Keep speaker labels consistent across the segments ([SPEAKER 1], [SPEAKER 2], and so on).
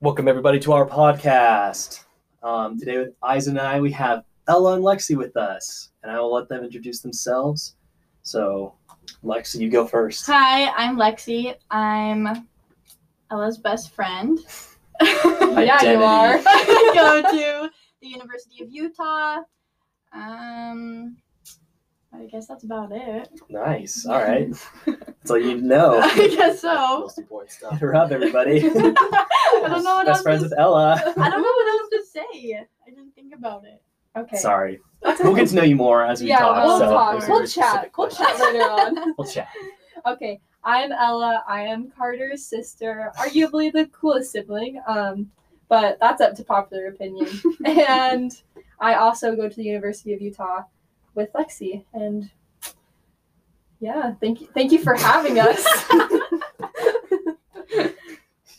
[SPEAKER 1] Welcome everybody to our podcast. Um, today with Eyes and I, we have Ella and Lexi with us, and I will let them introduce themselves. So, Lexi, you go first.
[SPEAKER 2] Hi, I'm Lexi. I'm Ella's best friend.
[SPEAKER 3] Yeah, you are.
[SPEAKER 1] Identity.
[SPEAKER 2] I go to the University of Utah. Um, I guess that's about it.
[SPEAKER 1] Nice. All right. That's all you need to know.
[SPEAKER 4] Oh.
[SPEAKER 2] I guess so.
[SPEAKER 3] Most important
[SPEAKER 1] Hit
[SPEAKER 3] stuff.
[SPEAKER 1] her up, everybody.
[SPEAKER 2] I don't know what
[SPEAKER 1] Best
[SPEAKER 2] else.
[SPEAKER 1] friends
[SPEAKER 2] to,
[SPEAKER 1] with Ella.
[SPEAKER 2] I don't know what else to say. I didn't think about it. Okay.
[SPEAKER 1] Sorry. We'll get to know you more as we
[SPEAKER 3] yeah,
[SPEAKER 1] talk.
[SPEAKER 3] we'll
[SPEAKER 1] so
[SPEAKER 3] talk.
[SPEAKER 1] those are
[SPEAKER 3] We'll
[SPEAKER 1] very
[SPEAKER 3] chat.
[SPEAKER 1] specific
[SPEAKER 3] We'll chat
[SPEAKER 1] questions.
[SPEAKER 3] later on.
[SPEAKER 1] We'll chat.
[SPEAKER 3] Okay, I'm Ella. I am Carter's sister, arguably the coolest sibling. Um, but that's up to popular opinion. and I also go to the University of Utah with Lexi. And yeah, thank you, thank you for having us.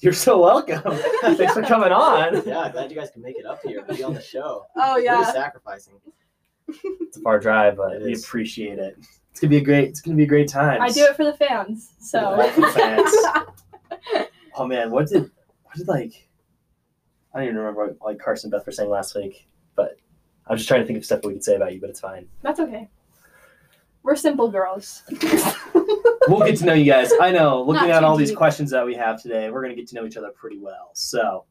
[SPEAKER 1] You're so welcome. Thanks for coming on.
[SPEAKER 4] yeah, glad you guys can make it up here and be on the show.
[SPEAKER 3] oh
[SPEAKER 4] You're
[SPEAKER 3] yeah,
[SPEAKER 4] sacrificing.
[SPEAKER 1] It's a far drive, but
[SPEAKER 4] It
[SPEAKER 1] we
[SPEAKER 4] is.
[SPEAKER 1] appreciate it. It's gonna be a great. It's gonna be a great time.
[SPEAKER 3] I do it for the fans. So
[SPEAKER 1] Welcome, fans. oh man, what did what did like? I don't even remember what like Carson and Beth were saying last week, but I'm just trying to think of stuff that we could say about you, but it's fine.
[SPEAKER 3] that's okay. We're simple girls.
[SPEAKER 1] We'll get to know you guys. I know. Looking
[SPEAKER 2] Not
[SPEAKER 1] at
[SPEAKER 2] too
[SPEAKER 1] all these
[SPEAKER 2] deep.
[SPEAKER 1] questions that we have today, we're gonna get to know each other pretty well. So,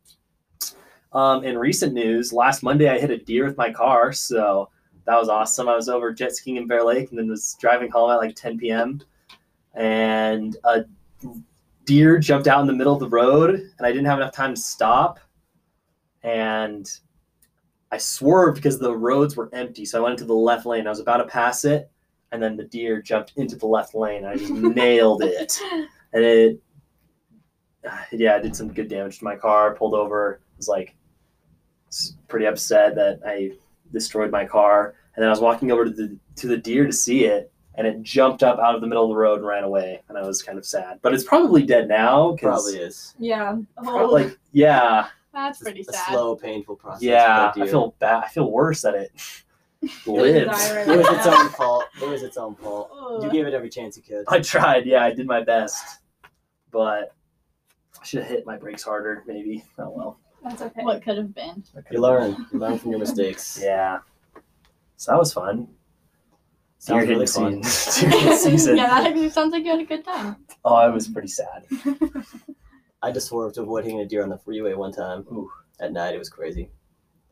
[SPEAKER 1] um, in recent news, last Monday I hit a deer with my car, so that was awesome. I was over jet skiing in Bear Lake and then was driving home at like 10 p.m. and a deer jumped out in the middle of the road and I didn't have enough time to stop and I swerved because the roads were empty so I went into the left lane I was about to pass it and then the deer jumped into the left lane and I just nailed it and it yeah I did some good damage to my car pulled over was like s- pretty upset that I destroyed my car and then I was walking over to the to the deer to see it and it jumped up out of the middle of the road and ran away and i was kind of sad but it's probably dead now 'cause-
[SPEAKER 4] Probably is.
[SPEAKER 3] Yeah. Oh,
[SPEAKER 1] pro- like yeah
[SPEAKER 2] That's
[SPEAKER 4] It's
[SPEAKER 2] pretty
[SPEAKER 4] a
[SPEAKER 2] sad.
[SPEAKER 4] slow, painful process.
[SPEAKER 1] yeah
[SPEAKER 4] for that
[SPEAKER 1] i
[SPEAKER 4] deer.
[SPEAKER 1] feel bad i feel worse that it
[SPEAKER 3] You're gonna
[SPEAKER 1] lives
[SPEAKER 3] die right
[SPEAKER 4] it was
[SPEAKER 3] now.
[SPEAKER 4] its own fault. It was its own fault. You
[SPEAKER 2] Ugh.
[SPEAKER 4] gave it every chance you could.
[SPEAKER 1] i tried yeah i did my best but i should have hit my brakes harder maybe oh well
[SPEAKER 3] That's okay.
[SPEAKER 2] What could have been?
[SPEAKER 1] I could've-
[SPEAKER 4] You learn. You learn from your mistakes.
[SPEAKER 1] yeah so that was fun Deer
[SPEAKER 4] Sounds really
[SPEAKER 1] hitting
[SPEAKER 4] fun.
[SPEAKER 1] season. Deer hitting season.
[SPEAKER 2] yeah, that actually sounds like you had a good time.
[SPEAKER 1] Oh, I was pretty sad.
[SPEAKER 4] I just swerved to avoid hitting a deer on the freeway one time.
[SPEAKER 1] Ooh.
[SPEAKER 4] At night, it was crazy.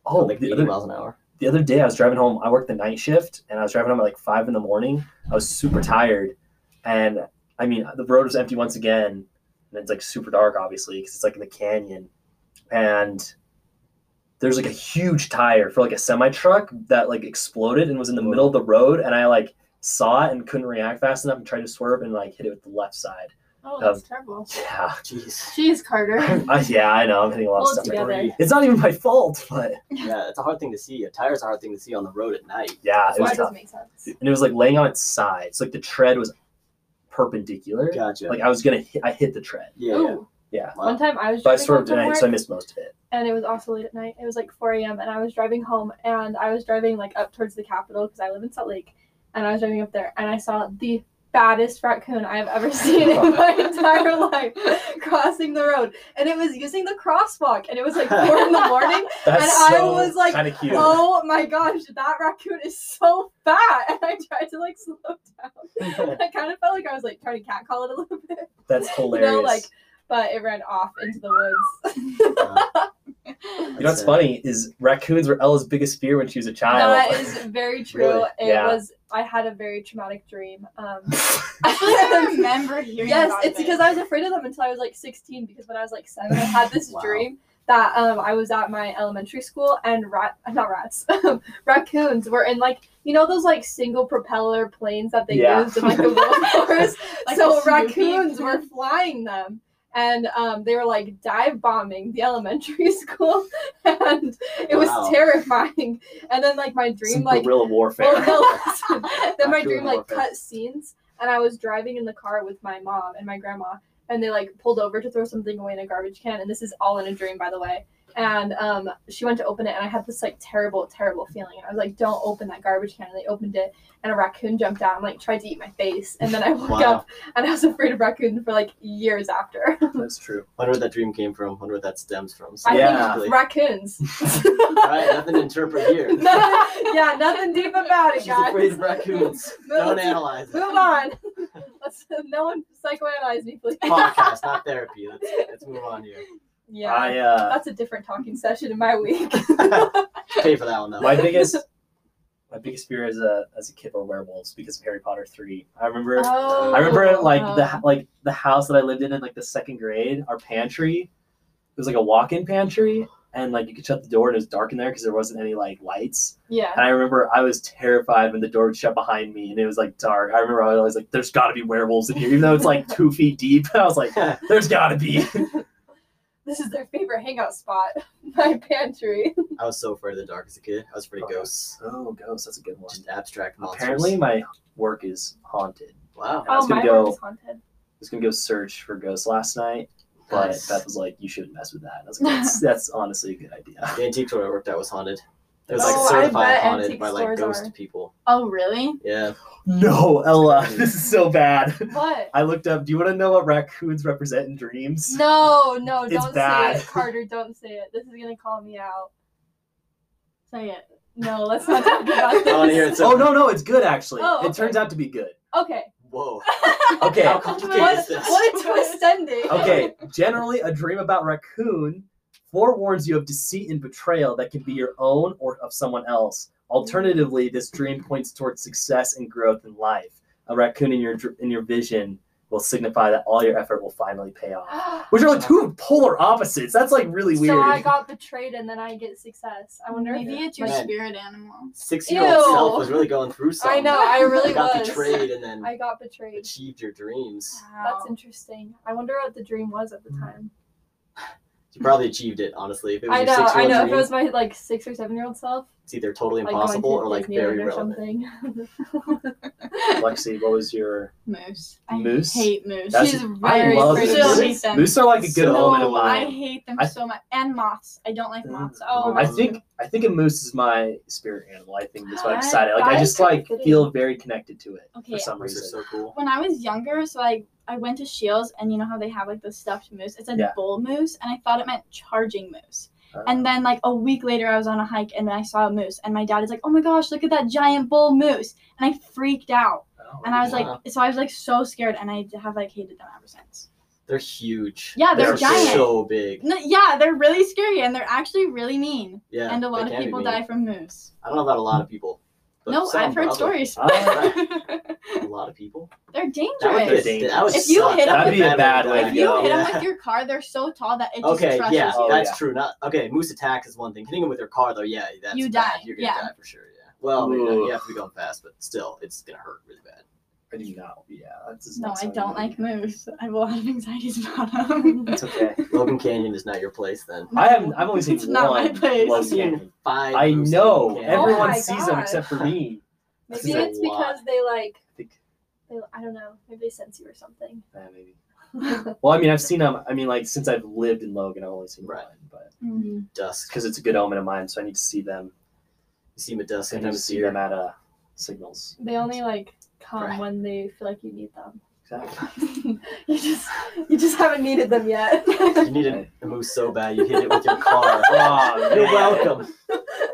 [SPEAKER 1] Oh,
[SPEAKER 4] like
[SPEAKER 1] the
[SPEAKER 4] 80
[SPEAKER 1] other-
[SPEAKER 4] miles an hour.
[SPEAKER 1] the other day I was driving home. I worked the night shift, and I was driving home at like five in the morning. I was super tired, and I mean the road was empty once again, and it's like super dark, obviously, because it's like in the canyon, and there's like a huge tire for like a semi truck that like exploded and was in the middle of the road, and I like saw it and couldn't react fast enough and tried to swerve and like hit it with the left side.
[SPEAKER 2] Oh,
[SPEAKER 4] Um,
[SPEAKER 1] that's
[SPEAKER 2] that's terrible.
[SPEAKER 1] Yeah,
[SPEAKER 4] Jeez.
[SPEAKER 2] Jeez, Carter.
[SPEAKER 1] I, yeah, I know. I'm hitting a lot
[SPEAKER 3] Pull it
[SPEAKER 1] of stuff.
[SPEAKER 3] together.
[SPEAKER 4] Three.
[SPEAKER 1] It's not even my fault, but
[SPEAKER 4] Yeah, it's a hard thing to see. A tire's a hard thing to see on the road at night.
[SPEAKER 1] yeah, it
[SPEAKER 3] Why
[SPEAKER 1] was
[SPEAKER 3] does
[SPEAKER 1] tough.
[SPEAKER 3] make sense?
[SPEAKER 1] and it was like laying on its side. So like the tread was perpendicular.
[SPEAKER 4] Gotcha.
[SPEAKER 1] Like I was gonna hit, I hit the tread.
[SPEAKER 4] yeah. yeah.
[SPEAKER 3] Ooh.
[SPEAKER 1] Yeah.
[SPEAKER 3] One time I was
[SPEAKER 1] But I
[SPEAKER 3] driving home
[SPEAKER 1] swerved
[SPEAKER 3] from
[SPEAKER 1] tonight,
[SPEAKER 3] work,
[SPEAKER 1] so I missed most of it.
[SPEAKER 3] and it was also late at night. It was like 4 a.m. and I was driving home and I was driving like up towards the Capitol because I live in Salt Lake and I was driving up there and I saw the baddest raccoon I've ever seen in my entire life crossing the road and it was using the crosswalk and it was like 4 in the morning.
[SPEAKER 1] That's
[SPEAKER 3] And I
[SPEAKER 1] so
[SPEAKER 3] was like,
[SPEAKER 1] kind of cute.
[SPEAKER 3] Oh my gosh, that raccoon is so fat and I tried to like slow down. I kind of felt like I was like trying to catcall it a little bit.
[SPEAKER 1] That's
[SPEAKER 3] know,
[SPEAKER 1] hilarious. You know,
[SPEAKER 3] like, but it ran off into the woods.
[SPEAKER 1] what's funny is raccoons were Ella's biggest fear when she was a child.
[SPEAKER 3] That is very true.
[SPEAKER 4] Really?
[SPEAKER 3] It
[SPEAKER 1] Yeah.
[SPEAKER 3] was. I had a very traumatic dream. Um,
[SPEAKER 2] I feel like I remember hearing
[SPEAKER 3] yes,
[SPEAKER 2] about
[SPEAKER 3] it's
[SPEAKER 2] it.
[SPEAKER 3] because I was afraid of them until I was like 16. Because when I was like seven, I had this
[SPEAKER 4] Wow.
[SPEAKER 3] dream that um, I was at my elementary school and rat, not rats, um, raccoons were in like you know those like single propeller planes that they
[SPEAKER 1] Yeah.
[SPEAKER 3] used in like the World Wars.
[SPEAKER 2] Like
[SPEAKER 3] so
[SPEAKER 2] a Snoopy.
[SPEAKER 3] raccoons were flying them. And um, they were like dive bombing the elementary school, and it
[SPEAKER 4] Wow.
[SPEAKER 3] was terrifying. And then like my dream,
[SPEAKER 1] Some
[SPEAKER 3] like
[SPEAKER 1] guerrilla warfare.
[SPEAKER 3] well, no, listen. then my
[SPEAKER 4] Not
[SPEAKER 3] dream
[SPEAKER 4] doing
[SPEAKER 3] like
[SPEAKER 4] warfare.
[SPEAKER 3] cut scenes, and I was driving in the car with my mom and my grandma, and they like pulled over to throw something away in a garbage can, and this is all in a dream, by the way. and um, she went to open it, and I had this like terrible, terrible feeling. And I was like, "Don't open that garbage can." And they opened it, and a raccoon jumped out and like tried to eat my face. And then I woke
[SPEAKER 4] Wow.
[SPEAKER 3] up, and I was afraid of raccoon for like years after.
[SPEAKER 1] That's true.
[SPEAKER 4] Wonder where that dream came from. Wonder where that stems from.
[SPEAKER 3] I
[SPEAKER 1] Yeah.
[SPEAKER 3] think
[SPEAKER 4] All
[SPEAKER 3] raccoons.
[SPEAKER 4] right, nothing to interpret here.
[SPEAKER 3] Nothing- yeah, nothing deep about it,
[SPEAKER 4] She's
[SPEAKER 3] guys.
[SPEAKER 4] afraid of raccoons. Don't
[SPEAKER 3] Move-
[SPEAKER 4] analyze it.
[SPEAKER 3] Move on. Let's, no one psychoanalyze me, please.
[SPEAKER 1] Oh,
[SPEAKER 4] Podcast, not therapy. Let's, let's move on here.
[SPEAKER 3] Yeah.
[SPEAKER 1] I uh,
[SPEAKER 3] That's a different talking session in my week.
[SPEAKER 4] Pay for that one though.
[SPEAKER 1] my biggest my biggest fear as a as a kid were werewolves because of Harry Potter three. I remember
[SPEAKER 3] Oh,
[SPEAKER 1] I remember like the
[SPEAKER 3] um,
[SPEAKER 1] like the house that I lived in in like the second grade. Our pantry, it was like a walk-in pantry, and like you could shut the door and it was dark in there because there wasn't any like lights.
[SPEAKER 3] Yeah.
[SPEAKER 1] And I remember I was terrified when the door would shut behind me and it was like dark. I remember I was always like, "There's got to be werewolves in here," even though it's like two feet deep. I was like, "There's got to be."
[SPEAKER 3] This is their favorite hangout spot, my pantry.
[SPEAKER 4] I was so afraid of the dark as a kid. I was afraid of
[SPEAKER 1] Okay.
[SPEAKER 4] ghosts.
[SPEAKER 1] Oh, ghosts. That's a good one.
[SPEAKER 4] Just abstract monsters.
[SPEAKER 1] Apparently, my work is haunted.
[SPEAKER 4] Wow.
[SPEAKER 1] I was
[SPEAKER 3] oh,
[SPEAKER 1] gonna
[SPEAKER 3] my
[SPEAKER 1] go-
[SPEAKER 3] room is haunted.
[SPEAKER 1] I was gonna go search for ghosts last night, but
[SPEAKER 4] Nice.
[SPEAKER 1] Beth was like, "You shouldn't mess with that." I was like, "That's, that's honestly a good idea."
[SPEAKER 4] The antique store I worked at was haunted. It was like
[SPEAKER 1] Oh, I
[SPEAKER 4] certified
[SPEAKER 3] bet
[SPEAKER 4] haunted
[SPEAKER 3] antique
[SPEAKER 4] by like
[SPEAKER 3] stores
[SPEAKER 4] ghost
[SPEAKER 3] are.
[SPEAKER 4] people.
[SPEAKER 2] Oh, really?
[SPEAKER 4] Yeah.
[SPEAKER 1] No, Ella, this is so bad.
[SPEAKER 3] What?
[SPEAKER 1] I looked up. Do you want to know what raccoons represent in dreams?
[SPEAKER 3] No, no,
[SPEAKER 1] It's
[SPEAKER 3] don't
[SPEAKER 1] bad.
[SPEAKER 3] say it, Carter. Don't say it. This is gonna call me out.
[SPEAKER 2] Say it.
[SPEAKER 3] No, let's not talk about this.
[SPEAKER 4] I want to hear it. So-
[SPEAKER 1] Oh no, no, it's good actually.
[SPEAKER 3] Oh,
[SPEAKER 1] It turns out to be good.
[SPEAKER 3] Okay.
[SPEAKER 4] Whoa.
[SPEAKER 1] Okay.
[SPEAKER 4] How complicated
[SPEAKER 3] What,
[SPEAKER 4] is this?
[SPEAKER 3] what a twist ending.
[SPEAKER 1] Okay, generally, a dream about raccoon forewarns you of deceit and betrayal that can be your own or of someone else. Alternatively, this dream points towards success and growth in life. A raccoon in your dr- in your vision will signify that all your effort will finally pay off. Which are like two polar opposites. That's like really weird.
[SPEAKER 3] Ah, So I got betrayed and then I get success. I wonder. if-
[SPEAKER 2] Maybe it's your
[SPEAKER 4] Man.
[SPEAKER 2] spirit animal.
[SPEAKER 4] Six year old
[SPEAKER 3] Ew.
[SPEAKER 4] self was really going through something.
[SPEAKER 3] I know. I really
[SPEAKER 4] You got
[SPEAKER 3] was.
[SPEAKER 4] betrayed and then
[SPEAKER 3] I got betrayed.
[SPEAKER 4] achieved your dreams.
[SPEAKER 3] That's interesting. I wonder what the dream was at the time.
[SPEAKER 4] You probably achieved it, honestly. If Mm. it was
[SPEAKER 3] I
[SPEAKER 4] your
[SPEAKER 3] know.
[SPEAKER 4] six
[SPEAKER 3] I
[SPEAKER 4] year old
[SPEAKER 3] know.
[SPEAKER 4] dream,
[SPEAKER 3] If it was my like six or seven year old self,
[SPEAKER 4] it's either totally
[SPEAKER 3] like
[SPEAKER 4] impossible
[SPEAKER 3] going to
[SPEAKER 4] or like
[SPEAKER 3] Disneyland
[SPEAKER 4] very
[SPEAKER 3] or
[SPEAKER 4] relevant.
[SPEAKER 3] something.
[SPEAKER 1] Lexi, what was your
[SPEAKER 2] moose.
[SPEAKER 1] Moose?
[SPEAKER 2] I hate moose.
[SPEAKER 1] That's-
[SPEAKER 2] She's
[SPEAKER 1] I
[SPEAKER 2] very
[SPEAKER 1] love
[SPEAKER 2] pretty.
[SPEAKER 1] moose.
[SPEAKER 2] She'll hate them.
[SPEAKER 1] moose are like a good
[SPEAKER 4] So-
[SPEAKER 1] omen of
[SPEAKER 2] I
[SPEAKER 1] mine.
[SPEAKER 2] hate them
[SPEAKER 1] I- Mm.
[SPEAKER 2] so much. And moths. I don't like moths.
[SPEAKER 4] Oh,
[SPEAKER 2] Oh,
[SPEAKER 1] I
[SPEAKER 4] that's
[SPEAKER 1] think I think a moose is my spirit animal. I think that's why I'm
[SPEAKER 3] I-
[SPEAKER 1] excited. Like I
[SPEAKER 3] I
[SPEAKER 1] just
[SPEAKER 3] kinda
[SPEAKER 1] like
[SPEAKER 3] fit in.
[SPEAKER 1] feel very connected to it
[SPEAKER 2] Okay.
[SPEAKER 1] for some
[SPEAKER 4] Those are
[SPEAKER 1] reason.
[SPEAKER 4] so cool.
[SPEAKER 2] When I was younger, so I I went to Shields, and you know how they have like the stuffed moose. It said
[SPEAKER 1] Yeah.
[SPEAKER 2] bull moose, and I thought it meant charging moose.
[SPEAKER 1] Uh,
[SPEAKER 2] And then like a week later, I was on a hike and I saw a moose, and my dad is like, "Oh my gosh, look at that giant bull moose!" And I freaked out,
[SPEAKER 1] oh,
[SPEAKER 2] and I was
[SPEAKER 4] Wow.
[SPEAKER 2] like, so I was like so scared, and I have like hated them ever since.
[SPEAKER 4] They're huge.
[SPEAKER 2] Yeah,
[SPEAKER 1] they're giant.
[SPEAKER 4] so big.
[SPEAKER 2] No, yeah, they're really scary, and they're actually really mean,
[SPEAKER 4] Yeah.
[SPEAKER 2] and a lot
[SPEAKER 4] they
[SPEAKER 2] of
[SPEAKER 4] can be
[SPEAKER 2] people
[SPEAKER 4] mean.
[SPEAKER 2] die from moose.
[SPEAKER 4] I don't know about a lot of people. but
[SPEAKER 2] no,
[SPEAKER 4] some
[SPEAKER 2] I've heard
[SPEAKER 4] probably.
[SPEAKER 2] stories.
[SPEAKER 4] A lot of people.
[SPEAKER 2] they're
[SPEAKER 4] That would,
[SPEAKER 2] dangerous.
[SPEAKER 1] be-
[SPEAKER 4] be- that would
[SPEAKER 2] If you
[SPEAKER 4] suck.
[SPEAKER 2] hit 'em
[SPEAKER 4] That'd
[SPEAKER 1] with- That'd be a bad way
[SPEAKER 4] way
[SPEAKER 1] to
[SPEAKER 2] If
[SPEAKER 4] to
[SPEAKER 2] you
[SPEAKER 1] go.
[SPEAKER 4] go.
[SPEAKER 2] hit them
[SPEAKER 4] Yeah.
[SPEAKER 2] with your car, they're so tall that it just
[SPEAKER 4] Okay,
[SPEAKER 2] crushes
[SPEAKER 4] yeah,
[SPEAKER 2] you.
[SPEAKER 1] Oh,
[SPEAKER 4] that's
[SPEAKER 1] yeah.
[SPEAKER 4] true. Not okay. Moose attack is one thing. Hitting him with your car, though, yeah, that's
[SPEAKER 2] You
[SPEAKER 4] bad.
[SPEAKER 2] die,
[SPEAKER 4] You're gonna
[SPEAKER 2] yeah.
[SPEAKER 4] die for sure. Yeah. Well, maybe not.
[SPEAKER 1] Ooh.
[SPEAKER 4] you have to be going fast, but still, it's gonna hurt really bad.
[SPEAKER 1] I do not. Yeah, that's just
[SPEAKER 2] No,
[SPEAKER 1] not
[SPEAKER 2] I
[SPEAKER 1] something
[SPEAKER 2] don't
[SPEAKER 1] that-
[SPEAKER 2] like moose. I have a lot of anxieties about them.
[SPEAKER 1] It's okay.
[SPEAKER 4] Logan Canyon is not your place then.
[SPEAKER 1] I haven't. I've only seen
[SPEAKER 2] It's
[SPEAKER 1] one.
[SPEAKER 2] not my place.
[SPEAKER 1] Logan
[SPEAKER 4] I've seen
[SPEAKER 1] Canyon.
[SPEAKER 4] five.
[SPEAKER 1] I
[SPEAKER 4] moose in
[SPEAKER 1] know.
[SPEAKER 4] Logan Canyon.
[SPEAKER 1] Everyone
[SPEAKER 3] Oh my
[SPEAKER 1] sees them
[SPEAKER 3] God.
[SPEAKER 1] except for me. This
[SPEAKER 3] Maybe
[SPEAKER 1] is a
[SPEAKER 3] it's because
[SPEAKER 4] lot.
[SPEAKER 3] they like.
[SPEAKER 1] I think.
[SPEAKER 3] They, Oh, I don't know. Maybe they sense you or something.
[SPEAKER 1] Yeah, maybe. Well, I mean, I've seen them. I mean, like since I've lived in Logan, I've only seen
[SPEAKER 4] Right.
[SPEAKER 1] one, but
[SPEAKER 2] Mhm.
[SPEAKER 4] dusk.
[SPEAKER 1] because it's a good omen of mine, so I need to see them.
[SPEAKER 4] You see them at dusk
[SPEAKER 1] I need to
[SPEAKER 4] sometimes
[SPEAKER 1] see
[SPEAKER 4] here.
[SPEAKER 1] them at uh, signals.
[SPEAKER 3] They only like come
[SPEAKER 4] Right.
[SPEAKER 3] when they feel like you need them.
[SPEAKER 1] Exactly.
[SPEAKER 3] you just you just haven't needed them yet.
[SPEAKER 4] You need a, a moose so bad you hit it with your car. Ah,
[SPEAKER 1] Oh,
[SPEAKER 4] You're
[SPEAKER 1] man.
[SPEAKER 4] welcome.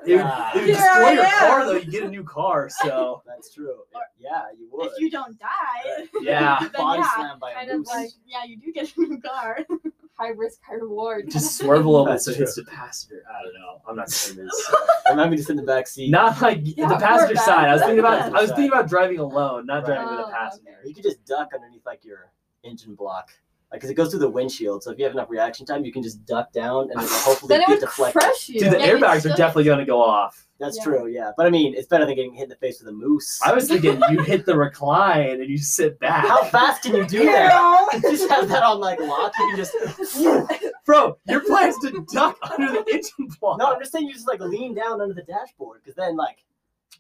[SPEAKER 1] It would,
[SPEAKER 4] Ah.
[SPEAKER 1] it would
[SPEAKER 3] Here
[SPEAKER 1] destroy
[SPEAKER 3] I
[SPEAKER 1] your
[SPEAKER 3] am.
[SPEAKER 1] car though. You get a new car, so
[SPEAKER 4] That's true. Yeah, you would.
[SPEAKER 2] If you don't die,
[SPEAKER 1] yeah.
[SPEAKER 2] then
[SPEAKER 4] Body
[SPEAKER 2] yeah,
[SPEAKER 4] slammed by
[SPEAKER 3] kind
[SPEAKER 4] a
[SPEAKER 3] of
[SPEAKER 4] moose.
[SPEAKER 3] like-
[SPEAKER 2] yeah, you do get a new car.
[SPEAKER 3] high risk, high reward.
[SPEAKER 1] Just swerve a little bit
[SPEAKER 4] That's
[SPEAKER 1] so it
[SPEAKER 4] true.
[SPEAKER 1] hits the passenger. I don't know. I'm not saying this.
[SPEAKER 4] Remind me to sit in the back seat.
[SPEAKER 1] Not like
[SPEAKER 3] Yeah,
[SPEAKER 1] the
[SPEAKER 3] we're
[SPEAKER 1] passenger
[SPEAKER 3] bad.
[SPEAKER 1] side. I was thinking about. I was
[SPEAKER 4] Passenger
[SPEAKER 1] thinking about driving alone, not driving with
[SPEAKER 3] Oh,
[SPEAKER 1] a
[SPEAKER 3] okay.
[SPEAKER 1] passenger.
[SPEAKER 4] You could just duck underneath like your engine block, like because it goes through the windshield. So if you have enough reaction time, you can just duck down and it'll hopefully
[SPEAKER 3] then it would
[SPEAKER 4] get deflected.
[SPEAKER 3] crush you.
[SPEAKER 1] Dude, the
[SPEAKER 2] Yeah, you
[SPEAKER 1] airbags
[SPEAKER 2] still-
[SPEAKER 1] are definitely going to go off.
[SPEAKER 4] That's
[SPEAKER 3] Yeah.
[SPEAKER 4] true, yeah. But I mean, it's better than getting hit in the face with a moose.
[SPEAKER 1] I was thinking you hit the recline and you sit back.
[SPEAKER 4] How fast can you do that? just have that on like lock. You can just. no,
[SPEAKER 1] Bro, your plan is to duck under the engine block.
[SPEAKER 4] I'm just saying you just like lean down under the dashboard because then like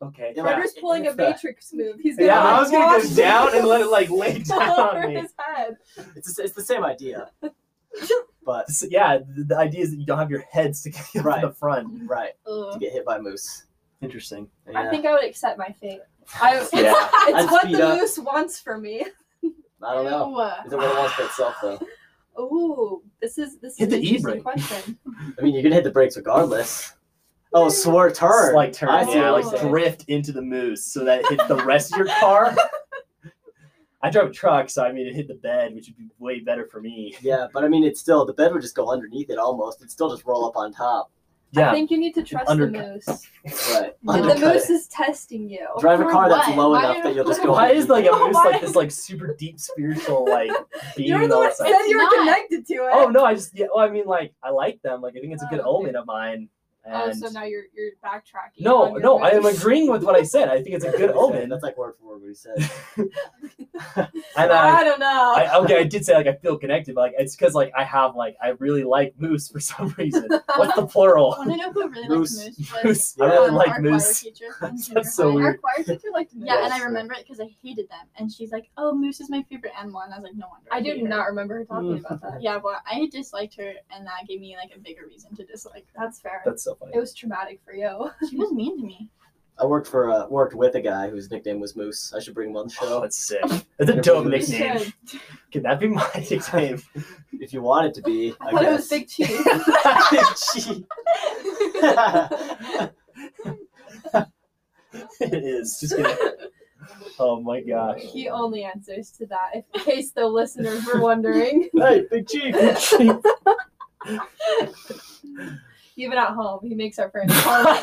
[SPEAKER 1] Okay.
[SPEAKER 4] Yeah.
[SPEAKER 1] Yeah,
[SPEAKER 3] Carter's pulling a matrix move. He's gonna
[SPEAKER 1] yeah I
[SPEAKER 3] like,
[SPEAKER 1] was going to go
[SPEAKER 3] wash
[SPEAKER 1] down and let it like lay down
[SPEAKER 3] all over
[SPEAKER 1] on me.
[SPEAKER 3] his head.
[SPEAKER 4] it's the, it's the same idea. But
[SPEAKER 1] So, yeah, the, the idea is that you don't have your head sticking out
[SPEAKER 4] Right.
[SPEAKER 1] to the front.
[SPEAKER 4] right, to
[SPEAKER 2] Ugh.
[SPEAKER 4] get hit by a moose.
[SPEAKER 1] Interesting.
[SPEAKER 3] I
[SPEAKER 4] Yeah.
[SPEAKER 3] think I would accept my fate. I, it's,
[SPEAKER 4] Yeah. I'd
[SPEAKER 3] what
[SPEAKER 4] speed
[SPEAKER 3] the
[SPEAKER 4] up.
[SPEAKER 3] moose wants from me.
[SPEAKER 4] I don't know.
[SPEAKER 2] Ew.
[SPEAKER 4] Is it what it wants for itself though?
[SPEAKER 3] Ooh, this is this
[SPEAKER 1] Hit
[SPEAKER 3] is
[SPEAKER 1] the
[SPEAKER 3] an
[SPEAKER 1] E
[SPEAKER 3] interesting
[SPEAKER 1] brake.
[SPEAKER 3] question.
[SPEAKER 4] I mean, you're gonna hit the brakes regardless. Oh, swerve turn.
[SPEAKER 1] Slight turn.
[SPEAKER 4] I see
[SPEAKER 1] yeah,
[SPEAKER 4] what
[SPEAKER 1] like
[SPEAKER 4] you're
[SPEAKER 2] saying.
[SPEAKER 1] drift into the moose so that it hits the rest of your car. I drive a truck, so I mean, it hit the bed, which would be way better for me.
[SPEAKER 4] Yeah, but I mean, it's still the bed would just go underneath it almost. It'd still just roll up on top.
[SPEAKER 3] I
[SPEAKER 1] Yeah.
[SPEAKER 3] think you need to trust
[SPEAKER 1] undercut.
[SPEAKER 3] the moose.
[SPEAKER 4] Right.
[SPEAKER 3] The
[SPEAKER 1] Undercut
[SPEAKER 3] moose
[SPEAKER 1] it.
[SPEAKER 3] is testing you.
[SPEAKER 4] Drive a
[SPEAKER 2] For
[SPEAKER 4] car that's
[SPEAKER 2] what?
[SPEAKER 4] low
[SPEAKER 2] Why
[SPEAKER 4] enough
[SPEAKER 2] do-
[SPEAKER 4] that you'll just go.
[SPEAKER 1] Why is like a
[SPEAKER 3] Oh,
[SPEAKER 1] moose
[SPEAKER 3] why?
[SPEAKER 1] like this like super deep spiritual like being
[SPEAKER 3] You're the
[SPEAKER 1] all
[SPEAKER 3] one
[SPEAKER 1] of a
[SPEAKER 3] said
[SPEAKER 1] sudden?
[SPEAKER 2] It's
[SPEAKER 3] you were
[SPEAKER 2] not.
[SPEAKER 3] connected to it.
[SPEAKER 1] Oh no, I just yeah. Well, I mean, like I like them. Like I think it's a
[SPEAKER 3] Oh,
[SPEAKER 1] good
[SPEAKER 3] okay.
[SPEAKER 1] omen of mine.
[SPEAKER 3] Oh,
[SPEAKER 1] And
[SPEAKER 3] so now you're you're backtracking.
[SPEAKER 1] no,
[SPEAKER 3] on your
[SPEAKER 1] no, I am
[SPEAKER 3] moose.
[SPEAKER 1] agreeing with what I said. I think it's a
[SPEAKER 4] That's
[SPEAKER 1] good
[SPEAKER 4] what he said.
[SPEAKER 1] omen.
[SPEAKER 4] That's like word for word what he said.
[SPEAKER 1] And I,
[SPEAKER 3] I don't know.
[SPEAKER 1] I, okay, I did say like I feel connected, but like it's because like I have like I really like moose for some reason. What's the
[SPEAKER 2] I
[SPEAKER 1] plural?
[SPEAKER 2] want to know who really
[SPEAKER 4] Moose.
[SPEAKER 2] liked moose. Was
[SPEAKER 1] moose. I
[SPEAKER 4] Yeah.
[SPEAKER 1] really
[SPEAKER 2] um,
[SPEAKER 1] like
[SPEAKER 2] our
[SPEAKER 1] moose.
[SPEAKER 2] Choir teacher from
[SPEAKER 1] That's
[SPEAKER 2] junior
[SPEAKER 1] so
[SPEAKER 2] high.
[SPEAKER 1] weird.
[SPEAKER 3] Our choir teacher liked moose.
[SPEAKER 2] Yeah, and I
[SPEAKER 4] Yes.
[SPEAKER 2] remember it because I hated them, and she's like, "Oh, moose is my favorite animal," and I was like, "No wonder."
[SPEAKER 3] I do
[SPEAKER 2] hate her."
[SPEAKER 3] not remember her talking
[SPEAKER 1] Mm.
[SPEAKER 3] about that.
[SPEAKER 2] Yeah, well, I disliked her, and that gave me like a bigger reason to dislike her.
[SPEAKER 3] That's fair.
[SPEAKER 1] That's so funny.
[SPEAKER 3] It was traumatic for you.
[SPEAKER 2] She was mean to me.
[SPEAKER 4] I worked for uh, worked with a guy whose nickname was Moose. I should bring him on the
[SPEAKER 1] Oh,
[SPEAKER 4] show
[SPEAKER 1] that's sick. That's a dope
[SPEAKER 4] Moose.
[SPEAKER 1] nickname. Can that be my nickname?
[SPEAKER 4] if you want it to be.
[SPEAKER 3] I,
[SPEAKER 4] I,
[SPEAKER 3] thought it was
[SPEAKER 4] guess.
[SPEAKER 3] Big Cheese.
[SPEAKER 4] Gee.
[SPEAKER 1] it is. Just kidding. Oh my gosh.
[SPEAKER 3] he only answers to that, if, in case the listeners were wondering.
[SPEAKER 4] hey, Big Chief.
[SPEAKER 3] Even at home, he makes our parents call him.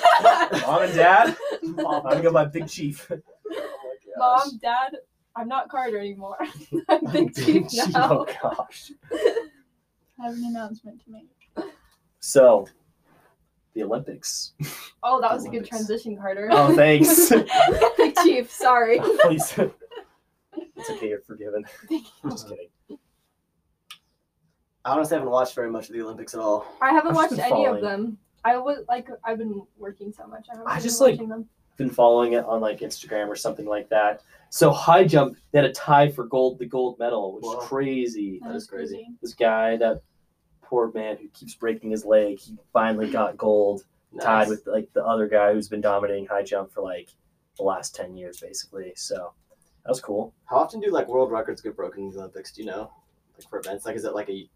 [SPEAKER 1] Mom and Dad, I'm
[SPEAKER 4] Mom.
[SPEAKER 1] gonna go by Big Chief.
[SPEAKER 4] Oh my gosh.
[SPEAKER 3] Mom, Dad, I'm not Carter anymore. I'm Big Chief now.
[SPEAKER 1] Oh gosh.
[SPEAKER 2] I have an announcement to make.
[SPEAKER 1] So, the Olympics.
[SPEAKER 3] Oh, that was a good
[SPEAKER 4] Olympics.
[SPEAKER 3] transition, Carter.
[SPEAKER 1] Oh, thanks.
[SPEAKER 3] Big Chief, sorry.
[SPEAKER 1] Please. It's okay. You're forgiven. Just kidding.
[SPEAKER 4] I honestly haven't watched very much of the Olympics at all.
[SPEAKER 3] I haven't
[SPEAKER 1] I've
[SPEAKER 3] watched
[SPEAKER 1] been
[SPEAKER 3] any of
[SPEAKER 1] following.
[SPEAKER 3] them. I was like, I've been working so much. I, haven't
[SPEAKER 1] I
[SPEAKER 3] been
[SPEAKER 1] just, like,
[SPEAKER 3] watching them.
[SPEAKER 1] been following it on like Instagram or something like that. So high jump, they had a tie for gold, the gold medal, which
[SPEAKER 4] Wow.
[SPEAKER 1] is crazy.
[SPEAKER 4] That is crazy.
[SPEAKER 1] This guy, that poor man who keeps breaking his leg, he finally got gold, tied
[SPEAKER 4] Nice.
[SPEAKER 1] with like the other guy who's been dominating high jump for like the last ten years, basically. So that was cool.
[SPEAKER 4] How often do like world records get broken in the Olympics? Do you know, like for events? Like, is it like a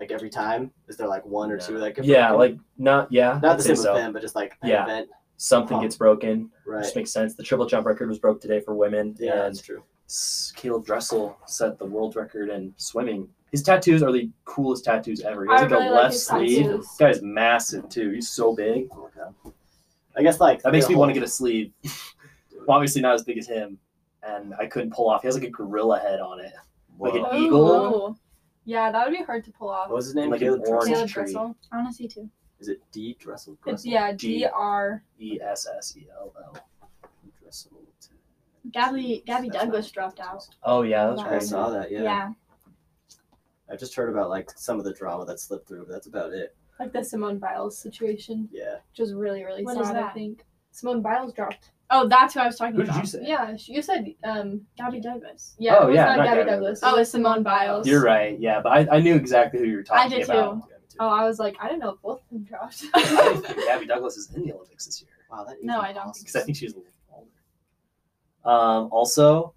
[SPEAKER 4] like every time? Is there like one or two that get
[SPEAKER 1] Yeah,
[SPEAKER 4] broken?
[SPEAKER 1] like not yeah,
[SPEAKER 4] not
[SPEAKER 1] I'd
[SPEAKER 4] the
[SPEAKER 1] say
[SPEAKER 4] same
[SPEAKER 1] so.
[SPEAKER 4] event, but just like an
[SPEAKER 1] Yeah.
[SPEAKER 4] event,
[SPEAKER 1] Something
[SPEAKER 4] Huh.
[SPEAKER 1] gets broken.
[SPEAKER 4] right?
[SPEAKER 1] Just makes sense. The triple jump record was broke today for women,
[SPEAKER 4] yeah,
[SPEAKER 1] and
[SPEAKER 4] that's true.
[SPEAKER 1] S- Caleb Dressel set the world record in swimming. His tattoos are the coolest tattoos ever. He has
[SPEAKER 3] I
[SPEAKER 1] like
[SPEAKER 3] really
[SPEAKER 1] a
[SPEAKER 3] like
[SPEAKER 1] left
[SPEAKER 3] his
[SPEAKER 1] sleeve.
[SPEAKER 3] tattoos.
[SPEAKER 1] This guy's massive too. He's so big.
[SPEAKER 4] Oh, my God. I guess like
[SPEAKER 1] That makes
[SPEAKER 4] the
[SPEAKER 1] me want to
[SPEAKER 4] whole-
[SPEAKER 1] get a sleeve. well, obviously not as big as him, and I couldn't pull off. He has like a gorilla head on it, like an
[SPEAKER 4] Whoa.
[SPEAKER 1] eagle,
[SPEAKER 3] Oh. Yeah, that would be hard to pull off.
[SPEAKER 4] What was his name?
[SPEAKER 1] like
[SPEAKER 4] Caleb
[SPEAKER 1] an orange
[SPEAKER 4] Dressel?
[SPEAKER 3] Caleb
[SPEAKER 1] tree.
[SPEAKER 3] Dressel.
[SPEAKER 2] Honestly, too.
[SPEAKER 4] Is it D Dressel?
[SPEAKER 3] It's
[SPEAKER 4] Dressel?
[SPEAKER 3] yeah,
[SPEAKER 1] G.
[SPEAKER 3] D R.
[SPEAKER 1] E S S E L L.
[SPEAKER 4] Dressel.
[SPEAKER 2] Gabby, Gabby
[SPEAKER 4] That's
[SPEAKER 2] Douglas
[SPEAKER 4] not-
[SPEAKER 2] dropped out.
[SPEAKER 1] Oh yeah,
[SPEAKER 3] that's
[SPEAKER 1] that's
[SPEAKER 3] Wow.
[SPEAKER 4] I
[SPEAKER 3] crazy.
[SPEAKER 1] crazy.
[SPEAKER 4] saw that. Yeah.
[SPEAKER 2] Yeah.
[SPEAKER 4] I just heard about like some of the drama that slipped through, but that's about it.
[SPEAKER 3] Like the Simone Biles situation,
[SPEAKER 4] Yeah.
[SPEAKER 3] which was really, really
[SPEAKER 2] What
[SPEAKER 3] sad.
[SPEAKER 2] is
[SPEAKER 3] I
[SPEAKER 2] that?
[SPEAKER 3] think Simone Biles dropped.
[SPEAKER 2] Oh, that's who I was talking
[SPEAKER 1] Who did
[SPEAKER 2] about.
[SPEAKER 1] you say?
[SPEAKER 3] Yeah, she, you said um.
[SPEAKER 2] Gabby Douglas.
[SPEAKER 3] Yeah,
[SPEAKER 1] Oh,
[SPEAKER 3] it was
[SPEAKER 1] yeah,
[SPEAKER 3] not,
[SPEAKER 1] not
[SPEAKER 3] Gabby,
[SPEAKER 1] Gabby
[SPEAKER 3] Douglas.
[SPEAKER 2] Douglas.
[SPEAKER 3] it
[SPEAKER 2] Oh,
[SPEAKER 3] was
[SPEAKER 2] it's Simone Biles.
[SPEAKER 1] You're right. Yeah, but I, I knew exactly who you were
[SPEAKER 2] I
[SPEAKER 1] talking
[SPEAKER 2] did
[SPEAKER 1] about.
[SPEAKER 2] too.
[SPEAKER 3] Oh, I was like, I didn't know if both of them dropped.
[SPEAKER 1] I
[SPEAKER 2] Oh,
[SPEAKER 1] didn't think Gabby Douglas is in the Olympics this year.
[SPEAKER 4] Wow, that is
[SPEAKER 2] No, I don't
[SPEAKER 4] awesome.
[SPEAKER 2] think
[SPEAKER 1] because I think she was a little older. Um, also,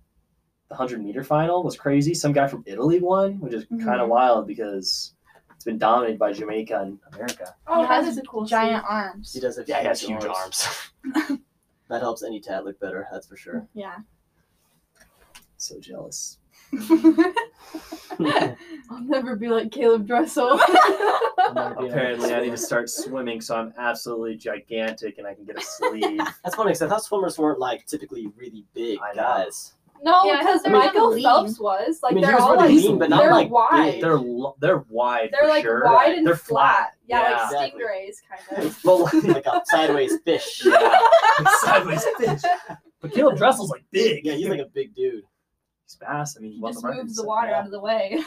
[SPEAKER 1] the 100 meter final was crazy. Some guy from Italy won, which is kind
[SPEAKER 3] Mm-hmm.
[SPEAKER 2] Mhm.
[SPEAKER 1] of wild because it's been dominated by Jamaica and America.
[SPEAKER 3] oh,
[SPEAKER 2] he
[SPEAKER 3] that
[SPEAKER 2] has
[SPEAKER 3] is a cool
[SPEAKER 2] giant arms.
[SPEAKER 4] She does have
[SPEAKER 1] Yeah, he has
[SPEAKER 4] huge arms. That helps any tat look better, that's for sure.
[SPEAKER 2] Yeah.
[SPEAKER 1] so jealous.
[SPEAKER 4] Not
[SPEAKER 3] scene. I'll never be like Caleb Dressel.
[SPEAKER 4] being
[SPEAKER 1] Apparently, I need
[SPEAKER 4] a
[SPEAKER 1] to
[SPEAKER 4] swimmer.
[SPEAKER 1] start swimming so I'm absolutely gigantic and I can get a sleeve.
[SPEAKER 4] That's funny because I thought swimmers weren't like typically really big
[SPEAKER 1] I know.
[SPEAKER 4] guys.
[SPEAKER 3] no,
[SPEAKER 2] Yeah, I
[SPEAKER 3] because
[SPEAKER 2] thought they were
[SPEAKER 3] Michael
[SPEAKER 2] lean.
[SPEAKER 3] Phelps was like
[SPEAKER 4] I mean, he
[SPEAKER 3] they're
[SPEAKER 4] was
[SPEAKER 3] all
[SPEAKER 4] really
[SPEAKER 3] like
[SPEAKER 4] lean, but not
[SPEAKER 3] they're
[SPEAKER 4] like
[SPEAKER 3] wide.
[SPEAKER 4] big.
[SPEAKER 1] they're lo- they're wide.
[SPEAKER 3] They're
[SPEAKER 1] for
[SPEAKER 3] like
[SPEAKER 1] sure.
[SPEAKER 3] wide and
[SPEAKER 1] they're
[SPEAKER 3] flat.
[SPEAKER 1] flat.
[SPEAKER 3] Yeah,
[SPEAKER 1] Yeah.
[SPEAKER 3] like
[SPEAKER 4] Exactly.
[SPEAKER 3] stingrays kind of.
[SPEAKER 4] Well, like a sideways fish.
[SPEAKER 1] Yeah. Sideways fish. But Caleb Dressel's like big.
[SPEAKER 4] Yeah, he's like a big dude.
[SPEAKER 1] he's fast. I mean, he
[SPEAKER 3] He
[SPEAKER 1] won
[SPEAKER 3] just
[SPEAKER 1] the record,
[SPEAKER 3] moves
[SPEAKER 1] so,
[SPEAKER 3] the water
[SPEAKER 1] yeah.
[SPEAKER 3] out of the way.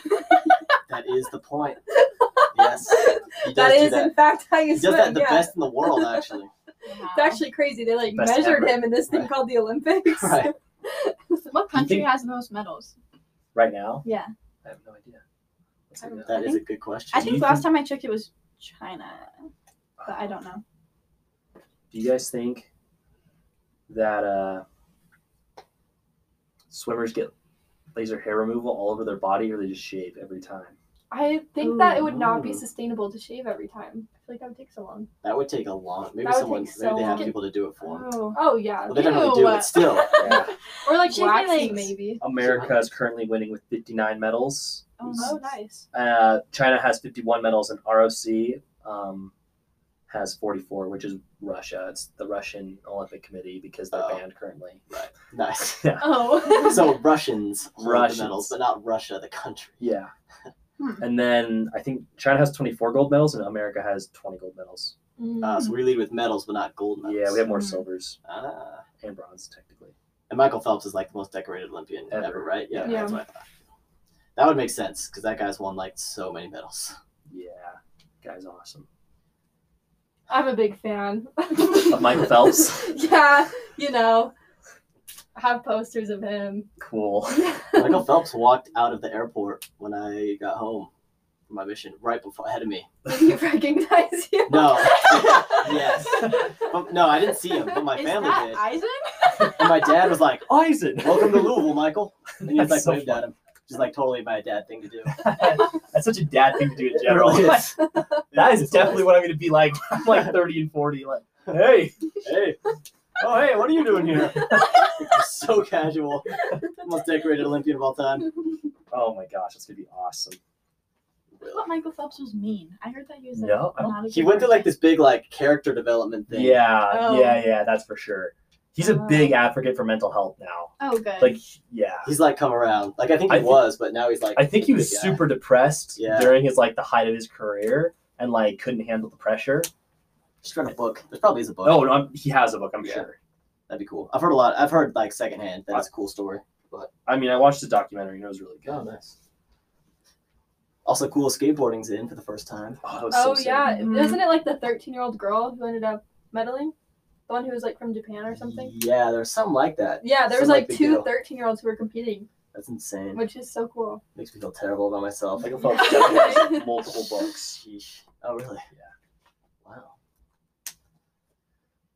[SPEAKER 4] That is the point. Yes. He does
[SPEAKER 3] That
[SPEAKER 4] do
[SPEAKER 3] is,
[SPEAKER 4] that.
[SPEAKER 3] in fact, how you
[SPEAKER 4] He does
[SPEAKER 3] swim.
[SPEAKER 4] that the
[SPEAKER 3] yeah.
[SPEAKER 4] best in the world, actually.
[SPEAKER 3] It's actually crazy. They like
[SPEAKER 1] Best
[SPEAKER 3] measured
[SPEAKER 1] ever.
[SPEAKER 3] him in this thing
[SPEAKER 4] Right.
[SPEAKER 3] called the Olympics.
[SPEAKER 4] Right.
[SPEAKER 2] What
[SPEAKER 1] You
[SPEAKER 2] country
[SPEAKER 1] think-
[SPEAKER 2] has the most medals?
[SPEAKER 1] Right now,
[SPEAKER 2] Yeah.
[SPEAKER 1] I have no idea. Let's
[SPEAKER 4] answer
[SPEAKER 2] I don't-
[SPEAKER 4] that. That
[SPEAKER 2] I
[SPEAKER 4] is a
[SPEAKER 2] think-
[SPEAKER 4] good question.
[SPEAKER 2] I
[SPEAKER 1] Do
[SPEAKER 2] think
[SPEAKER 1] you
[SPEAKER 2] last time I checked it was China, but I don't know.
[SPEAKER 1] Do you guys think that uh, swimmers get laser hair removal all over their body, or they just shave every time?
[SPEAKER 3] I think that it would not
[SPEAKER 4] Ooh.
[SPEAKER 3] be sustainable to shave every time. I feel like that would take so long.
[SPEAKER 4] That would take a long. Maybe
[SPEAKER 3] That would
[SPEAKER 4] someone.
[SPEAKER 3] take so
[SPEAKER 4] maybe they have
[SPEAKER 3] long.
[SPEAKER 4] people to do it for them.
[SPEAKER 2] Oh.
[SPEAKER 3] Oh yeah,
[SPEAKER 4] Well, they don't have to do
[SPEAKER 2] Ew.
[SPEAKER 4] it still.
[SPEAKER 1] Yeah.
[SPEAKER 3] or like
[SPEAKER 2] Shave my legs.
[SPEAKER 3] waxing maybe.
[SPEAKER 1] America is currently winning with 59 medals.
[SPEAKER 2] Oh,
[SPEAKER 3] Oh nice.
[SPEAKER 1] Uh, China has 51 medals, and ROC um, has 44, which is Russia. It's the Russian Olympic Committee because they're
[SPEAKER 4] Oh.
[SPEAKER 1] banned currently.
[SPEAKER 4] nice.
[SPEAKER 1] Yeah.
[SPEAKER 2] Oh.
[SPEAKER 4] So Russians, hold
[SPEAKER 1] Russians.
[SPEAKER 4] the medals, but not Russia, the country.
[SPEAKER 1] Yeah.
[SPEAKER 2] Hmm.
[SPEAKER 1] And then I think China has 24 gold medals and America has 20 gold medals.
[SPEAKER 4] Uh,
[SPEAKER 3] Hmm.
[SPEAKER 4] so we lead with medals, but not gold medals.
[SPEAKER 1] Yeah, we have more
[SPEAKER 2] Hmm.
[SPEAKER 1] silvers
[SPEAKER 4] Ah.
[SPEAKER 1] and bronze, technically.
[SPEAKER 4] And Michael Phelps is like the most decorated Olympian
[SPEAKER 1] Ever.
[SPEAKER 4] ever, right? Yeah,
[SPEAKER 3] Yeah.
[SPEAKER 4] that's what I thought. That would make sense because that guy's won like so many medals.
[SPEAKER 1] Yeah. Guy's awesome.
[SPEAKER 3] I'm a big fan.
[SPEAKER 1] Of Michael Phelps.
[SPEAKER 3] yeah, you know, I have posters of him.
[SPEAKER 1] Cool.
[SPEAKER 4] Michael Phelps walked out of the airport when I got home from my mission right before ahead of me.
[SPEAKER 3] Did he recognize you?
[SPEAKER 4] No, yes, but no, I didn't see him, but my
[SPEAKER 2] Is
[SPEAKER 4] family
[SPEAKER 2] that
[SPEAKER 4] did.
[SPEAKER 2] Isaac?
[SPEAKER 4] And my dad was like,
[SPEAKER 1] Isaac!
[SPEAKER 4] "Welcome to Louisville, Michael," and he
[SPEAKER 1] That's,
[SPEAKER 4] was like
[SPEAKER 1] so
[SPEAKER 4] waved at him, which is like totally my dad thing to do.
[SPEAKER 1] fun. That's such a dad thing to do in
[SPEAKER 4] It
[SPEAKER 1] general.
[SPEAKER 4] really is.
[SPEAKER 1] That is definitely what I'm going to be like. I'm like 30 and 40. Like, hey,
[SPEAKER 4] Hey. Oh, hey, what are you doing here? so casual. Most decorated Olympian of all time.
[SPEAKER 1] oh my gosh, that's going to be awesome.
[SPEAKER 2] I thought Michael Phelps was mean. I heard that he was like,
[SPEAKER 1] No, I don't-
[SPEAKER 2] not a
[SPEAKER 4] He
[SPEAKER 2] good
[SPEAKER 4] went through like
[SPEAKER 2] person.
[SPEAKER 4] this big like character development thing.
[SPEAKER 1] Yeah,
[SPEAKER 2] Oh.
[SPEAKER 1] yeah, yeah, that's for sure. He's a
[SPEAKER 2] Oh.
[SPEAKER 1] big advocate for mental health now.
[SPEAKER 2] Oh, good.
[SPEAKER 1] Like, yeah.
[SPEAKER 4] He's like come around. Like I think
[SPEAKER 1] I
[SPEAKER 4] he
[SPEAKER 1] thi-
[SPEAKER 4] was, but now he's like
[SPEAKER 1] I think he was
[SPEAKER 4] a big guy.
[SPEAKER 1] super depressed
[SPEAKER 4] Yeah.
[SPEAKER 1] during his like the height of his career and like couldn't handle the pressure.
[SPEAKER 4] Just read a book. There probably is a book.
[SPEAKER 1] Oh, no, I'm, he has a book, I'm
[SPEAKER 4] Yeah.
[SPEAKER 1] sure.
[SPEAKER 4] that'd be cool. I've heard a lot. I've heard like secondhand. That's a cool story.
[SPEAKER 1] I mean, I watched the documentary and it was really good.
[SPEAKER 4] Oh, nice. Also, cool skateboarding's in for the first time.
[SPEAKER 1] Oh, that was so
[SPEAKER 3] oh
[SPEAKER 1] sick.
[SPEAKER 3] yeah,
[SPEAKER 2] Mhm.
[SPEAKER 3] isn't it like the 13 year old girl who ended up meddling? The one who was like from Japan or something.
[SPEAKER 4] Yeah, there's something like that.
[SPEAKER 3] Yeah, there was
[SPEAKER 4] Some,
[SPEAKER 3] like
[SPEAKER 4] big
[SPEAKER 3] two
[SPEAKER 4] deal.
[SPEAKER 3] 13 year olds who were competing,
[SPEAKER 4] That's insane.
[SPEAKER 3] which is so cool.
[SPEAKER 4] Makes me feel terrible about myself.
[SPEAKER 1] Michael Phelps definitely has multiple books.
[SPEAKER 4] Sheesh. Oh, really?
[SPEAKER 1] Yeah.
[SPEAKER 4] Wow.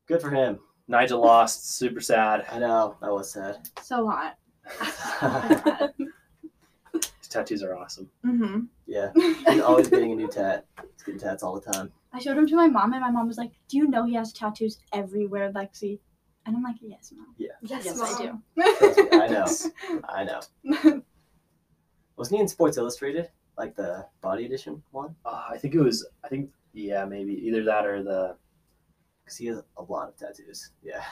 [SPEAKER 4] Good for him.
[SPEAKER 1] Nigel lost, super sad.
[SPEAKER 4] I know. That was sad.
[SPEAKER 2] so hot.
[SPEAKER 1] His tattoos are awesome.
[SPEAKER 2] mm-hmm.
[SPEAKER 4] yeah. He's always getting a new tat. He's getting tats all the time.
[SPEAKER 2] I showed him to my mom, and my mom was like, "Do you know he has tattoos everywhere, Lexi?" And I'm like, "Yes, mom.
[SPEAKER 3] yes,
[SPEAKER 2] I
[SPEAKER 3] Mom.
[SPEAKER 2] do."
[SPEAKER 4] Trust me, I know. I know. Wasn't he in Sports Illustrated? Like the body edition one?
[SPEAKER 1] Uh, I think it was, I think, yeah, maybe either that or the,
[SPEAKER 4] Because he has a lot of tattoos. Yeah.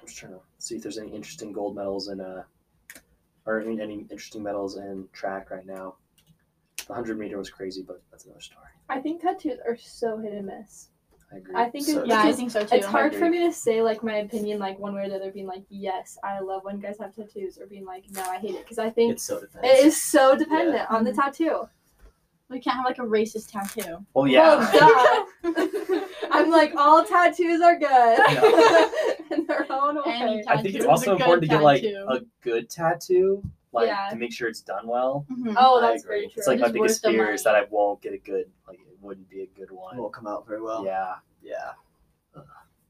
[SPEAKER 1] I'm just trying to see if there's any interesting gold medals in, uh, or any, any interesting medals in track right now. The 100 meter was crazy, but that's another story.
[SPEAKER 3] I think tattoos are so hit and miss.
[SPEAKER 1] I agree.
[SPEAKER 3] I think
[SPEAKER 4] So
[SPEAKER 3] it,
[SPEAKER 2] Yeah, I
[SPEAKER 3] yeah,
[SPEAKER 2] think so too.
[SPEAKER 3] it's hard for me to say like my opinion like one way or the other, being like yes, I love when guys have tattoos, or being like no, I hate it because I think
[SPEAKER 4] It's so defensive.
[SPEAKER 3] it is so dependent on the
[SPEAKER 2] Mhm.
[SPEAKER 3] tattoo.
[SPEAKER 2] We can't have like a racist tattoo.
[SPEAKER 1] oh, yeah.
[SPEAKER 3] Oh, duh. I'm like all tattoos are good
[SPEAKER 1] Yeah.
[SPEAKER 3] in their own way.
[SPEAKER 2] Any
[SPEAKER 1] I think
[SPEAKER 2] tattoo
[SPEAKER 1] it's
[SPEAKER 2] is
[SPEAKER 1] also
[SPEAKER 2] a good
[SPEAKER 1] important to get like
[SPEAKER 2] tattoo.
[SPEAKER 1] a good tattoo, like
[SPEAKER 3] Yeah.
[SPEAKER 1] to make sure it's done well.
[SPEAKER 2] Mhm.
[SPEAKER 3] oh,
[SPEAKER 4] I
[SPEAKER 3] that's
[SPEAKER 4] agree.
[SPEAKER 3] very true.
[SPEAKER 1] It's like my
[SPEAKER 2] Just
[SPEAKER 1] biggest
[SPEAKER 2] worth the
[SPEAKER 1] fear is that
[SPEAKER 2] money.
[SPEAKER 1] I won't get a good, like it wouldn't be a good
[SPEAKER 4] It
[SPEAKER 1] one.
[SPEAKER 4] won't come out very Oh, well.
[SPEAKER 1] yeah,
[SPEAKER 4] Yeah.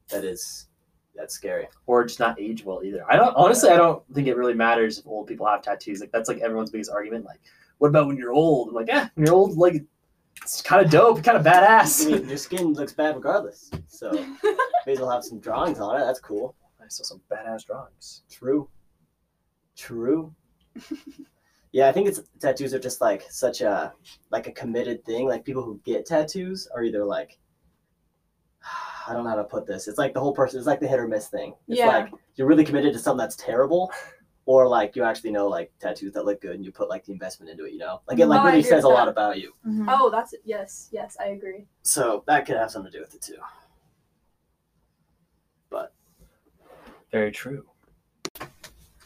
[SPEAKER 4] That is. That's scary.
[SPEAKER 1] or just not age well either. I don't honestly. I don't think it really matters if old people have tattoos. Like that's like everyone's biggest argument. Like, what about when you're old? I'm like, yeah, when you're old, like it's kind of dope, kind of
[SPEAKER 4] I
[SPEAKER 1] badass.
[SPEAKER 4] mean, your skin looks bad regardless. So, may as well have some drawings on it. That's cool.
[SPEAKER 1] I saw some badass drawings.
[SPEAKER 4] True. True. yeah, I think it's tattoos are just like such a like a committed thing. Like people who get tattoos are either like I don't know how to put this. It's like the whole person it's like the hit or miss thing. It's
[SPEAKER 3] Yeah.
[SPEAKER 4] like you're really committed to something that's terrible. Or like you actually know like tattoos that look good and you put like the investment into it, you know? Like it
[SPEAKER 3] Oh,
[SPEAKER 4] like
[SPEAKER 3] I
[SPEAKER 4] really
[SPEAKER 3] agree
[SPEAKER 4] says a
[SPEAKER 3] with
[SPEAKER 4] lot
[SPEAKER 3] that.
[SPEAKER 4] about you.
[SPEAKER 2] Mhm.
[SPEAKER 3] Oh, that's yes, yes, I agree.
[SPEAKER 4] So that could have something to do with it too.
[SPEAKER 1] Very true.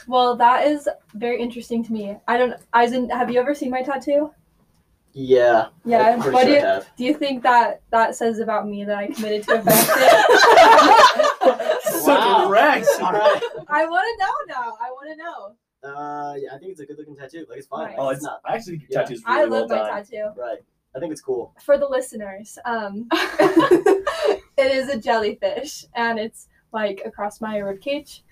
[SPEAKER 3] Well, that is very interesting to me. I don't, Eisen, have you ever seen my tattoo?
[SPEAKER 4] Yeah.
[SPEAKER 3] Yeah.
[SPEAKER 4] I'm pretty
[SPEAKER 3] What do
[SPEAKER 4] sure I
[SPEAKER 3] you,
[SPEAKER 4] have.
[SPEAKER 3] do you think that that says about me that I committed to a vaccine?
[SPEAKER 1] So
[SPEAKER 4] Wow.
[SPEAKER 1] direct.
[SPEAKER 4] All right.
[SPEAKER 3] I want to know now. I want to know.
[SPEAKER 4] Uh, yeah, I think it's a good looking tattoo. Like it's fun.
[SPEAKER 3] Nice.
[SPEAKER 1] Oh, it's
[SPEAKER 4] not
[SPEAKER 1] I actually think
[SPEAKER 4] Yeah.
[SPEAKER 1] your tattoos really
[SPEAKER 3] I
[SPEAKER 1] well
[SPEAKER 3] love my
[SPEAKER 1] done.
[SPEAKER 3] tattoo.
[SPEAKER 4] right. I think it's cool.
[SPEAKER 3] For the listeners, um, it is a jellyfish, and it's like across my rib cage,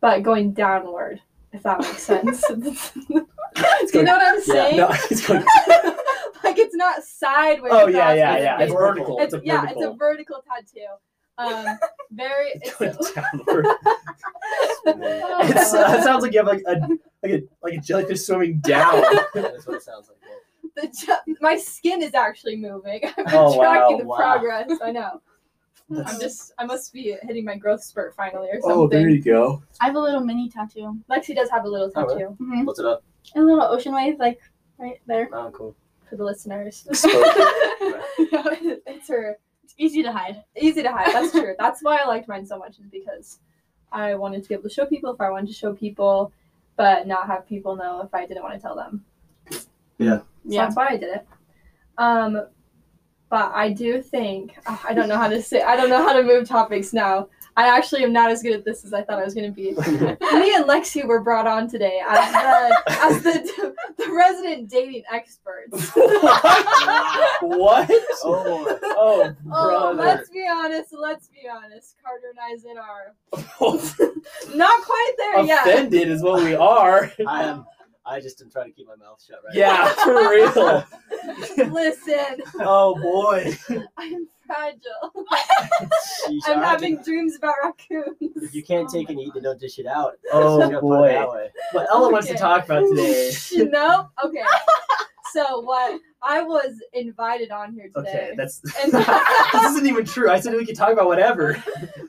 [SPEAKER 3] but going downward. If that makes sense. you
[SPEAKER 1] It's going-
[SPEAKER 3] know what I'm saying?
[SPEAKER 1] no, it's going-
[SPEAKER 3] like it's not sideways.
[SPEAKER 1] oh yeah,
[SPEAKER 3] across
[SPEAKER 1] yeah,
[SPEAKER 3] my
[SPEAKER 1] yeah.
[SPEAKER 3] face.
[SPEAKER 1] It's vertical.
[SPEAKER 3] It's,
[SPEAKER 1] It's, a
[SPEAKER 3] yeah,
[SPEAKER 1] vertical.
[SPEAKER 3] it's a vertical tattoo. Um, very. It's,
[SPEAKER 1] going downward. It's, uh,
[SPEAKER 3] Oh.
[SPEAKER 1] it sounds like you have like a like a like a jellyfish swimming down.
[SPEAKER 4] Yeah, that's what it sounds like. yeah.
[SPEAKER 3] the ju- my skin is actually moving. I'm
[SPEAKER 1] Oh,
[SPEAKER 3] tracking
[SPEAKER 1] wow,
[SPEAKER 3] the
[SPEAKER 4] wow.
[SPEAKER 3] progress. I know.
[SPEAKER 1] That's-
[SPEAKER 3] I'm just. I must be hitting my growth spurt finally or something.
[SPEAKER 1] oh, there you go.
[SPEAKER 2] I have a little mini tattoo.
[SPEAKER 3] Lexi does have a little
[SPEAKER 4] Oh,
[SPEAKER 3] tattoo
[SPEAKER 4] really? What's it up?
[SPEAKER 2] A little ocean wave, like right there.
[SPEAKER 4] Oh, cool.
[SPEAKER 3] for the listeners.
[SPEAKER 1] Exposed.
[SPEAKER 3] it's her.
[SPEAKER 2] It's easy to hide.
[SPEAKER 3] Easy to hide. That's true. That's why I liked mine so much is because I wanted to be able to show people if I wanted to show people, but not have people know if I didn't want to tell them. So
[SPEAKER 2] Yeah.
[SPEAKER 3] that's why I did it. Um, but I do think ugh, I don't know how to say I don't know how to move topics now. I actually am not as good at this as I thought I was going to be. Me and Lexi were brought on today as the as the, the resident dating experts. Oh,
[SPEAKER 1] what?
[SPEAKER 4] Oh,
[SPEAKER 1] Oh,
[SPEAKER 3] Oh,
[SPEAKER 1] brother.
[SPEAKER 3] let's be honest. Let's be honest. Carter and I's in our
[SPEAKER 1] Oh,
[SPEAKER 3] not quite there yet.
[SPEAKER 1] Offended is what we are.
[SPEAKER 4] I am. I just am trying to keep my mouth shut right
[SPEAKER 1] Yeah, for real.
[SPEAKER 3] Listen,
[SPEAKER 1] Oh boy.
[SPEAKER 3] I'm fragile.
[SPEAKER 4] now. Sheesh,
[SPEAKER 3] I'm
[SPEAKER 4] I
[SPEAKER 3] having
[SPEAKER 4] didn't-
[SPEAKER 3] dreams about raccoons.
[SPEAKER 4] If you can't
[SPEAKER 2] Oh
[SPEAKER 4] take
[SPEAKER 2] my
[SPEAKER 4] and eat,
[SPEAKER 2] God.
[SPEAKER 4] then don't dish it out.
[SPEAKER 1] Oh,
[SPEAKER 4] Just gotta put it
[SPEAKER 1] boy.
[SPEAKER 4] that way.
[SPEAKER 1] What Ella wants to
[SPEAKER 3] Okay.
[SPEAKER 1] talk about today.
[SPEAKER 3] no? Okay. So what I was invited on here today.
[SPEAKER 1] Okay, that's
[SPEAKER 3] And-
[SPEAKER 1] this isn't even true. I said we could talk about whatever.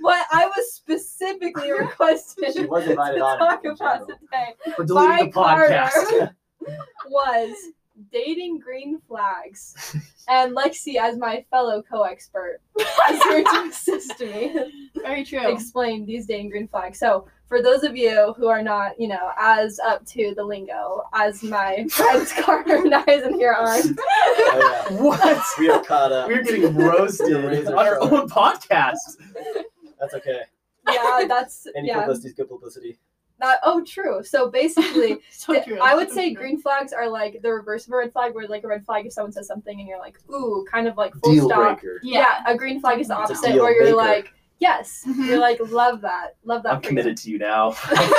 [SPEAKER 3] What I was specifically requested
[SPEAKER 4] She was invited
[SPEAKER 3] to
[SPEAKER 4] on it
[SPEAKER 3] talk
[SPEAKER 4] in
[SPEAKER 3] about
[SPEAKER 4] general.
[SPEAKER 3] today
[SPEAKER 1] We're deleting
[SPEAKER 3] By
[SPEAKER 1] the podcast.
[SPEAKER 3] was dating green flags. And Lexi, as my fellow co-expert, is here to assist me
[SPEAKER 2] Very true.
[SPEAKER 3] explain these dating green flags. So for those of you who are not, you know, as up to the lingo as my friends Carter and I and here are,
[SPEAKER 4] Oh,
[SPEAKER 1] What?
[SPEAKER 4] yeah. We are caught up.
[SPEAKER 1] We're getting roasted
[SPEAKER 4] Razor
[SPEAKER 1] on our
[SPEAKER 4] sharp.
[SPEAKER 1] own podcast.
[SPEAKER 4] That's okay.
[SPEAKER 3] yeah, that's
[SPEAKER 4] Any
[SPEAKER 3] yeah.
[SPEAKER 4] publicity is good publicity.
[SPEAKER 3] That, oh, true. So basically,
[SPEAKER 2] so
[SPEAKER 3] th-
[SPEAKER 2] true.
[SPEAKER 3] I would
[SPEAKER 2] So
[SPEAKER 3] say
[SPEAKER 2] true.
[SPEAKER 3] green flags are like the reverse of a red flag, where like a red flag if someone says something and you're like, ooh, kind of like full stop.
[SPEAKER 1] breaker.
[SPEAKER 3] Yeah. a green flag is the
[SPEAKER 2] It's a
[SPEAKER 3] opposite,
[SPEAKER 4] deal
[SPEAKER 3] where you're
[SPEAKER 4] breaker.
[SPEAKER 3] like, yes,
[SPEAKER 2] Mhm.
[SPEAKER 3] you're like, love that, love that.
[SPEAKER 1] I'm
[SPEAKER 3] for you."
[SPEAKER 1] committed to you now.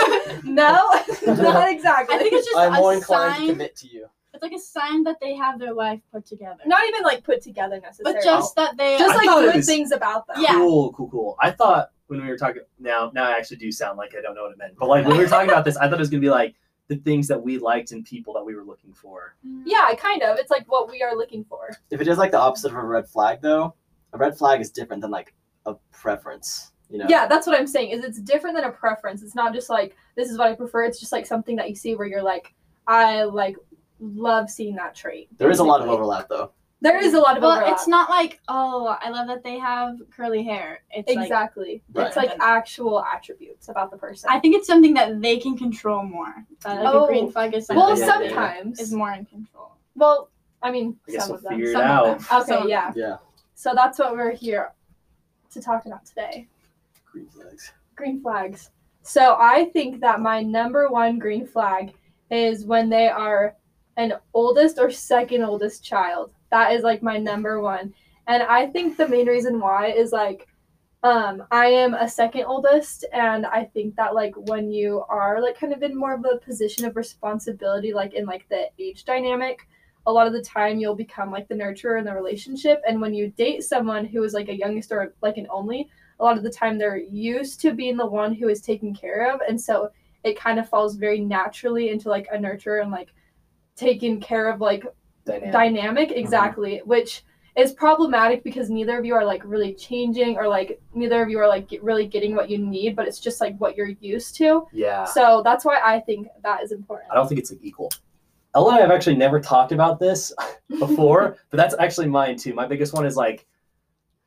[SPEAKER 3] no, not exactly.
[SPEAKER 2] I think it's just
[SPEAKER 4] I'm
[SPEAKER 2] a
[SPEAKER 4] more inclined
[SPEAKER 2] sign.
[SPEAKER 4] to commit to you.
[SPEAKER 2] It's like a sign that they have their life put together.
[SPEAKER 3] not even like put together necessarily,
[SPEAKER 2] but just that they
[SPEAKER 3] Just,
[SPEAKER 1] I
[SPEAKER 3] like
[SPEAKER 1] thought it
[SPEAKER 3] good
[SPEAKER 1] was-
[SPEAKER 3] things about them.
[SPEAKER 2] Yeah.
[SPEAKER 1] Cool, cool, cool. I thought when we were talking now, now I actually do sound like I don't know what it meant. But like when we were talking about this, I thought it was gonna be like the things that we liked in people that we were looking for.
[SPEAKER 2] Mm.
[SPEAKER 3] yeah, kind of. It's like what we are looking for.
[SPEAKER 4] If it is like the opposite of a red flag, though, a red flag is different than like a preference. You know.
[SPEAKER 3] Yeah, that's what I'm saying. Is it's different than a preference. It's not just like this is what I prefer. It's just like something that you see where you're like, I like love seeing that trait.
[SPEAKER 4] There is a lot of
[SPEAKER 3] basically.
[SPEAKER 4] overlap, though.
[SPEAKER 3] There is a lot of
[SPEAKER 2] well,
[SPEAKER 3] overlap.
[SPEAKER 2] it's not like oh, I love that they have curly hair. It's like
[SPEAKER 3] exactly.
[SPEAKER 4] Right.
[SPEAKER 3] It's like actual attributes about the person.
[SPEAKER 2] I think it's something that they can control more. That like
[SPEAKER 3] Oh.
[SPEAKER 2] a green flag is something
[SPEAKER 3] well,
[SPEAKER 4] Yeah,
[SPEAKER 2] that
[SPEAKER 4] yeah,
[SPEAKER 2] they-
[SPEAKER 4] yeah.
[SPEAKER 3] sometimes.
[SPEAKER 2] is more in control.
[SPEAKER 3] Well, I mean,
[SPEAKER 1] I guess
[SPEAKER 3] some
[SPEAKER 1] we'll
[SPEAKER 3] of them.
[SPEAKER 1] figure it
[SPEAKER 2] some of
[SPEAKER 1] out.
[SPEAKER 2] them.
[SPEAKER 3] Okay,
[SPEAKER 2] Some of
[SPEAKER 3] yeah.
[SPEAKER 4] Yeah.
[SPEAKER 3] So that's what we're here to talk about today.
[SPEAKER 4] Green flags.
[SPEAKER 3] Green flags. So I think that my number one green flag is when they are an oldest or second oldest child. That is like my number one. And I think the main reason why is like um I am a second oldest and I think that like when you are like kind of in more of a position of responsibility like in like the age dynamic a lot of the time you'll become like the nurturer in the relationship and when you date someone who is like a youngest or like an only a lot of the time they're used to being the one who is taken care of and so it kind of falls very naturally into like a nurturer and like taking care of like
[SPEAKER 1] Dynamic.
[SPEAKER 3] dynamic exactly which is problematic because neither of you are like really changing or like neither of you are like get- really getting what you need but it's just like what you're used to
[SPEAKER 1] yeah.
[SPEAKER 3] so that's why i think that is important
[SPEAKER 1] I don't think it's like equal. Ella and I have actually never talked about this before, but that's actually mine too. My biggest one is like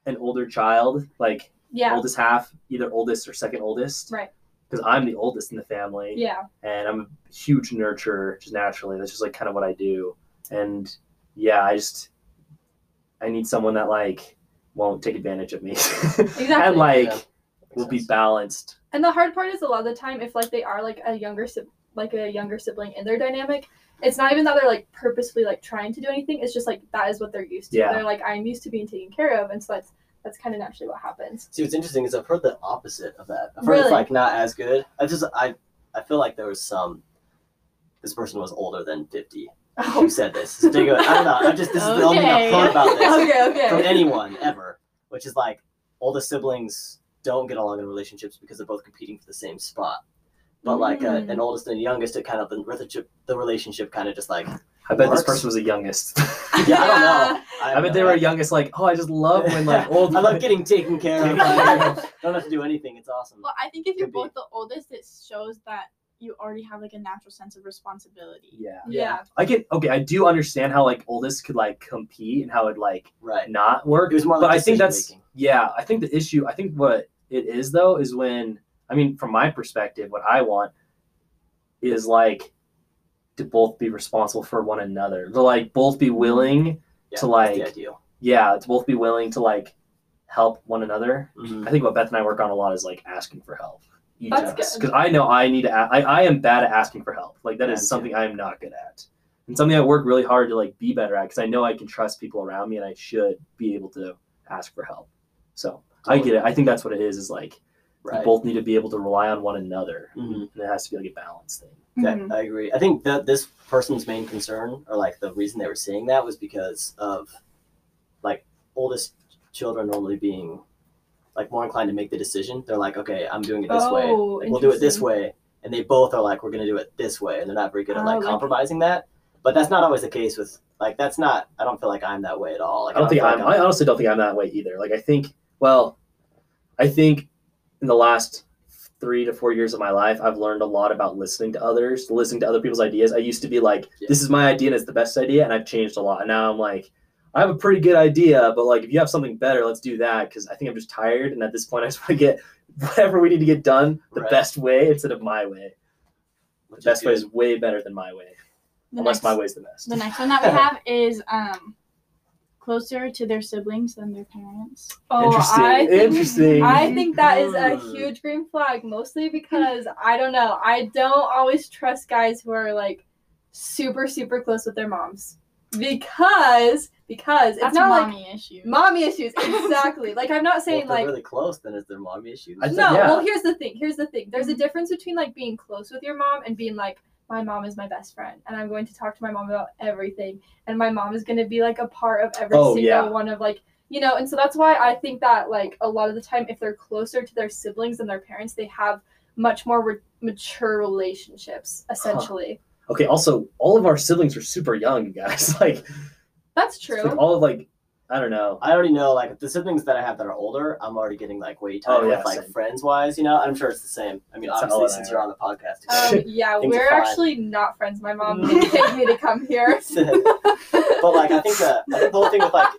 [SPEAKER 1] an older child, like
[SPEAKER 3] yeah
[SPEAKER 1] oldest half, either oldest or second oldest.
[SPEAKER 3] Right.
[SPEAKER 1] Because I'm the oldest in the family.
[SPEAKER 3] yeah
[SPEAKER 1] and I'm a huge nurturer just naturally. That's just like kind of what I do. And yeah, I just I need someone that like won't take advantage of me. and
[SPEAKER 3] exactly
[SPEAKER 1] like
[SPEAKER 4] Yeah.
[SPEAKER 1] will be
[SPEAKER 4] Makes sense.
[SPEAKER 1] balanced.
[SPEAKER 3] and the hard part is a lot of the time if like they are like a younger sib- like a younger sibling in their dynamic, it's not even that they're like purposefully like trying to do anything. It's just like that is what they're used to.
[SPEAKER 1] Yeah.
[SPEAKER 3] They're like I'm used to being taken care of, and so that's that's kind of naturally what happens.
[SPEAKER 4] See, what's interesting is I've heard the opposite of that. I've heard it's
[SPEAKER 3] Really?
[SPEAKER 4] like not as good. I just I I feel like there was some. This person was older than fifty. Who said this? This dig- I don't know. I just this is the only thing I've
[SPEAKER 2] Okay.
[SPEAKER 4] heard about this
[SPEAKER 3] okay,
[SPEAKER 4] from
[SPEAKER 3] okay.
[SPEAKER 4] anyone ever, which is like older siblings don't get along in relationships because they're both competing for the same spot. But like uh
[SPEAKER 3] Mm.
[SPEAKER 4] an oldest and youngest, it kind of the relationship the relationship kind of just like
[SPEAKER 1] I bet
[SPEAKER 4] Works.
[SPEAKER 1] this person was the youngest.
[SPEAKER 4] yeah I don't know.
[SPEAKER 1] I bet
[SPEAKER 4] no
[SPEAKER 1] they were
[SPEAKER 4] idea.
[SPEAKER 1] youngest. Like, oh, I just love when like old.
[SPEAKER 4] I love getting taken care of. I
[SPEAKER 3] Yeah.
[SPEAKER 4] don't have to do anything. It's awesome.
[SPEAKER 2] Well, I think if you're
[SPEAKER 4] Could be.
[SPEAKER 2] both the oldest, it shows that you already have like a natural sense of responsibility.
[SPEAKER 1] yeah,
[SPEAKER 3] yeah.
[SPEAKER 1] I get okay. I do understand how like oldest could like compete and how it like
[SPEAKER 4] Right.
[SPEAKER 1] not work.
[SPEAKER 4] It was more
[SPEAKER 1] but
[SPEAKER 4] like
[SPEAKER 1] I think that's
[SPEAKER 4] decision-making.
[SPEAKER 1] yeah. I think the issue. I think what it is though is when I mean, from my perspective, what I want is like to both be responsible for one another. To like both be willing.
[SPEAKER 4] Yeah,
[SPEAKER 1] to,
[SPEAKER 4] that's the
[SPEAKER 1] like-
[SPEAKER 4] ideal.
[SPEAKER 1] Yeah, to both be willing to like help one another.
[SPEAKER 4] Mm-hmm.
[SPEAKER 1] I think what Beth and I work on a lot is like asking for help. Each
[SPEAKER 3] That's good.
[SPEAKER 1] Because I know I need to. a- I I am bad at asking for help. Like that
[SPEAKER 4] Yeah,
[SPEAKER 1] is
[SPEAKER 4] me too.
[SPEAKER 1] something I am not good at, and something I work really hard to like be better at. Because I know I can trust people around me, and I should be able to ask for help. So I get it. I think that's what it is. Is like
[SPEAKER 4] Right.
[SPEAKER 1] you both need to be able to rely on one another,
[SPEAKER 4] Mhm.
[SPEAKER 1] and it has to be like a balanced thing.
[SPEAKER 4] Yeah,
[SPEAKER 3] Mm-hmm.
[SPEAKER 4] I agree. I think that this person's main concern, or like the reason they were saying that, was because of like oldest children normally being like more inclined to make the decision. They're like, okay, I'm doing it this way.
[SPEAKER 3] Oh,
[SPEAKER 4] Like, we'll do it this
[SPEAKER 3] interesting.
[SPEAKER 4] way, and they both are like, we're gonna do it this way, and they're not very good at
[SPEAKER 3] Oh,
[SPEAKER 4] like
[SPEAKER 3] like-
[SPEAKER 4] compromising that. But that's not always the case with like that's not. I don't feel like I'm that way at all. Like,
[SPEAKER 1] I don't think
[SPEAKER 4] feel like
[SPEAKER 1] I'm. I honestly don't think I'm that way either. Like I think, well, I think in the last three to four years of my life, I've learned a lot about listening to others, listening to other people's ideas. I used to be like,
[SPEAKER 4] Yeah.
[SPEAKER 1] "This is my idea, and it's the best idea," and I've changed a lot. And now I'm like, I have a pretty good idea, but like, if you have something better, let's do that. Because I think I'm just tired, and at this point, I just want to get whatever we need to get done the
[SPEAKER 4] Right.
[SPEAKER 1] best way instead of my way. The
[SPEAKER 4] Which is
[SPEAKER 1] best way
[SPEAKER 4] good.
[SPEAKER 1] is way better than my way,
[SPEAKER 2] The
[SPEAKER 1] unless
[SPEAKER 2] next,
[SPEAKER 1] my way's the best.
[SPEAKER 2] the next one that we have is um closer to their siblings than their parents.
[SPEAKER 3] Oh,
[SPEAKER 1] Interesting.
[SPEAKER 3] I think-
[SPEAKER 1] Interesting.
[SPEAKER 3] I think that is a
[SPEAKER 4] Mm.
[SPEAKER 3] huge green flag, mostly because I don't know. I don't always trust guys who are like super, super close with their moms because because it's
[SPEAKER 2] That's
[SPEAKER 3] not like
[SPEAKER 2] mommy issue.
[SPEAKER 3] mommy issues exactly. like I'm not
[SPEAKER 4] Well, if
[SPEAKER 3] saying
[SPEAKER 4] they're
[SPEAKER 3] like
[SPEAKER 4] really close, then is their mommy issues.
[SPEAKER 1] I think-
[SPEAKER 3] no.
[SPEAKER 1] yeah. Mm-hmm.
[SPEAKER 3] Well, here's the thing. Here's the thing. There's a difference between like being close with your mom and being like my mom is my best friend and I'm going to talk to my mom about everything and my mom is going to be like a part of every
[SPEAKER 1] Oh,
[SPEAKER 3] single
[SPEAKER 1] yeah.
[SPEAKER 3] one of like you know and so that's why I think that like a lot of the time if they're closer to their siblings than their parents they have much more re- mature relationships essentially.
[SPEAKER 1] Okay. Also, all of our siblings are super young, you guys. Like,
[SPEAKER 3] That's
[SPEAKER 1] It's
[SPEAKER 3] true.
[SPEAKER 1] Like all of like, I don't know.
[SPEAKER 4] I already know like the siblings that I have that are older, I'm already getting like way
[SPEAKER 1] Oh,
[SPEAKER 4] tighter
[SPEAKER 1] yeah,
[SPEAKER 4] with like
[SPEAKER 1] same.
[SPEAKER 4] friends wise, you know. I'm sure it's the same. I mean,
[SPEAKER 1] That's how
[SPEAKER 4] obviously
[SPEAKER 1] old I
[SPEAKER 4] since
[SPEAKER 1] am.
[SPEAKER 4] you're on the podcast.
[SPEAKER 1] oh,
[SPEAKER 3] Um, yeah,
[SPEAKER 4] Things are
[SPEAKER 3] we're
[SPEAKER 4] fine.
[SPEAKER 3] actually not friends. My mom didn't take me to come here.
[SPEAKER 4] but like I think the, I think the whole thing with like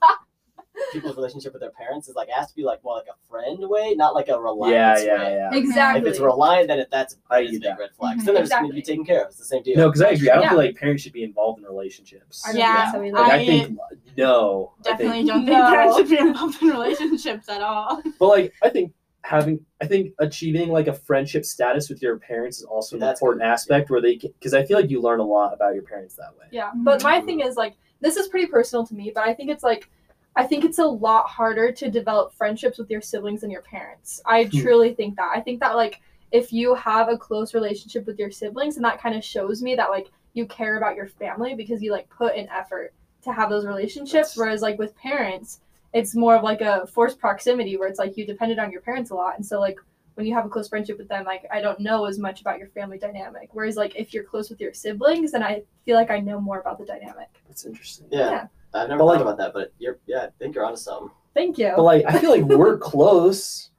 [SPEAKER 4] people's relationship with their parents is like it has to be like more like a friend way, not like a
[SPEAKER 1] Yeah,
[SPEAKER 4] reliance way.
[SPEAKER 1] yeah, yeah.
[SPEAKER 3] Exactly. Mm-hmm.
[SPEAKER 4] If it's reliant, then it, that's
[SPEAKER 1] I
[SPEAKER 4] that is a
[SPEAKER 1] get
[SPEAKER 4] big
[SPEAKER 1] that.
[SPEAKER 4] red flag.
[SPEAKER 2] Mhm.
[SPEAKER 4] Then they're just going to be
[SPEAKER 3] Exactly.
[SPEAKER 4] taken care of. It's the same deal.
[SPEAKER 1] No, because I agree. I don't
[SPEAKER 3] Yeah.
[SPEAKER 1] feel like parents should be involved in relationships.
[SPEAKER 3] I don't
[SPEAKER 2] yeah,
[SPEAKER 3] think so either.
[SPEAKER 1] Like, I,
[SPEAKER 2] I
[SPEAKER 1] think no. I think-
[SPEAKER 2] definitely don't think
[SPEAKER 3] No.
[SPEAKER 2] parents should be involved in relationships at all.
[SPEAKER 1] but like, I think having, I think achieving like a friendship status with your parents is also an
[SPEAKER 4] That's
[SPEAKER 1] important
[SPEAKER 4] good, yeah.
[SPEAKER 1] aspect where they, because I feel like you learn a lot about your parents that way.
[SPEAKER 3] Yeah, but my thing is like this is pretty personal to me, but I think it's like I think it's a lot harder to develop friendships with your siblings than your parents. I
[SPEAKER 1] Hmm.
[SPEAKER 3] truly think that. I think that like if you have a close relationship with your siblings and that kind of shows me that like you care about your family because you like put in effort to have those relationships
[SPEAKER 1] That's-
[SPEAKER 3] whereas like with parents it's more of like a forced proximity where it's like you depended on your parents a lot and so like when you have a close friendship with them, like I don't know as much about your family dynamic. Whereas like if you're close with your siblings, then I feel like I know more about the dynamic.
[SPEAKER 1] That's interesting.
[SPEAKER 4] Yeah.
[SPEAKER 3] Yeah.
[SPEAKER 4] I've
[SPEAKER 1] But,
[SPEAKER 4] never thought
[SPEAKER 1] like-
[SPEAKER 4] about that, but you're yeah, I think you're onto something.
[SPEAKER 3] Thank you.
[SPEAKER 1] But like, I feel like we're close.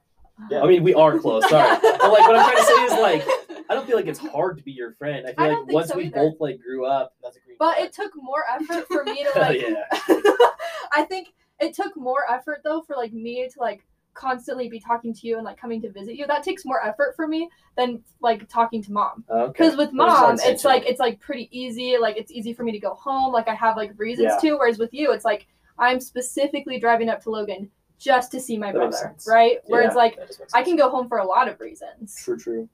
[SPEAKER 4] Yeah.
[SPEAKER 1] I mean, we are close. Sorry. but like, what I'm trying to say is like, I don't feel like it's hard to be your friend. I feel
[SPEAKER 3] I don't
[SPEAKER 1] like
[SPEAKER 3] think
[SPEAKER 1] once
[SPEAKER 3] so
[SPEAKER 1] we
[SPEAKER 3] either.
[SPEAKER 1] both like grew up.
[SPEAKER 4] That's a green
[SPEAKER 3] But
[SPEAKER 4] flag.
[SPEAKER 3] it took more effort for me to
[SPEAKER 1] Hell
[SPEAKER 3] like
[SPEAKER 1] yeah.
[SPEAKER 3] I think it took more effort though for like me to like constantly be talking to you and like coming to visit you. That takes more effort for me than like talking to mom.
[SPEAKER 1] Okay.
[SPEAKER 3] Because with
[SPEAKER 4] Well, it's not
[SPEAKER 3] mom, it's
[SPEAKER 4] essential.
[SPEAKER 3] like it's like pretty easy. Like it's easy for me to go home. Like I have like reasons
[SPEAKER 1] Yeah.
[SPEAKER 3] to. Whereas with you, it's like I'm specifically driving up to Logan just to see my
[SPEAKER 1] That makes
[SPEAKER 3] brother,
[SPEAKER 1] sense.
[SPEAKER 3] right? Where it's
[SPEAKER 1] Yeah.
[SPEAKER 3] like
[SPEAKER 4] That just makes
[SPEAKER 3] I can
[SPEAKER 4] sense.
[SPEAKER 3] go home for a lot of reasons.
[SPEAKER 1] True. True.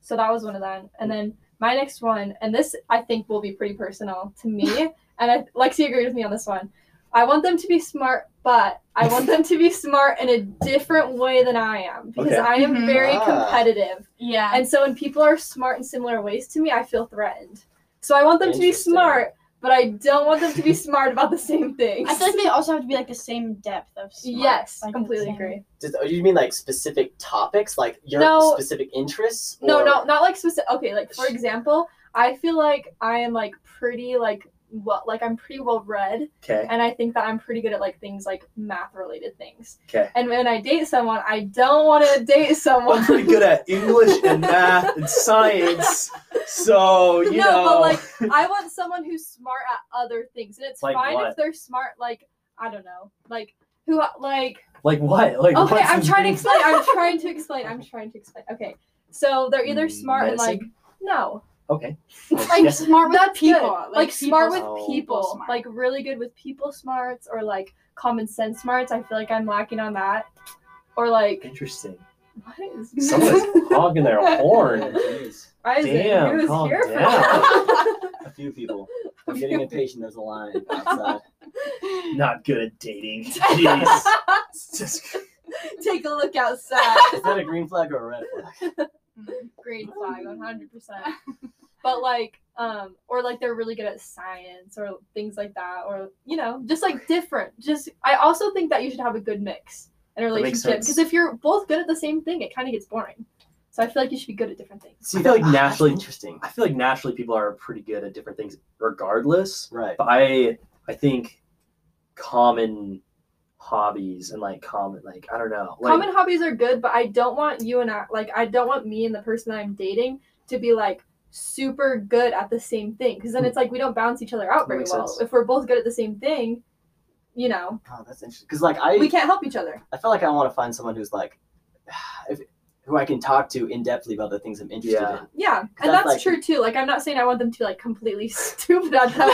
[SPEAKER 3] So that was one of them. And then My next one, and this I think will be pretty personal to me, and I, Lexi agreed with me on this one. I want them to be smart, but I want them to be smart in a different way than I am because
[SPEAKER 1] Okay.
[SPEAKER 3] I am
[SPEAKER 2] Mhm.
[SPEAKER 3] very
[SPEAKER 4] Ah.
[SPEAKER 3] competitive.
[SPEAKER 2] Yeah.
[SPEAKER 3] And so when people are smart in similar ways to me, I feel threatened. So I want them to be
[SPEAKER 4] Interesting.
[SPEAKER 3] smart, but I don't want them to be smart about the same things.
[SPEAKER 2] I feel like they also have to be like the same depth of smart.
[SPEAKER 3] yes,
[SPEAKER 2] like, the
[SPEAKER 3] completely
[SPEAKER 2] same-
[SPEAKER 3] agree.
[SPEAKER 4] Does, oh, you mean like specific topics, like your
[SPEAKER 3] No.
[SPEAKER 4] specific interests?
[SPEAKER 3] No,
[SPEAKER 4] or-
[SPEAKER 3] no, not like specific. Okay, like for example, I feel like I am like pretty like well, like I'm pretty well read,
[SPEAKER 1] Okay.
[SPEAKER 3] and I think that I'm pretty good at like things like math related things.
[SPEAKER 1] Okay.
[SPEAKER 3] And when I date someone, I don't want to date someone.
[SPEAKER 1] I'm pretty good at English and math and science. So, you
[SPEAKER 3] No,
[SPEAKER 1] know.
[SPEAKER 3] but, like, I want someone who's smart at other things, and it's
[SPEAKER 1] Like
[SPEAKER 3] fine
[SPEAKER 1] what?
[SPEAKER 3] if they're smart. Like I don't know, like who, like
[SPEAKER 1] Like what? Like
[SPEAKER 3] okay,
[SPEAKER 1] what's
[SPEAKER 3] I'm
[SPEAKER 1] the
[SPEAKER 3] trying to
[SPEAKER 1] thing?
[SPEAKER 3] explain. I'm trying to explain. I'm trying to explain. Okay, so they're
[SPEAKER 1] Hmm,
[SPEAKER 3] either smart and like
[SPEAKER 1] Medicine?
[SPEAKER 3] no,
[SPEAKER 1] Okay.
[SPEAKER 2] Like
[SPEAKER 1] Yes.
[SPEAKER 2] smart with
[SPEAKER 3] that's
[SPEAKER 2] people.
[SPEAKER 3] good. Like, smart with
[SPEAKER 1] people smart.
[SPEAKER 3] people,
[SPEAKER 2] smart.
[SPEAKER 3] like really good with people smarts or like common sense smarts. I feel like I'm lacking on that, or like
[SPEAKER 1] Interesting.
[SPEAKER 3] what is
[SPEAKER 1] Someone's hogging their
[SPEAKER 4] Oh,
[SPEAKER 1] horn.
[SPEAKER 4] jeez.
[SPEAKER 3] Isaac,
[SPEAKER 1] Damn,
[SPEAKER 3] who's
[SPEAKER 1] calm
[SPEAKER 3] here for
[SPEAKER 1] down.
[SPEAKER 3] that?
[SPEAKER 4] A few people. I'm getting impatient. There's a line outside.
[SPEAKER 1] Not good at dating. Jeez. It's just-
[SPEAKER 3] Take a look outside.
[SPEAKER 4] Is that a green flag or a red flag?
[SPEAKER 2] Mm.
[SPEAKER 3] green flag 100 percent but like um or like they're really good at science or things like that or you know just like different just i also think that you should have a good mix in a
[SPEAKER 1] That makes
[SPEAKER 3] relationship
[SPEAKER 1] sense.
[SPEAKER 3] because if you're both good at the same thing it kind of gets boring so i feel like you should be good at different things
[SPEAKER 1] I feel like
[SPEAKER 4] that's
[SPEAKER 1] naturally-
[SPEAKER 4] Interesting.
[SPEAKER 1] I feel like naturally people are pretty good at different things regardless.
[SPEAKER 4] Right.
[SPEAKER 1] But I I think common hobbies and like common like I don't know. Like
[SPEAKER 3] common hobbies are good but i don't want you and i like i don't want me and the person that i'm dating to be like super good at the same thing because then it's like we don't balance each other
[SPEAKER 1] That
[SPEAKER 3] out very
[SPEAKER 1] Hmm. makes
[SPEAKER 3] well
[SPEAKER 1] sense.
[SPEAKER 3] if we're both good at the same thing you know
[SPEAKER 4] Oh, that's interesting. Because like I,
[SPEAKER 3] we can't help each other
[SPEAKER 4] I feel like I want to find someone who's like, if, who I can talk to in depthly about the things I'm interested
[SPEAKER 1] Yeah.
[SPEAKER 4] in.
[SPEAKER 3] Yeah, and
[SPEAKER 4] that's
[SPEAKER 3] that's
[SPEAKER 4] like-
[SPEAKER 3] true too. Like, I'm not saying I want them to be like completely stupid at that.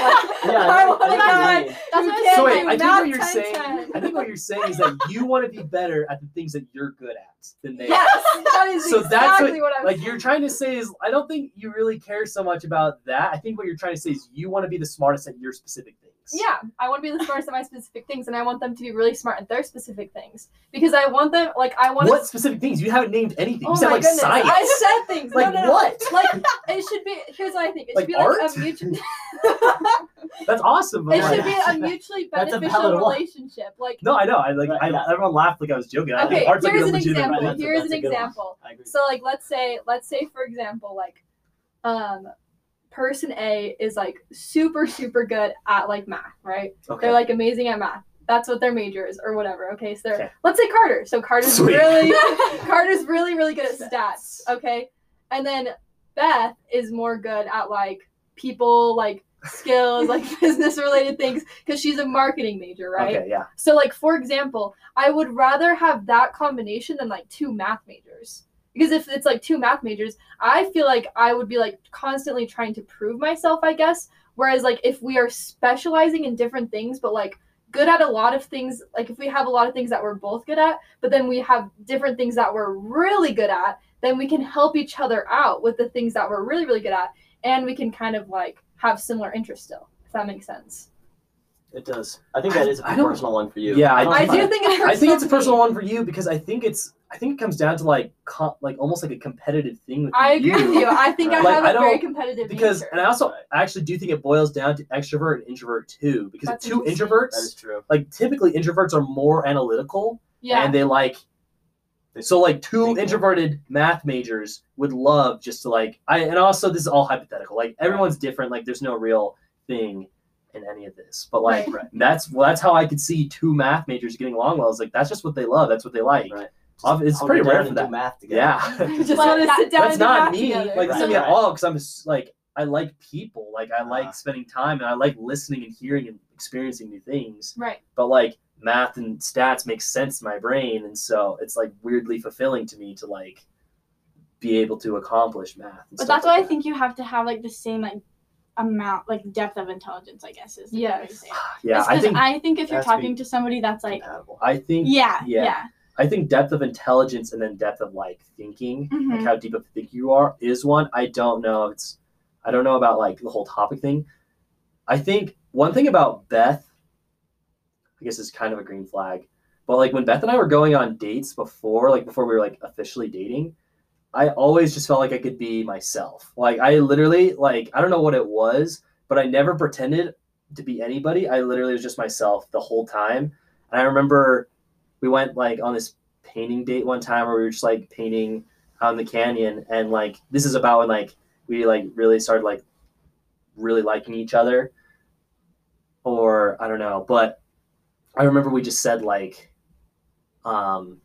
[SPEAKER 3] Like,
[SPEAKER 4] Yeah,
[SPEAKER 3] I
[SPEAKER 4] know-
[SPEAKER 3] want a
[SPEAKER 4] know what
[SPEAKER 3] guy
[SPEAKER 4] you mean.
[SPEAKER 3] that's
[SPEAKER 2] That's
[SPEAKER 3] what
[SPEAKER 2] what
[SPEAKER 3] I'm
[SPEAKER 1] so
[SPEAKER 2] I'm
[SPEAKER 1] wait,
[SPEAKER 2] saying.
[SPEAKER 3] saying.
[SPEAKER 1] I think
[SPEAKER 3] not
[SPEAKER 1] what you're
[SPEAKER 3] 10,
[SPEAKER 1] saying
[SPEAKER 3] 10.
[SPEAKER 1] I think what you're saying is that you want to be better at the things that you're good at than they are.
[SPEAKER 3] Yes, that is
[SPEAKER 1] So
[SPEAKER 3] exactly
[SPEAKER 1] that's
[SPEAKER 3] what, I'm
[SPEAKER 1] Like you're trying to say is I don't think you really care so much about that. I think what you're trying to say is you want to be the smartest at your specific things.
[SPEAKER 3] Yeah, I want to be the smartest at my specific things, and I want them to be really smart at their specific things because I want them. Like, I want.
[SPEAKER 1] What specific things? You haven't named anything.
[SPEAKER 3] Oh
[SPEAKER 1] you said
[SPEAKER 3] my
[SPEAKER 1] like
[SPEAKER 3] goodness!
[SPEAKER 1] science.
[SPEAKER 3] I said things. No,
[SPEAKER 1] Like
[SPEAKER 3] no, no.
[SPEAKER 1] what?
[SPEAKER 3] Like it should be. Here's what I think. It should
[SPEAKER 1] Like
[SPEAKER 3] be
[SPEAKER 1] art?
[SPEAKER 3] like a mutual.
[SPEAKER 1] That's awesome. but
[SPEAKER 3] it
[SPEAKER 1] like-
[SPEAKER 3] should be a mutually
[SPEAKER 4] That's a valid
[SPEAKER 3] beneficial
[SPEAKER 4] one.
[SPEAKER 3] relationship. Like
[SPEAKER 1] No, I know. I like.
[SPEAKER 4] Right,
[SPEAKER 1] I,
[SPEAKER 4] yeah.
[SPEAKER 1] Everyone laughed like I was joking. I
[SPEAKER 3] okay,
[SPEAKER 1] think art's like
[SPEAKER 3] here's
[SPEAKER 1] a
[SPEAKER 3] an
[SPEAKER 1] legitimate.
[SPEAKER 4] Right,
[SPEAKER 3] example.
[SPEAKER 4] that's a-
[SPEAKER 3] Here's an
[SPEAKER 4] that's a good one.
[SPEAKER 3] example.
[SPEAKER 4] I agree.
[SPEAKER 3] So like let's say let's say for example like um person A is like super super good at like math, right?
[SPEAKER 1] Okay.
[SPEAKER 3] They're like amazing at math. That's what their major is or whatever. Okay. So they're
[SPEAKER 1] Okay.
[SPEAKER 3] let's say Carter. So Carter's
[SPEAKER 1] Sweet.
[SPEAKER 3] really Carter's really really good at stats, okay? And then Beth is more good at like people like skills like business related things because she's a marketing major right
[SPEAKER 1] Okay. Yeah.
[SPEAKER 3] so, like for example, I would rather have that combination than like two math majors. Because if it's like two math majors, I feel like I would be like constantly trying to prove myself, I guess. Whereas like if we are specializing in different things, but like good at a lot of things, like if we have a lot of things that we're both good at, but then we have different things that we're really good at, then we can help each other out with the things that we're really really good at, and we can kind of like have similar interests still. If that makes sense.
[SPEAKER 4] it does. I think that is a
[SPEAKER 1] I don't-
[SPEAKER 4] personal one for you.
[SPEAKER 1] Yeah, I
[SPEAKER 4] don't
[SPEAKER 3] I
[SPEAKER 4] find-
[SPEAKER 3] do think it's
[SPEAKER 1] I think it's a
[SPEAKER 3] to me.
[SPEAKER 1] personal one for you because I think it's. I think it comes down to like, co- like almost like a competitive thing with
[SPEAKER 3] I agree with you. I think I
[SPEAKER 1] Like,
[SPEAKER 3] have a
[SPEAKER 1] I don't-
[SPEAKER 3] very competitive
[SPEAKER 1] Because,
[SPEAKER 3] nature.
[SPEAKER 1] and I also
[SPEAKER 4] Right.
[SPEAKER 1] I actually do think it boils down to extrovert and introvert too. Because
[SPEAKER 3] That's
[SPEAKER 1] two
[SPEAKER 3] interesting.
[SPEAKER 4] That is
[SPEAKER 1] introverts,
[SPEAKER 4] true.
[SPEAKER 1] like typically introverts are more analytical
[SPEAKER 3] yeah,
[SPEAKER 1] and they like
[SPEAKER 4] They-
[SPEAKER 1] so like two
[SPEAKER 4] think more.
[SPEAKER 1] introverted math majors would love just to like I and also this is all hypothetical. Like everyone's different. Like there's no real thing in any of this. But like
[SPEAKER 4] Right.
[SPEAKER 1] that's well, that's how I could see two math majors getting along well. Is like that's just what they love. That's what they like.
[SPEAKER 4] Right.
[SPEAKER 1] Ob- it's
[SPEAKER 4] Just
[SPEAKER 1] pretty
[SPEAKER 4] hunker down
[SPEAKER 1] rare for
[SPEAKER 4] and do
[SPEAKER 1] that.
[SPEAKER 4] Math together.
[SPEAKER 1] Yeah.
[SPEAKER 3] I just
[SPEAKER 4] Like,
[SPEAKER 3] want to
[SPEAKER 2] that-
[SPEAKER 3] sit down
[SPEAKER 1] that's
[SPEAKER 3] and do
[SPEAKER 1] not
[SPEAKER 3] math
[SPEAKER 1] me.
[SPEAKER 3] together.
[SPEAKER 1] Like
[SPEAKER 4] Right,
[SPEAKER 1] something at
[SPEAKER 4] right.
[SPEAKER 1] all because I'm s- like I like people. Like I like
[SPEAKER 4] Uh-huh.
[SPEAKER 1] spending time and I like listening and hearing and experiencing new things.
[SPEAKER 3] right.
[SPEAKER 1] But like math and stats make sense in my brain, and so it's like weirdly fulfilling to me to like be able to accomplish math. and
[SPEAKER 2] But
[SPEAKER 1] stuff
[SPEAKER 2] that's
[SPEAKER 1] like
[SPEAKER 2] why I
[SPEAKER 1] that.
[SPEAKER 2] think you have to have like the same like amount, like depth of intelligence. I guess is like, what I'm
[SPEAKER 3] Yes.
[SPEAKER 2] saying.
[SPEAKER 1] Yeah,
[SPEAKER 2] It's
[SPEAKER 1] I
[SPEAKER 2] 'cause
[SPEAKER 1] think
[SPEAKER 2] I think if you're
[SPEAKER 4] That's me.
[SPEAKER 2] talking to somebody that's like,
[SPEAKER 4] Compatible.
[SPEAKER 1] I think
[SPEAKER 2] yeah,
[SPEAKER 1] yeah.
[SPEAKER 2] yeah,
[SPEAKER 1] I think depth of intelligence and then depth of like thinking, like
[SPEAKER 2] Mhm.
[SPEAKER 1] how deep of a think you are, is one. I don't know if it's I don't know about like the whole topic thing. I think one thing about Beth, I guess is kind of a green flag, but like when Beth and I were going on dates before, like before we were like officially dating, I always just felt like I could be myself. Like I literally like I don't know what it was, but I never pretended to be anybody. I literally was just myself the whole time. And I remember we went like on this painting date one time where we were just like painting out in the canyon and like this is about when like we like really started like really liking each other or I don't know, but I remember we just said like um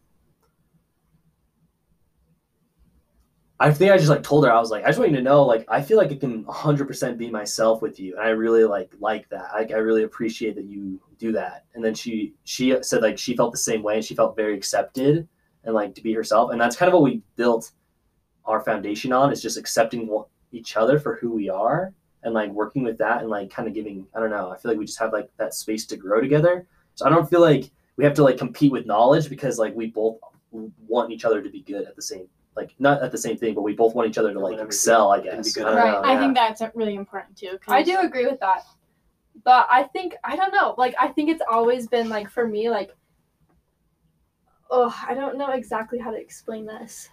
[SPEAKER 1] I think I just like told her I was like I just want you to know like I feel like I can 100% be myself with you and I really like like that like I really appreciate that you do that and then she she said like she felt the same way and she felt very accepted and like to be herself and that's kind of what we built our foundation on is just accepting wh- each other for who we are and like working with that and like kind of giving I don't know I feel like we just have like that space to grow together so I don't feel like we have to like compete with knowledge because like we both want each other to be good at the same like not at the same thing, but we both want each other to like
[SPEAKER 4] Whatever.
[SPEAKER 1] excel, I
[SPEAKER 4] And be
[SPEAKER 1] guess.
[SPEAKER 4] good
[SPEAKER 1] I don't
[SPEAKER 3] at it.
[SPEAKER 1] know,
[SPEAKER 3] Right.
[SPEAKER 2] I
[SPEAKER 1] Oh, yeah.
[SPEAKER 2] think that's really important too. 'cause-
[SPEAKER 3] I do agree with that. But I think I don't know. Like I think it's always been like for me like oh, I don't know exactly how to explain this.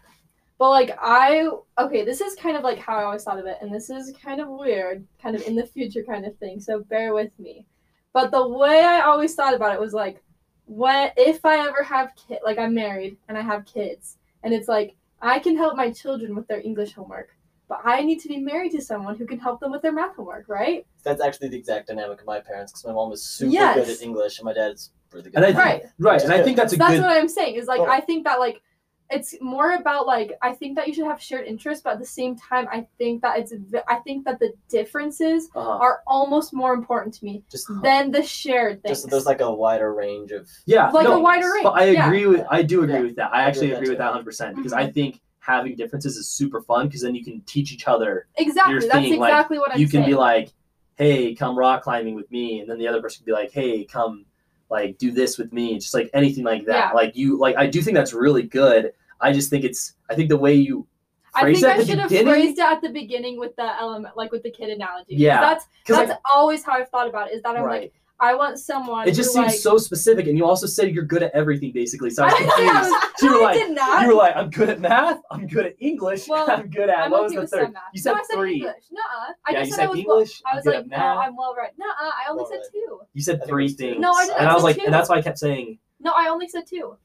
[SPEAKER 3] But like I okay, this is kind of like how I always thought of it and this is kind of weird, kind of in the future kind of thing. So bear with me. But the way I always thought about it was like what if I ever have kid like I'm married and I have kids and it's like I can help my children with their English homework but I need to be married to someone who can help them with their math homework, right?
[SPEAKER 4] That's actually the exact dynamic of my parents because my mom is super
[SPEAKER 3] Yes.
[SPEAKER 4] good at English and my dad's really good.
[SPEAKER 1] And I
[SPEAKER 4] at
[SPEAKER 1] think-
[SPEAKER 3] Right.
[SPEAKER 1] Right, and I think that's
[SPEAKER 3] So
[SPEAKER 1] a
[SPEAKER 3] that's
[SPEAKER 1] good.
[SPEAKER 3] what I'm saying. Is like
[SPEAKER 4] Oh.
[SPEAKER 3] I think that like it's more about like I think that you should have shared interests, but at the same time, I think that it's v- I think that the differences
[SPEAKER 1] uh-huh.
[SPEAKER 3] are almost more important to me
[SPEAKER 4] just
[SPEAKER 1] Oh.
[SPEAKER 3] than the shared things.
[SPEAKER 4] just that there's like a wider range of
[SPEAKER 1] Yeah,
[SPEAKER 3] like
[SPEAKER 1] no,
[SPEAKER 3] a wider range.
[SPEAKER 1] but I
[SPEAKER 3] yeah. Mm-hmm.
[SPEAKER 1] agree with I do agree
[SPEAKER 4] Yeah.
[SPEAKER 1] with that. I
[SPEAKER 4] I
[SPEAKER 1] actually
[SPEAKER 4] agree
[SPEAKER 1] agree
[SPEAKER 4] with
[SPEAKER 1] with
[SPEAKER 4] that
[SPEAKER 1] that
[SPEAKER 4] too.
[SPEAKER 1] 100 percent because I think having differences is super fun because then you can teach each other.
[SPEAKER 3] Exactly.
[SPEAKER 1] your
[SPEAKER 3] That's
[SPEAKER 1] thing, like,
[SPEAKER 3] exactly what I'm
[SPEAKER 1] you can
[SPEAKER 3] saying.
[SPEAKER 1] be like, "Hey, come rock climbing with me," and then the other person can be like, "Hey, come like do this with me." Just like anything like that.
[SPEAKER 3] Yeah.
[SPEAKER 1] Like you like I do think that's really good. I just think it's I think the way you
[SPEAKER 3] I
[SPEAKER 1] phrase
[SPEAKER 3] think
[SPEAKER 1] that
[SPEAKER 3] I
[SPEAKER 1] at
[SPEAKER 3] should
[SPEAKER 1] the
[SPEAKER 3] have
[SPEAKER 1] beginning
[SPEAKER 3] phrased it at the beginning with the element, like with the kid analogy. 'Cause
[SPEAKER 1] Yeah.
[SPEAKER 3] That's
[SPEAKER 1] because
[SPEAKER 3] that's always how I've thought about it. Is that I'm
[SPEAKER 1] right.
[SPEAKER 3] like I want someone.
[SPEAKER 1] It just
[SPEAKER 3] who,
[SPEAKER 1] seems
[SPEAKER 3] like,
[SPEAKER 1] so specific, and you also said you're good at everything, basically. So I was
[SPEAKER 3] I was-
[SPEAKER 1] confused. So you were
[SPEAKER 3] I
[SPEAKER 1] like,
[SPEAKER 3] did not.
[SPEAKER 1] you were like, I'm good at math, I'm good at English,
[SPEAKER 3] Well,
[SPEAKER 1] I'm good at
[SPEAKER 3] I'm
[SPEAKER 1] what
[SPEAKER 3] okay
[SPEAKER 1] was
[SPEAKER 3] with
[SPEAKER 1] the third?
[SPEAKER 3] some math.
[SPEAKER 1] You said
[SPEAKER 3] no, I said
[SPEAKER 1] three.
[SPEAKER 3] English. Nuh-uh. I
[SPEAKER 1] yeah,
[SPEAKER 3] just
[SPEAKER 1] you
[SPEAKER 3] said,
[SPEAKER 1] said
[SPEAKER 3] I was. Well,
[SPEAKER 1] English.
[SPEAKER 3] I
[SPEAKER 1] I'm
[SPEAKER 3] was
[SPEAKER 1] good
[SPEAKER 3] like,
[SPEAKER 1] at
[SPEAKER 3] no,
[SPEAKER 1] math.
[SPEAKER 3] I'm well read. Nuh-uh. I only
[SPEAKER 4] Well
[SPEAKER 3] said
[SPEAKER 4] read.
[SPEAKER 3] two.
[SPEAKER 1] you said
[SPEAKER 4] I think it
[SPEAKER 1] three
[SPEAKER 4] was two.
[SPEAKER 1] things.
[SPEAKER 3] No, I didn't-
[SPEAKER 1] And
[SPEAKER 3] I
[SPEAKER 1] I was
[SPEAKER 3] said
[SPEAKER 1] like,
[SPEAKER 3] two.
[SPEAKER 1] and that's why I kept saying
[SPEAKER 3] No, I only said two.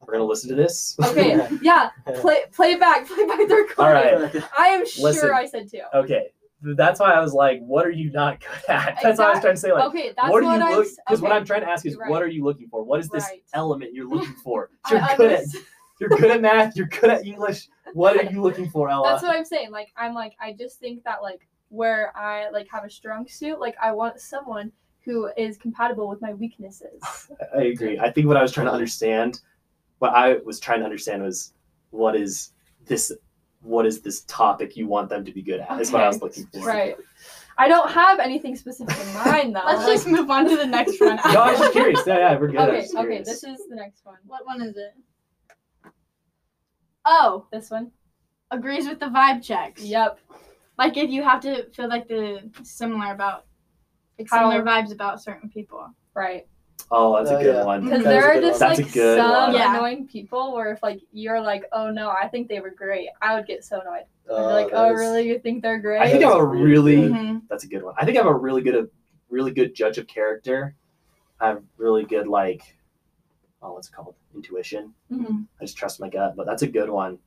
[SPEAKER 1] we're gonna listen to this.
[SPEAKER 3] Okay. yeah. Play, play back. Play back the recording.
[SPEAKER 1] All right.
[SPEAKER 3] I am
[SPEAKER 1] Listen.
[SPEAKER 3] sure I said two.
[SPEAKER 1] okay, that's why I was like, what are you not good at? That's what I was trying to say. Like,
[SPEAKER 3] Okay, that's
[SPEAKER 1] what
[SPEAKER 3] what,
[SPEAKER 1] are you
[SPEAKER 3] I'm.
[SPEAKER 1] looking? Because
[SPEAKER 3] okay.
[SPEAKER 1] what I'm trying to ask is,
[SPEAKER 3] Right.
[SPEAKER 1] what are you looking for? What is this
[SPEAKER 3] Right.
[SPEAKER 1] element you're looking for?
[SPEAKER 3] I
[SPEAKER 1] You're good at
[SPEAKER 3] understand-
[SPEAKER 1] you're good at math. You're good at English. What are you looking for, Ella?
[SPEAKER 3] That's what I'm saying. Like I'm like I just think that like where I like have a strong suit, like I want someone who is compatible with my weaknesses.
[SPEAKER 1] I agree. I think what I was trying to understand, what I was trying to understand was what is this, what is this topic you want them to be good at? Is what I was looking for.
[SPEAKER 3] right. I don't have anything specific in mind though.
[SPEAKER 2] Let's just move on to the next one.
[SPEAKER 1] No, I was just curious. Yeah, yeah, we're good. I was
[SPEAKER 3] Okay,
[SPEAKER 1] just
[SPEAKER 3] okay,
[SPEAKER 1] curious.
[SPEAKER 3] this is the next one.
[SPEAKER 2] What one is it? Oh,
[SPEAKER 3] This one?
[SPEAKER 2] agrees with the vibe checks.
[SPEAKER 3] Yep.
[SPEAKER 2] Like if you have to feel like the similar about like
[SPEAKER 3] How-
[SPEAKER 2] similar vibes about certain people.
[SPEAKER 3] Right.
[SPEAKER 1] Oh, that's a
[SPEAKER 4] Oh,
[SPEAKER 1] good
[SPEAKER 4] yeah.
[SPEAKER 1] one.
[SPEAKER 3] Because
[SPEAKER 4] That
[SPEAKER 3] there
[SPEAKER 4] was a
[SPEAKER 3] are
[SPEAKER 4] good
[SPEAKER 3] just
[SPEAKER 1] one. That's
[SPEAKER 3] like
[SPEAKER 1] a good
[SPEAKER 3] some
[SPEAKER 1] one.
[SPEAKER 2] Yeah.
[SPEAKER 3] annoying people where if like you're like, oh no, I think they were great, I would get so annoyed. I'd be
[SPEAKER 4] Uh,
[SPEAKER 3] like,
[SPEAKER 4] that
[SPEAKER 3] oh
[SPEAKER 4] is-
[SPEAKER 3] really? You think they're great?
[SPEAKER 1] I think
[SPEAKER 4] That
[SPEAKER 1] I'm
[SPEAKER 4] is
[SPEAKER 1] a really.
[SPEAKER 4] really
[SPEAKER 3] Mm-hmm.
[SPEAKER 4] good.
[SPEAKER 2] Mm-hmm.
[SPEAKER 1] That's a good one. I think I'm a really good, really good judge of character. I have really good like, oh, what's it called? Intuition.
[SPEAKER 2] Mm-hmm.
[SPEAKER 3] Mhm.
[SPEAKER 1] I just trust my gut. But that's a good one.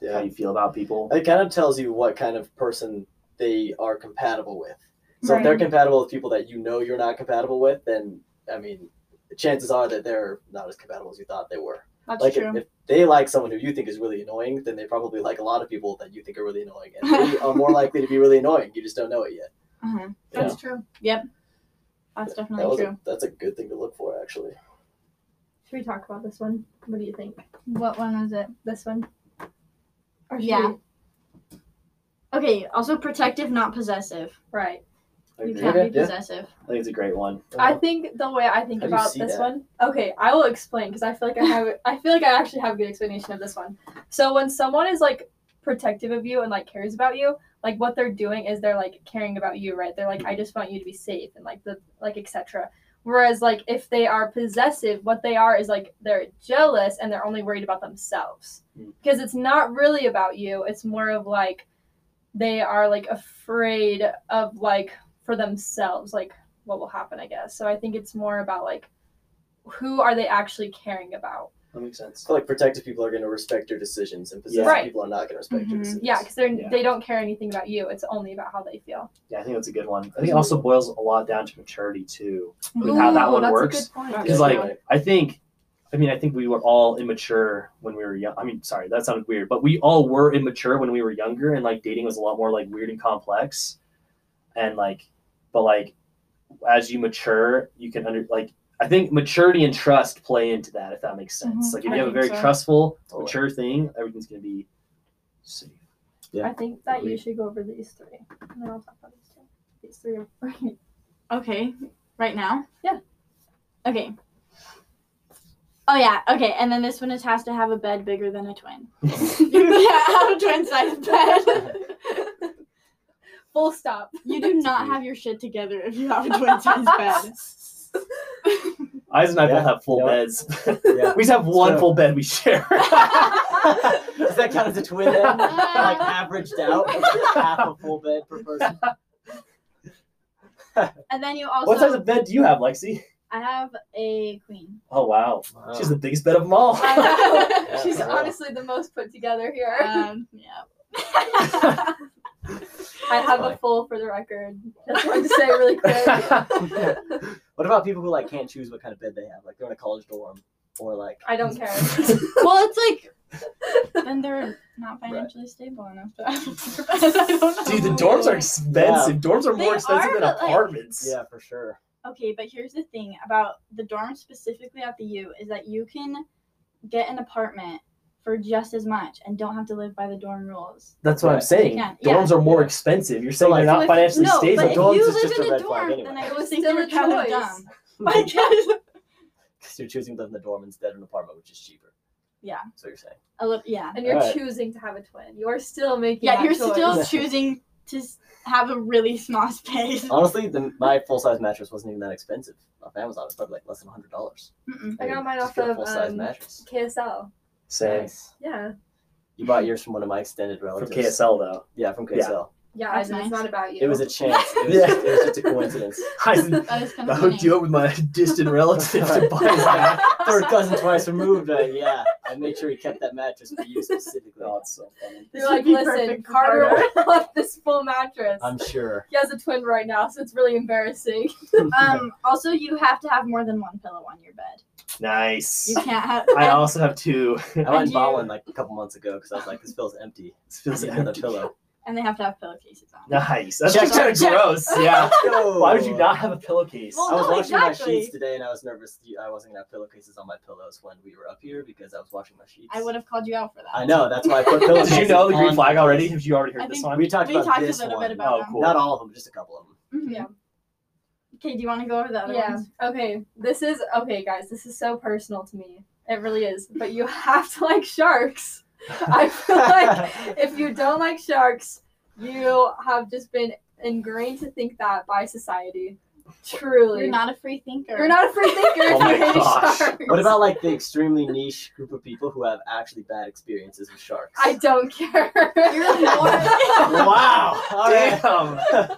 [SPEAKER 1] How
[SPEAKER 4] Yeah.
[SPEAKER 1] you feel about people.
[SPEAKER 4] It kind of tells you what kind of person they are compatible with. So if
[SPEAKER 3] Right.
[SPEAKER 4] they're compatible with people that you know you're not compatible with, then I mean, the chances are that they're not as compatible as you thought they were.
[SPEAKER 2] That's
[SPEAKER 4] like
[SPEAKER 2] true.
[SPEAKER 4] If, if they like someone who you think is really annoying, then they probably like a lot of people that you think are really annoying, and they are more likely to be really annoying. You just don't know it yet.
[SPEAKER 2] uh-huh.
[SPEAKER 3] That's true.
[SPEAKER 2] That's
[SPEAKER 4] That
[SPEAKER 2] definitely
[SPEAKER 4] was a-
[SPEAKER 2] true.
[SPEAKER 4] that's a good thing to look for, actually.
[SPEAKER 3] Should we talk about this one? What do you think?
[SPEAKER 2] What one was it?
[SPEAKER 3] This one? Or should
[SPEAKER 2] Yeah.
[SPEAKER 3] we-
[SPEAKER 2] Okay, also protective, not possessive.
[SPEAKER 3] Right.
[SPEAKER 1] I,
[SPEAKER 2] You
[SPEAKER 1] agree.
[SPEAKER 2] can't
[SPEAKER 1] I
[SPEAKER 2] be
[SPEAKER 4] Okay, yeah.
[SPEAKER 2] possessive.
[SPEAKER 1] think it's a great one.
[SPEAKER 3] I think the way I think
[SPEAKER 4] Oh. How do you
[SPEAKER 3] about
[SPEAKER 4] see
[SPEAKER 3] this
[SPEAKER 4] that?
[SPEAKER 3] one. Okay, I will explain because I feel like I have. I feel like I actually have a good explanation of this one. So when someone is like protective of you and like cares about you, like what they're doing is they're like caring about you, right? They're like, I just want you to be safe and like the like etc. Whereas like if they are possessive, what they are is like they're jealous and they're only worried about themselves
[SPEAKER 4] Hmm.
[SPEAKER 1] Mm.
[SPEAKER 3] because it's not really about you. It's more of like they are like afraid of like for themselves, like what will happen, I guess. So I think it's more about like who are they actually caring about.
[SPEAKER 1] That makes sense.
[SPEAKER 4] So like protective people are going to respect your decisions, and possessive
[SPEAKER 3] Right.
[SPEAKER 4] people are not going to respect
[SPEAKER 2] Mhm.
[SPEAKER 4] your decisions.
[SPEAKER 3] Yeah, because they're
[SPEAKER 1] Yeah.
[SPEAKER 3] they don't care anything about you. It's only about how they feel.
[SPEAKER 1] Yeah, I think that's a good one. I think it also boils a lot down to maturity too. With how
[SPEAKER 2] Ooh,
[SPEAKER 1] that one
[SPEAKER 2] that's
[SPEAKER 1] works.
[SPEAKER 2] a good point.
[SPEAKER 1] Because
[SPEAKER 4] Yeah.
[SPEAKER 1] like I think, I mean, I think we were all immature when we were young. I mean, sorry, that sounded weird, but we all were immature when we were younger, and like dating was a lot more like weird and complex, and like, but like, as you mature, you can under like. I think maturity and trust play into that, if that makes sense.
[SPEAKER 3] Mhm,
[SPEAKER 1] like, if
[SPEAKER 2] Mm-hmm. I
[SPEAKER 1] you have a
[SPEAKER 2] think
[SPEAKER 1] very
[SPEAKER 2] so.
[SPEAKER 1] trustful,
[SPEAKER 4] Totally.
[SPEAKER 1] mature thing, everything's gonna be safe.
[SPEAKER 4] Yeah.
[SPEAKER 3] I think that you
[SPEAKER 1] Agreed.
[SPEAKER 3] should go over these three. And then I'll talk about these two. These three are
[SPEAKER 2] Okay, right now?
[SPEAKER 3] Yeah.
[SPEAKER 2] Okay. Oh, yeah, okay, and then this one is has to have a bed bigger than a twin. yeah, have a twin sized bed.
[SPEAKER 3] full stop.
[SPEAKER 2] You do not have your shit together if you have a twin sized bed.
[SPEAKER 1] Eyes and I
[SPEAKER 4] Yeah,
[SPEAKER 1] both have full
[SPEAKER 4] you know what?
[SPEAKER 1] beds.
[SPEAKER 4] Yeah.
[SPEAKER 1] we just have one
[SPEAKER 4] So-
[SPEAKER 1] full bed we share.
[SPEAKER 4] Does that count as a twin then? like
[SPEAKER 2] Uh,
[SPEAKER 4] averaged out, It's just half a full bed per person.
[SPEAKER 2] and then you also.
[SPEAKER 1] what size of bed do you have, Lexi?
[SPEAKER 2] I have a queen.
[SPEAKER 1] Oh wow,
[SPEAKER 4] Wow.
[SPEAKER 1] she's the biggest bed of them all.
[SPEAKER 3] I know.
[SPEAKER 4] Yeah,
[SPEAKER 3] She's
[SPEAKER 4] for real.
[SPEAKER 3] honestly the most put together here.
[SPEAKER 2] Um, yeah.
[SPEAKER 3] I have
[SPEAKER 4] fine.
[SPEAKER 3] a full for the record. Just wanted to say really quick.
[SPEAKER 4] what about people who like can't choose what kind of bed they have? Like they're in a college dorm or like
[SPEAKER 3] I don't care.
[SPEAKER 2] well, it's like then they're not financially stable enough to I don't know.
[SPEAKER 1] Dude, the dorms are expensive. Dorms are
[SPEAKER 2] They
[SPEAKER 1] more expensive
[SPEAKER 2] are,
[SPEAKER 1] than
[SPEAKER 2] but, like-
[SPEAKER 1] apartments.
[SPEAKER 4] Yeah, for sure.
[SPEAKER 2] Okay, but here's the thing about the dorm specifically at the U is that you can get an apartment for just as much and don't have to live by the dorm rules.
[SPEAKER 1] That's what I'm
[SPEAKER 4] Right.
[SPEAKER 1] saying.
[SPEAKER 2] Yeah, yeah.
[SPEAKER 1] Dorms are more
[SPEAKER 4] Yeah.
[SPEAKER 1] expensive. You're saying
[SPEAKER 4] like-
[SPEAKER 1] they're
[SPEAKER 2] So
[SPEAKER 1] not
[SPEAKER 2] if-
[SPEAKER 1] financially
[SPEAKER 2] no,
[SPEAKER 1] stable.
[SPEAKER 2] But if
[SPEAKER 4] Dorms
[SPEAKER 2] you
[SPEAKER 4] is
[SPEAKER 2] live
[SPEAKER 4] just
[SPEAKER 2] in
[SPEAKER 4] a
[SPEAKER 2] a,
[SPEAKER 4] red
[SPEAKER 2] dorm,
[SPEAKER 4] flag anyway.
[SPEAKER 2] then I
[SPEAKER 3] It
[SPEAKER 2] just
[SPEAKER 3] was
[SPEAKER 2] think
[SPEAKER 3] still
[SPEAKER 2] they're
[SPEAKER 3] a
[SPEAKER 2] kind of
[SPEAKER 3] choice.
[SPEAKER 2] dumb. Like,
[SPEAKER 4] Because you're choosing to live in the dorm instead of an apartment, which is cheaper.
[SPEAKER 2] Yeah.
[SPEAKER 4] So you're saying.
[SPEAKER 2] a little, yeah.
[SPEAKER 3] And you're
[SPEAKER 4] Alright.
[SPEAKER 3] choosing to have a twin. You are still making
[SPEAKER 2] Yeah,
[SPEAKER 3] that
[SPEAKER 2] you're
[SPEAKER 3] choice.
[SPEAKER 2] still choosing to s- have a really small space.
[SPEAKER 4] Honestly, the, my full size mattress wasn't even that expensive. Off Amazon, it's probably like less than hundred dollars.
[SPEAKER 2] Mm-mm.
[SPEAKER 3] I got mine off of,
[SPEAKER 4] full size
[SPEAKER 3] um,
[SPEAKER 4] mattress.
[SPEAKER 3] KSL.
[SPEAKER 1] Same.
[SPEAKER 4] Nice.
[SPEAKER 3] Yeah.
[SPEAKER 4] You bought yours from one of my extended
[SPEAKER 1] From
[SPEAKER 4] relatives.
[SPEAKER 1] KSL though,
[SPEAKER 4] Yeah, from
[SPEAKER 1] Yeah.
[SPEAKER 4] KSL.
[SPEAKER 3] Yeah, I
[SPEAKER 2] That's
[SPEAKER 3] know, it's
[SPEAKER 2] nice.
[SPEAKER 3] not about you.
[SPEAKER 4] It was a chance. It was, just, it was just a coincidence.
[SPEAKER 1] I,
[SPEAKER 2] That is kind
[SPEAKER 1] I
[SPEAKER 2] of
[SPEAKER 1] hooked you up with my distant relative to buy that.
[SPEAKER 4] Third cousin twice removed. Uh, yeah, I made sure he kept that mattress for you specifically.
[SPEAKER 1] Oh, it's so funny.
[SPEAKER 3] You're like, listen, Carter left this full mattress.
[SPEAKER 4] I'm sure.
[SPEAKER 3] he has a twin right now, so it's really embarrassing.
[SPEAKER 2] Um, also, you have to have more than one pillow on your bed.
[SPEAKER 1] Nice.
[SPEAKER 2] You can't have.
[SPEAKER 1] I also have two.
[SPEAKER 4] I went
[SPEAKER 2] And
[SPEAKER 4] and bought
[SPEAKER 2] you-
[SPEAKER 4] one like a couple months ago because I was like, this feels empty.
[SPEAKER 1] This
[SPEAKER 4] I
[SPEAKER 1] feels
[SPEAKER 4] need another
[SPEAKER 1] empty.
[SPEAKER 4] pillow.
[SPEAKER 2] and they have to have pillowcases on.
[SPEAKER 1] Nice. That's
[SPEAKER 4] Check,
[SPEAKER 1] just kind of
[SPEAKER 2] check, check.
[SPEAKER 1] gross. Yeah. Why would you
[SPEAKER 4] Yo.
[SPEAKER 1] not have a pillowcase?
[SPEAKER 4] I
[SPEAKER 3] Oh,
[SPEAKER 2] Well-
[SPEAKER 4] was
[SPEAKER 2] No,
[SPEAKER 4] washing my sheets
[SPEAKER 2] exactly.
[SPEAKER 4] today and I was nervous that I wasn't gonna have pillowcases on my pillows when we were up here because I was washing my sheets.
[SPEAKER 2] I would have called you out for that.
[SPEAKER 4] I know, that's why I put pillowcases.
[SPEAKER 1] Did you know the green
[SPEAKER 4] on
[SPEAKER 1] flag
[SPEAKER 4] my
[SPEAKER 1] already?
[SPEAKER 4] pillows.
[SPEAKER 1] Have you already heard
[SPEAKER 2] I
[SPEAKER 1] this
[SPEAKER 2] think-
[SPEAKER 1] one?
[SPEAKER 4] We talked
[SPEAKER 2] We
[SPEAKER 4] about
[SPEAKER 2] talked a
[SPEAKER 4] this
[SPEAKER 2] little
[SPEAKER 4] one.
[SPEAKER 2] bit about
[SPEAKER 1] Oh,
[SPEAKER 2] them.
[SPEAKER 1] cool.
[SPEAKER 4] Not all of them, just a couple of them.
[SPEAKER 2] Mhm.
[SPEAKER 3] Yeah.
[SPEAKER 2] Okay, do you want to go over the other
[SPEAKER 3] yeah.
[SPEAKER 2] ones?
[SPEAKER 3] Okay. This is okay, guys. This is so personal to me. It really is. But you have to like sharks. I feel like if you don't like sharks, you have just been ingrained to think that by society. Truly.
[SPEAKER 2] You're not a free thinker.
[SPEAKER 3] You're not a free thinker
[SPEAKER 1] Oh
[SPEAKER 3] if
[SPEAKER 1] my
[SPEAKER 3] you hate
[SPEAKER 1] gosh.
[SPEAKER 3] sharks.
[SPEAKER 4] What about like the extremely niche group of people who have actually bad experiences with sharks?
[SPEAKER 3] I don't care.
[SPEAKER 2] You're
[SPEAKER 3] more.
[SPEAKER 1] wow.
[SPEAKER 4] All right.
[SPEAKER 1] Damn.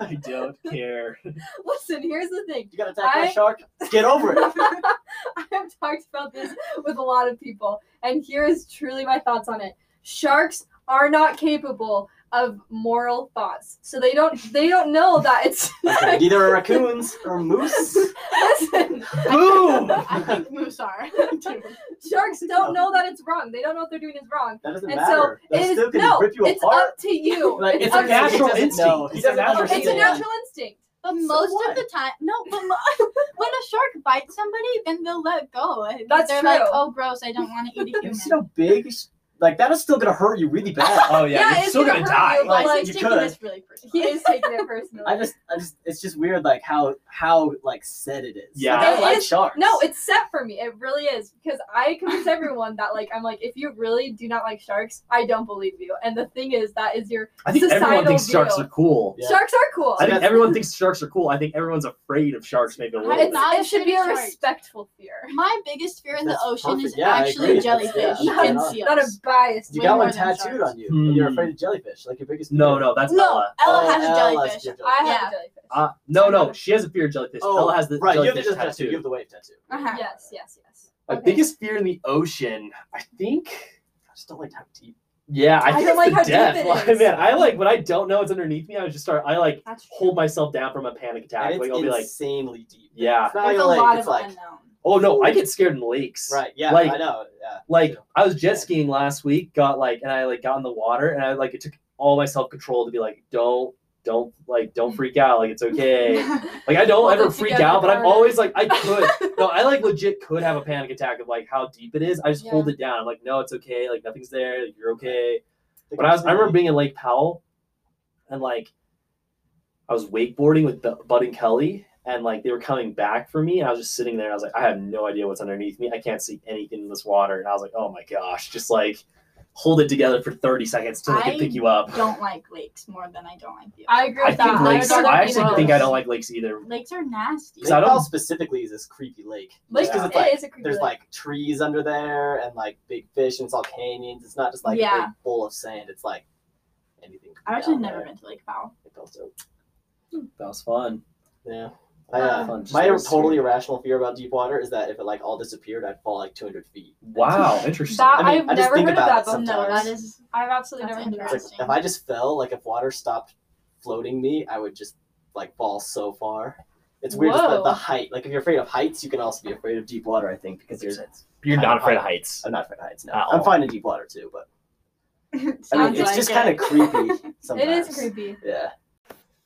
[SPEAKER 1] I don't care.
[SPEAKER 3] Listen, here's the thing.
[SPEAKER 4] You got attacked by
[SPEAKER 3] I-
[SPEAKER 4] a shark? Get over it.
[SPEAKER 3] I have talked about this with a lot of people, and here is truly my thoughts on it. Sharks are not capable of moral thoughts, so they don't they don't know that it's.
[SPEAKER 4] Okay, Neither are raccoons or moose.
[SPEAKER 3] Listen,
[SPEAKER 1] Boom.
[SPEAKER 2] I think moose are. too.
[SPEAKER 3] sharks don't know that it's wrong. They don't know what they're doing is wrong,
[SPEAKER 4] That doesn't
[SPEAKER 3] and so
[SPEAKER 4] matter. They're
[SPEAKER 3] it is
[SPEAKER 4] still gonna
[SPEAKER 3] no.
[SPEAKER 4] rip you
[SPEAKER 3] It's
[SPEAKER 4] apart.
[SPEAKER 3] up to you.
[SPEAKER 4] Like,
[SPEAKER 3] it's
[SPEAKER 1] It's a
[SPEAKER 3] up to you.
[SPEAKER 1] natural
[SPEAKER 4] He doesn't
[SPEAKER 1] instinct.
[SPEAKER 4] know. He
[SPEAKER 1] It's a
[SPEAKER 4] doesn't
[SPEAKER 1] natural
[SPEAKER 3] It's a
[SPEAKER 4] understand.
[SPEAKER 1] instinct.
[SPEAKER 3] natural instinct.
[SPEAKER 2] But
[SPEAKER 4] So
[SPEAKER 2] most
[SPEAKER 4] what?
[SPEAKER 2] of the time, no. But mo- when a shark bites somebody, then they'll let go.
[SPEAKER 3] That's
[SPEAKER 2] They're like,
[SPEAKER 3] true.
[SPEAKER 2] oh, gross! I don't want to eat a
[SPEAKER 4] You
[SPEAKER 2] human.
[SPEAKER 4] see how big sh- like that is still gonna hurt you really bad.
[SPEAKER 1] Oh yeah, you're
[SPEAKER 2] it's
[SPEAKER 1] still gonna,
[SPEAKER 2] hurt
[SPEAKER 1] die.
[SPEAKER 2] You, but
[SPEAKER 4] Like,
[SPEAKER 2] like,
[SPEAKER 4] you
[SPEAKER 2] taking
[SPEAKER 4] could.
[SPEAKER 2] this really
[SPEAKER 3] He
[SPEAKER 2] personally.
[SPEAKER 3] is taking it personally.
[SPEAKER 4] I just, I just, it's just weird, like how how like set it is.
[SPEAKER 1] Yeah.
[SPEAKER 4] like, I
[SPEAKER 3] It
[SPEAKER 4] like
[SPEAKER 3] is-
[SPEAKER 4] sharks.
[SPEAKER 3] No, it's set for me. It really is because I convince everyone that like I'm like if you really do not like sharks, I don't believe you. And the thing is that is your
[SPEAKER 1] I think everyone
[SPEAKER 3] Societal
[SPEAKER 1] thinks sharks
[SPEAKER 3] view.
[SPEAKER 1] are cool.
[SPEAKER 4] Yeah.
[SPEAKER 3] sharks are cool.
[SPEAKER 1] I think everyone thinks sharks are cool. I think everyone's afraid of sharks, maybe a
[SPEAKER 2] I
[SPEAKER 1] little
[SPEAKER 2] did
[SPEAKER 1] bit.
[SPEAKER 3] It's-
[SPEAKER 2] not
[SPEAKER 3] it should be a
[SPEAKER 2] afraid of sharks.
[SPEAKER 3] respectful fear,
[SPEAKER 2] My biggest fear in
[SPEAKER 4] That's
[SPEAKER 2] the ocean
[SPEAKER 4] perfect.
[SPEAKER 2] is
[SPEAKER 4] Yeah, I agree.
[SPEAKER 2] actually
[SPEAKER 4] That's-
[SPEAKER 2] jellyfish
[SPEAKER 4] yeah,
[SPEAKER 3] that's
[SPEAKER 2] and
[SPEAKER 4] right
[SPEAKER 2] seals.
[SPEAKER 3] not a biased.
[SPEAKER 4] you
[SPEAKER 2] way
[SPEAKER 4] got
[SPEAKER 2] more
[SPEAKER 4] one
[SPEAKER 2] than
[SPEAKER 4] tattooed
[SPEAKER 2] sharks.
[SPEAKER 4] on you. and You're
[SPEAKER 1] Hmm.
[SPEAKER 4] afraid of jellyfish, like your biggest.
[SPEAKER 1] No,
[SPEAKER 4] fear.
[SPEAKER 1] no, that's
[SPEAKER 2] no,
[SPEAKER 1] Ella.
[SPEAKER 2] Ella
[SPEAKER 4] Oh,
[SPEAKER 2] has
[SPEAKER 4] Ella has
[SPEAKER 2] jellyfish.
[SPEAKER 4] jellyfish.
[SPEAKER 3] I have
[SPEAKER 2] Yeah.
[SPEAKER 3] a jellyfish.
[SPEAKER 1] Uh, no, no, she has a fear of jellyfish.
[SPEAKER 4] Oh,
[SPEAKER 1] Ella has the
[SPEAKER 4] right. You have the
[SPEAKER 1] jellyfish
[SPEAKER 4] jellyfish tattoo.
[SPEAKER 1] tattoo.
[SPEAKER 4] You have the wave tattoo.
[SPEAKER 2] Uh-huh.
[SPEAKER 3] Yes, yes, yes.
[SPEAKER 1] My
[SPEAKER 3] Okay.
[SPEAKER 1] biggest fear in the ocean, I think.
[SPEAKER 4] I just don't like how deep.
[SPEAKER 1] Yeah, I,
[SPEAKER 3] I
[SPEAKER 1] think
[SPEAKER 3] don't
[SPEAKER 1] it's
[SPEAKER 3] like
[SPEAKER 1] the
[SPEAKER 3] how deep
[SPEAKER 1] death.
[SPEAKER 3] it
[SPEAKER 1] Like,
[SPEAKER 3] is.
[SPEAKER 1] man, I like when I don't know it's underneath me. I just start. I like
[SPEAKER 2] That's
[SPEAKER 1] hold myself down from a panic attack.
[SPEAKER 4] and
[SPEAKER 1] Like
[SPEAKER 4] it's
[SPEAKER 1] I'll be like,
[SPEAKER 4] insanely deep.
[SPEAKER 1] Yeah.
[SPEAKER 4] It's not
[SPEAKER 3] There's
[SPEAKER 4] even
[SPEAKER 3] a
[SPEAKER 4] like-
[SPEAKER 3] lot
[SPEAKER 4] it's
[SPEAKER 3] of
[SPEAKER 4] like,
[SPEAKER 3] unknown.
[SPEAKER 1] oh no, I get scared in lakes.
[SPEAKER 4] Right. Yeah.
[SPEAKER 1] Like-
[SPEAKER 4] I know. Yeah.
[SPEAKER 1] Like I was
[SPEAKER 4] Yeah.
[SPEAKER 1] jet skiing last week. Got like, and I like got in the water, and I like it took all my self control to be like, don't, don't, like, don't freak out. Like it's okay. Like I don't
[SPEAKER 3] Hold
[SPEAKER 1] ever
[SPEAKER 3] it
[SPEAKER 1] freak
[SPEAKER 3] together,
[SPEAKER 1] out, but I'm
[SPEAKER 3] Carter.
[SPEAKER 1] always like I could. no, I like legit could have a panic attack of like how deep it is. I just
[SPEAKER 3] Yeah.
[SPEAKER 1] hold it down. I'm like, no, it's okay. Like nothing's there. Like, you're okay.
[SPEAKER 4] Like,
[SPEAKER 1] But I was I remember
[SPEAKER 4] absolutely.
[SPEAKER 1] being in Lake Powell, and like I was wakeboarding with Bu- Bud and Kelly, and like they were coming back for me, and I was just sitting there. And I was like, I have no idea what's underneath me. I can't see anything in this water, and I was like, oh my gosh, just like hold it together for 30 seconds till I
[SPEAKER 2] I
[SPEAKER 1] can pick you up.
[SPEAKER 2] don't like lakes more than I don't like the ocean.
[SPEAKER 3] I agree
[SPEAKER 1] I
[SPEAKER 3] with
[SPEAKER 1] think
[SPEAKER 3] that.
[SPEAKER 1] lakes.
[SPEAKER 3] don't
[SPEAKER 2] rather
[SPEAKER 1] I
[SPEAKER 2] be
[SPEAKER 1] actually
[SPEAKER 2] in
[SPEAKER 1] think
[SPEAKER 2] those.
[SPEAKER 1] I don't like lakes either.
[SPEAKER 2] Lakes are nasty.
[SPEAKER 1] Because I
[SPEAKER 4] Lake
[SPEAKER 1] don't-
[SPEAKER 4] Powell specifically is this creepy lake.
[SPEAKER 3] Like,
[SPEAKER 1] Yeah.
[SPEAKER 3] it
[SPEAKER 4] Because it's like
[SPEAKER 3] is a creepy
[SPEAKER 4] there's
[SPEAKER 3] lake.
[SPEAKER 4] like trees under there and like big fish and it's all canyons. It's not just like a
[SPEAKER 2] Yeah.
[SPEAKER 4] big bowl of sand. It's like anything.
[SPEAKER 2] I've actually
[SPEAKER 4] down
[SPEAKER 2] never
[SPEAKER 4] there.
[SPEAKER 2] been to Lake Powell.
[SPEAKER 4] It felt so.
[SPEAKER 1] That was fun.
[SPEAKER 4] Yeah. I, uh,
[SPEAKER 2] Um,
[SPEAKER 1] Fun, just
[SPEAKER 4] my
[SPEAKER 1] very scary.
[SPEAKER 4] totally irrational fear about deep water is that if it like all disappeared, I'd fall like 200 feet.
[SPEAKER 1] Wow, interesting.
[SPEAKER 3] That,
[SPEAKER 4] I mean,
[SPEAKER 3] have
[SPEAKER 4] I just
[SPEAKER 3] never
[SPEAKER 4] think
[SPEAKER 3] heard of
[SPEAKER 4] about
[SPEAKER 3] that
[SPEAKER 4] it
[SPEAKER 3] before.
[SPEAKER 2] No, that is
[SPEAKER 3] I've absolutely
[SPEAKER 2] That's
[SPEAKER 3] never heard of
[SPEAKER 4] It's
[SPEAKER 3] that.
[SPEAKER 4] like, if I just fell, like if water stopped floating me, I would just like fall so far. It's weird just the,
[SPEAKER 3] Whoa.
[SPEAKER 4] the height. Like if you're afraid of heights, you can also be afraid of deep water. I think because you're
[SPEAKER 1] You're
[SPEAKER 4] not afraid of
[SPEAKER 1] heights.
[SPEAKER 4] I'm not afraid of heights. No,
[SPEAKER 1] At
[SPEAKER 4] I'm
[SPEAKER 1] all.
[SPEAKER 4] fine in deep water too. But I mean,
[SPEAKER 2] Sounds
[SPEAKER 4] it's
[SPEAKER 2] like
[SPEAKER 4] just
[SPEAKER 2] it.
[SPEAKER 4] kind of creepy.
[SPEAKER 3] It
[SPEAKER 4] Sometimes.
[SPEAKER 3] is creepy.
[SPEAKER 4] Yeah.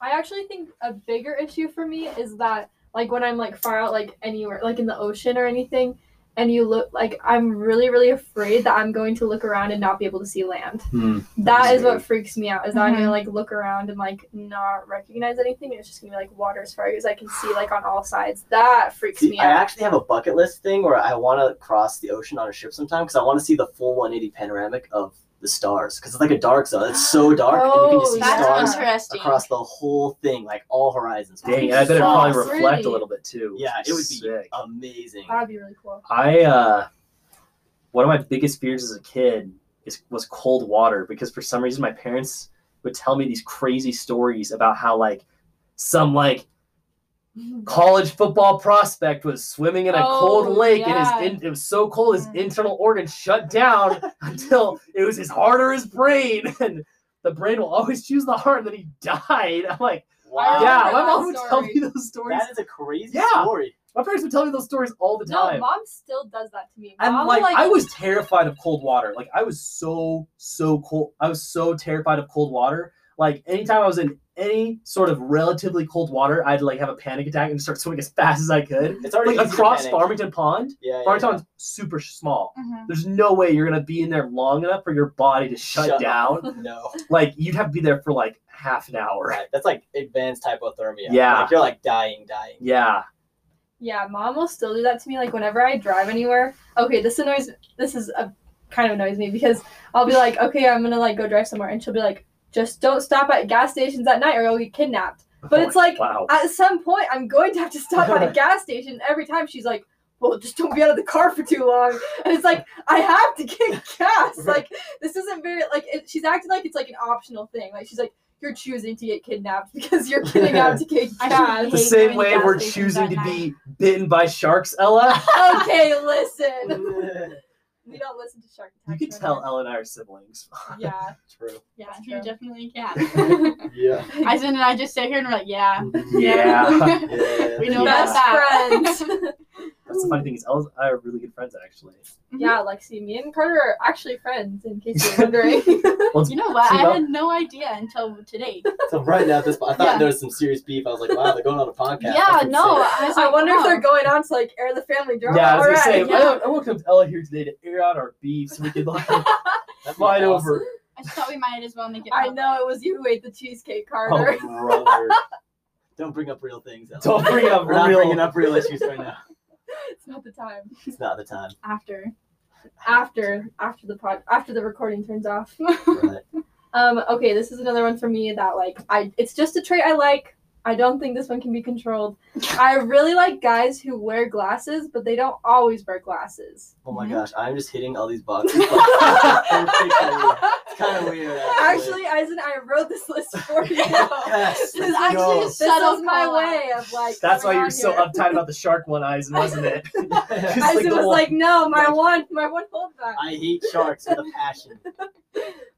[SPEAKER 3] I actually think a bigger issue for me is that like when I'm like far out like anywhere like in the ocean or anything and you look like I'm really really afraid that I'm going to look around and not be able to see land.
[SPEAKER 1] Hmm.
[SPEAKER 4] That's Mm-hmm.
[SPEAKER 3] That is
[SPEAKER 4] weird.
[SPEAKER 3] what freaks me out is that I'm
[SPEAKER 2] Mhm.
[SPEAKER 3] gonna like look around and like not recognize anything and it's just gonna be like water as far as I can see like on all sides. That freaks
[SPEAKER 4] See,
[SPEAKER 3] me
[SPEAKER 4] I
[SPEAKER 3] out.
[SPEAKER 4] actually have a bucket list thing where I want to cross the ocean on a ship sometime because I want to see the full 180 panoramic of the stars because it's like a dark zone. It's so dark and you can just see
[SPEAKER 3] Oh, yeah.
[SPEAKER 4] stars
[SPEAKER 2] That's interesting.
[SPEAKER 4] across the whole thing, like all horizons.
[SPEAKER 1] Dang, and I bet it probably
[SPEAKER 3] Sauce.
[SPEAKER 1] reflect
[SPEAKER 3] Really?
[SPEAKER 1] a little bit too.
[SPEAKER 4] Yeah, it would be
[SPEAKER 1] Sick.
[SPEAKER 4] amazing.
[SPEAKER 3] That'd be really cool.
[SPEAKER 1] I uh, one of my biggest fears as a kid is was cold water because for some reason my parents would tell me these crazy stories about how like some like college football prospect was swimming in a
[SPEAKER 3] Oh,
[SPEAKER 1] cold lake
[SPEAKER 3] yeah.
[SPEAKER 1] and his in, it was so cold his
[SPEAKER 3] Mhm.
[SPEAKER 1] internal organs shut down until it was his heart or his brain and the brain will always choose the heart and then he died. I'm like,
[SPEAKER 3] I
[SPEAKER 1] yeah, my
[SPEAKER 3] remember that
[SPEAKER 1] mom would tell
[SPEAKER 3] story.
[SPEAKER 1] me those stories.
[SPEAKER 4] That is a crazy
[SPEAKER 1] Yeah.
[SPEAKER 4] story.
[SPEAKER 1] My parents would tell me those stories all the
[SPEAKER 3] No,
[SPEAKER 1] time.
[SPEAKER 3] mom still does that to me.
[SPEAKER 1] and
[SPEAKER 3] Mom,
[SPEAKER 1] like,
[SPEAKER 3] like
[SPEAKER 1] I was terrified of cold water. Like I was so so cold. I was so terrified of cold water. Like anytime I was in any sort of relatively cold water, I'd like have a panic attack and start swimming as fast as I could.
[SPEAKER 4] It's already
[SPEAKER 1] Like
[SPEAKER 4] easy to
[SPEAKER 1] across
[SPEAKER 4] panic.
[SPEAKER 1] Farmington Pond.
[SPEAKER 4] Yeah, yeah,
[SPEAKER 1] Farmington
[SPEAKER 4] yeah.
[SPEAKER 1] Pond's super small.
[SPEAKER 2] Mhm.
[SPEAKER 1] There's no way you're gonna be in there long enough for your body to shut,
[SPEAKER 4] Shut
[SPEAKER 1] down.
[SPEAKER 4] No,
[SPEAKER 1] Like you'd have to be there for like half an hour.
[SPEAKER 4] right. That's like advanced hypothermia.
[SPEAKER 1] Yeah.
[SPEAKER 4] like you're like dying, dying.
[SPEAKER 1] Yeah.
[SPEAKER 3] Yeah, mom will still do that to me. Like whenever I drive anywhere. Okay, this annoys. This is a kind of annoys me because I'll be like, okay, I'm gonna like go drive somewhere, and she'll be like, just don't stop at gas stations at night or you'll get kidnapped. But it's like-
[SPEAKER 1] wow.
[SPEAKER 3] At some point, I'm going to have to stop at a gas station every time. She's like, well, just don't be out of the car for too long. And it's like, I have to get gas. Like this isn't very like. It, she's acting like it's like an optional thing. Like she's like. You're choosing to get kidnapped because you're getting out to get
[SPEAKER 2] I
[SPEAKER 3] gas.
[SPEAKER 1] the
[SPEAKER 2] hate
[SPEAKER 1] same
[SPEAKER 2] going to
[SPEAKER 1] way
[SPEAKER 2] gas
[SPEAKER 1] we're
[SPEAKER 2] stations
[SPEAKER 1] choosing
[SPEAKER 2] at
[SPEAKER 1] to
[SPEAKER 2] night.
[SPEAKER 1] be bitten by sharks, Ella.
[SPEAKER 3] okay, listen. We don't listen to Shark
[SPEAKER 1] You
[SPEAKER 3] Attack.
[SPEAKER 1] can
[SPEAKER 3] right
[SPEAKER 1] tell
[SPEAKER 3] now.
[SPEAKER 1] Elle and I are siblings.
[SPEAKER 3] Yeah,
[SPEAKER 4] True.
[SPEAKER 3] yeah.
[SPEAKER 2] Yes, you
[SPEAKER 3] true.
[SPEAKER 2] definitely can.
[SPEAKER 4] Yeah.
[SPEAKER 2] Aizen and I just sit here and we're like, yeah.
[SPEAKER 1] Yeah.
[SPEAKER 4] Yeah.
[SPEAKER 2] we know
[SPEAKER 1] Yeah.
[SPEAKER 2] about that.
[SPEAKER 3] Best friends.
[SPEAKER 4] That's
[SPEAKER 1] the funny thing is, Elle and I are really good friends, actually.
[SPEAKER 3] Yeah, Lexi, me and Carter are actually friends, in case you're wondering.
[SPEAKER 2] You know what?
[SPEAKER 1] See,
[SPEAKER 2] I
[SPEAKER 1] that-
[SPEAKER 2] had no idea until today.
[SPEAKER 4] So right now, at this point, I thought
[SPEAKER 2] Yeah.
[SPEAKER 4] there was some serious beef. I was like, wow, they're going on a podcast.
[SPEAKER 2] Yeah,
[SPEAKER 4] That's
[SPEAKER 2] no,
[SPEAKER 4] insane.
[SPEAKER 2] I was
[SPEAKER 3] I
[SPEAKER 2] like,
[SPEAKER 3] wonder if
[SPEAKER 2] wow.
[SPEAKER 3] they're going on to like air the family drama.
[SPEAKER 1] yeah, I was gonna
[SPEAKER 3] All
[SPEAKER 1] say,
[SPEAKER 3] right,
[SPEAKER 1] I,
[SPEAKER 3] yeah.
[SPEAKER 1] I welcomed Ella here today to air out our beef so we could like
[SPEAKER 4] That'd be
[SPEAKER 1] fight
[SPEAKER 4] awesome.
[SPEAKER 1] over.
[SPEAKER 2] I just thought we might as well make it.
[SPEAKER 3] I
[SPEAKER 2] public.
[SPEAKER 3] know it was you who ate the cheesecake, Carter.
[SPEAKER 1] Oh, brother.
[SPEAKER 4] Don't bring up real things. Ellen.
[SPEAKER 1] Don't bring up
[SPEAKER 4] We're not
[SPEAKER 1] real-
[SPEAKER 4] bringing up real issues right now.
[SPEAKER 3] it's not the time.
[SPEAKER 4] It's not the time.
[SPEAKER 2] After.
[SPEAKER 3] After, after the pod, after the recording turns off.
[SPEAKER 4] Right.
[SPEAKER 3] Um, okay, this is another one for me that like I it's just a trait I like. I don't think this one can be controlled. I really like guys who wear glasses, but they don't always wear glasses.
[SPEAKER 4] Oh my
[SPEAKER 2] Mhm.
[SPEAKER 4] gosh, I'm just hitting all these boxes. Perfectly. it's
[SPEAKER 3] actually,
[SPEAKER 4] kind of weird.
[SPEAKER 3] Eisen, I wrote this list for you.
[SPEAKER 4] Yes.
[SPEAKER 2] This is
[SPEAKER 4] let's
[SPEAKER 2] actually
[SPEAKER 4] go.
[SPEAKER 2] just-
[SPEAKER 3] this
[SPEAKER 2] Shut up,
[SPEAKER 3] is my
[SPEAKER 2] Cole.
[SPEAKER 3] way of like.
[SPEAKER 1] That's why
[SPEAKER 3] coming
[SPEAKER 1] you
[SPEAKER 3] on
[SPEAKER 1] were so
[SPEAKER 3] here.
[SPEAKER 1] uptight about the shark one eyes, wasn't it? It's
[SPEAKER 3] Eisen
[SPEAKER 1] like the one-
[SPEAKER 3] was like, no, my
[SPEAKER 1] like-
[SPEAKER 3] one, my one holdback.
[SPEAKER 4] I hate sharks with a passion.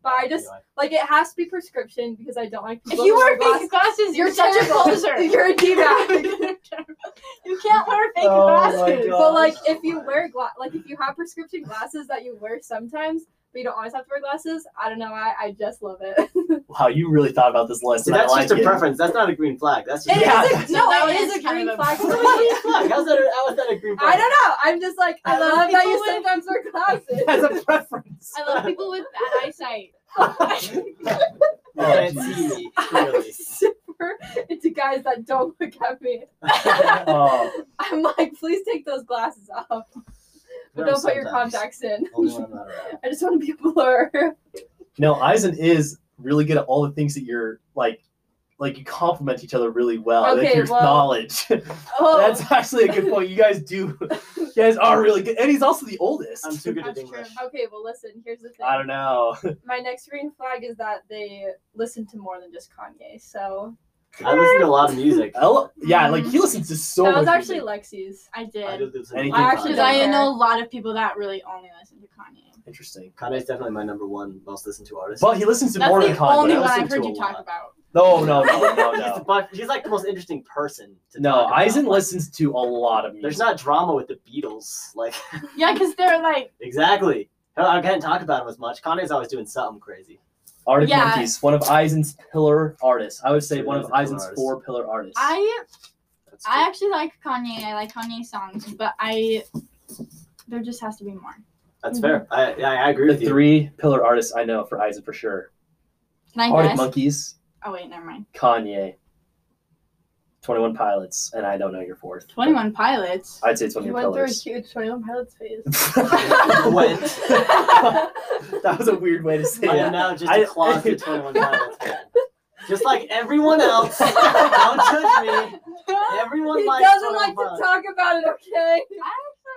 [SPEAKER 3] But I just
[SPEAKER 4] Anyway,
[SPEAKER 3] like it has to be prescription because I don't like
[SPEAKER 2] If
[SPEAKER 3] people.
[SPEAKER 2] you
[SPEAKER 3] who
[SPEAKER 2] wear
[SPEAKER 3] glasses.
[SPEAKER 2] fake glasses, you're,
[SPEAKER 3] You're
[SPEAKER 2] such
[SPEAKER 3] terrible.
[SPEAKER 2] a poser.
[SPEAKER 3] You're a d-bag.
[SPEAKER 2] you can't wear fake
[SPEAKER 1] Oh my
[SPEAKER 2] glasses.
[SPEAKER 1] God.
[SPEAKER 3] But like,
[SPEAKER 4] gosh.
[SPEAKER 3] if you wear gla- like if you have prescription glasses that you wear sometimes, but you don't always have to wear glasses, I don't know why I just love it.
[SPEAKER 1] wow, you really thought about this list,
[SPEAKER 4] See,
[SPEAKER 1] and
[SPEAKER 4] that's
[SPEAKER 1] I like
[SPEAKER 4] just a
[SPEAKER 1] it.
[SPEAKER 4] preference. That's not a green flag. That's just
[SPEAKER 1] It
[SPEAKER 4] a
[SPEAKER 1] Yeah.
[SPEAKER 4] green
[SPEAKER 1] is
[SPEAKER 4] flag.
[SPEAKER 3] no,
[SPEAKER 2] that
[SPEAKER 3] it is
[SPEAKER 2] is
[SPEAKER 3] a
[SPEAKER 2] kind
[SPEAKER 3] green
[SPEAKER 2] of a-
[SPEAKER 3] flag. for
[SPEAKER 4] It's not a
[SPEAKER 3] me.
[SPEAKER 4] green flag. How's that a, how is that a green flag?
[SPEAKER 3] I don't know. I'm just like I
[SPEAKER 1] I love
[SPEAKER 3] love that you
[SPEAKER 2] people
[SPEAKER 3] sometimes wear
[SPEAKER 1] That's
[SPEAKER 3] glasses.
[SPEAKER 1] a preference.
[SPEAKER 2] I love people with bad eyesight.
[SPEAKER 4] You
[SPEAKER 1] Oh,
[SPEAKER 4] can't
[SPEAKER 1] geez.
[SPEAKER 4] see me,
[SPEAKER 3] I'm
[SPEAKER 4] clearly.
[SPEAKER 3] super into guys that don't look at me.
[SPEAKER 1] Oh,
[SPEAKER 3] I'm like, please take those glasses off, but
[SPEAKER 4] There are
[SPEAKER 3] don't put your
[SPEAKER 4] sometimes.
[SPEAKER 3] contacts in.
[SPEAKER 1] Oh
[SPEAKER 4] Only when I'm not around.
[SPEAKER 3] I just want to be a blur.
[SPEAKER 1] no, Eisen is really good at all the things that you're like. Like you complement each other really well. like
[SPEAKER 3] Okay,
[SPEAKER 1] your
[SPEAKER 3] well-
[SPEAKER 1] knowledge.
[SPEAKER 3] Oh,
[SPEAKER 1] That's actually a good point. You guys do. You guys are really good, and he's also the oldest.
[SPEAKER 4] I'm too good at
[SPEAKER 2] That's
[SPEAKER 4] English.
[SPEAKER 2] true.
[SPEAKER 3] okay. Well, listen. Here's the thing.
[SPEAKER 1] I don't know.
[SPEAKER 3] my next green flag is that they listen to more than just Kanye. So
[SPEAKER 4] I listen to a lot of music.
[SPEAKER 1] Ella, yeah, like
[SPEAKER 2] Mm.
[SPEAKER 1] he listens to so.
[SPEAKER 3] that was
[SPEAKER 1] much
[SPEAKER 3] actually
[SPEAKER 1] music.
[SPEAKER 3] Lexi's.
[SPEAKER 2] I
[SPEAKER 4] I
[SPEAKER 2] did.
[SPEAKER 4] do listen to
[SPEAKER 1] Anything
[SPEAKER 4] a lot of
[SPEAKER 3] Actually,
[SPEAKER 2] Because
[SPEAKER 4] Kanye.
[SPEAKER 3] don't
[SPEAKER 2] I
[SPEAKER 3] care.
[SPEAKER 2] know a lot of people that really only listen to Kanye.
[SPEAKER 1] interesting.
[SPEAKER 4] Kanye's definitely my number one most listened to artist.
[SPEAKER 1] But he listens to
[SPEAKER 2] That's
[SPEAKER 1] more
[SPEAKER 2] the
[SPEAKER 1] than
[SPEAKER 2] only
[SPEAKER 1] Kanye.
[SPEAKER 2] one I've
[SPEAKER 4] listen
[SPEAKER 2] heard
[SPEAKER 4] to a
[SPEAKER 2] you talk
[SPEAKER 4] lot.
[SPEAKER 2] about.
[SPEAKER 1] No, no, no, no,
[SPEAKER 4] he's, the
[SPEAKER 1] no.
[SPEAKER 4] bu- Oh, he's like the most interesting person to
[SPEAKER 1] No,
[SPEAKER 4] talk about.
[SPEAKER 1] Eisen listens to a lot of music.
[SPEAKER 4] There's not drama with the Beatles. Like,
[SPEAKER 2] Yeah, because they're like,
[SPEAKER 4] exactly. Hell, I can't talk about him as much. Kanye's always doing something crazy.
[SPEAKER 1] Arctic
[SPEAKER 2] Yeah.
[SPEAKER 1] Monkeys, one of Eisen's pillar artists. I would say
[SPEAKER 4] True,
[SPEAKER 1] one of
[SPEAKER 4] that is a pillar
[SPEAKER 1] Eisen's
[SPEAKER 4] artist.
[SPEAKER 1] four pillar artists.
[SPEAKER 2] I
[SPEAKER 4] That's
[SPEAKER 2] I actually like Kanye. I like Kanye songs, but I there just has to be more.
[SPEAKER 4] That's
[SPEAKER 3] Mhm.
[SPEAKER 4] fair. I, I, I agree
[SPEAKER 1] the
[SPEAKER 4] with you.
[SPEAKER 1] three pillar artists I know for Eisen for sure.
[SPEAKER 2] Can I
[SPEAKER 1] Arctic
[SPEAKER 2] guess?
[SPEAKER 1] Monkeys,
[SPEAKER 2] Oh wait, never mind.
[SPEAKER 1] Kanye, Twenty One Pilots, and I don't know your fourth.
[SPEAKER 2] Twenty One Pilots.
[SPEAKER 1] I'd say it's one of
[SPEAKER 3] you
[SPEAKER 1] your
[SPEAKER 3] went through a
[SPEAKER 1] pillars.
[SPEAKER 3] huge Twenty One Pilots phase.
[SPEAKER 4] Went.
[SPEAKER 1] that was a weird way to say
[SPEAKER 4] I
[SPEAKER 1] it.
[SPEAKER 4] am now just
[SPEAKER 1] I-
[SPEAKER 4] a closet 21 Pilots fan. Just like everyone else. Don't judge me. Everyone
[SPEAKER 3] he
[SPEAKER 4] likes
[SPEAKER 3] doesn't
[SPEAKER 4] 21
[SPEAKER 3] like to
[SPEAKER 4] Pilots.
[SPEAKER 3] talk about it. Okay.
[SPEAKER 2] I'm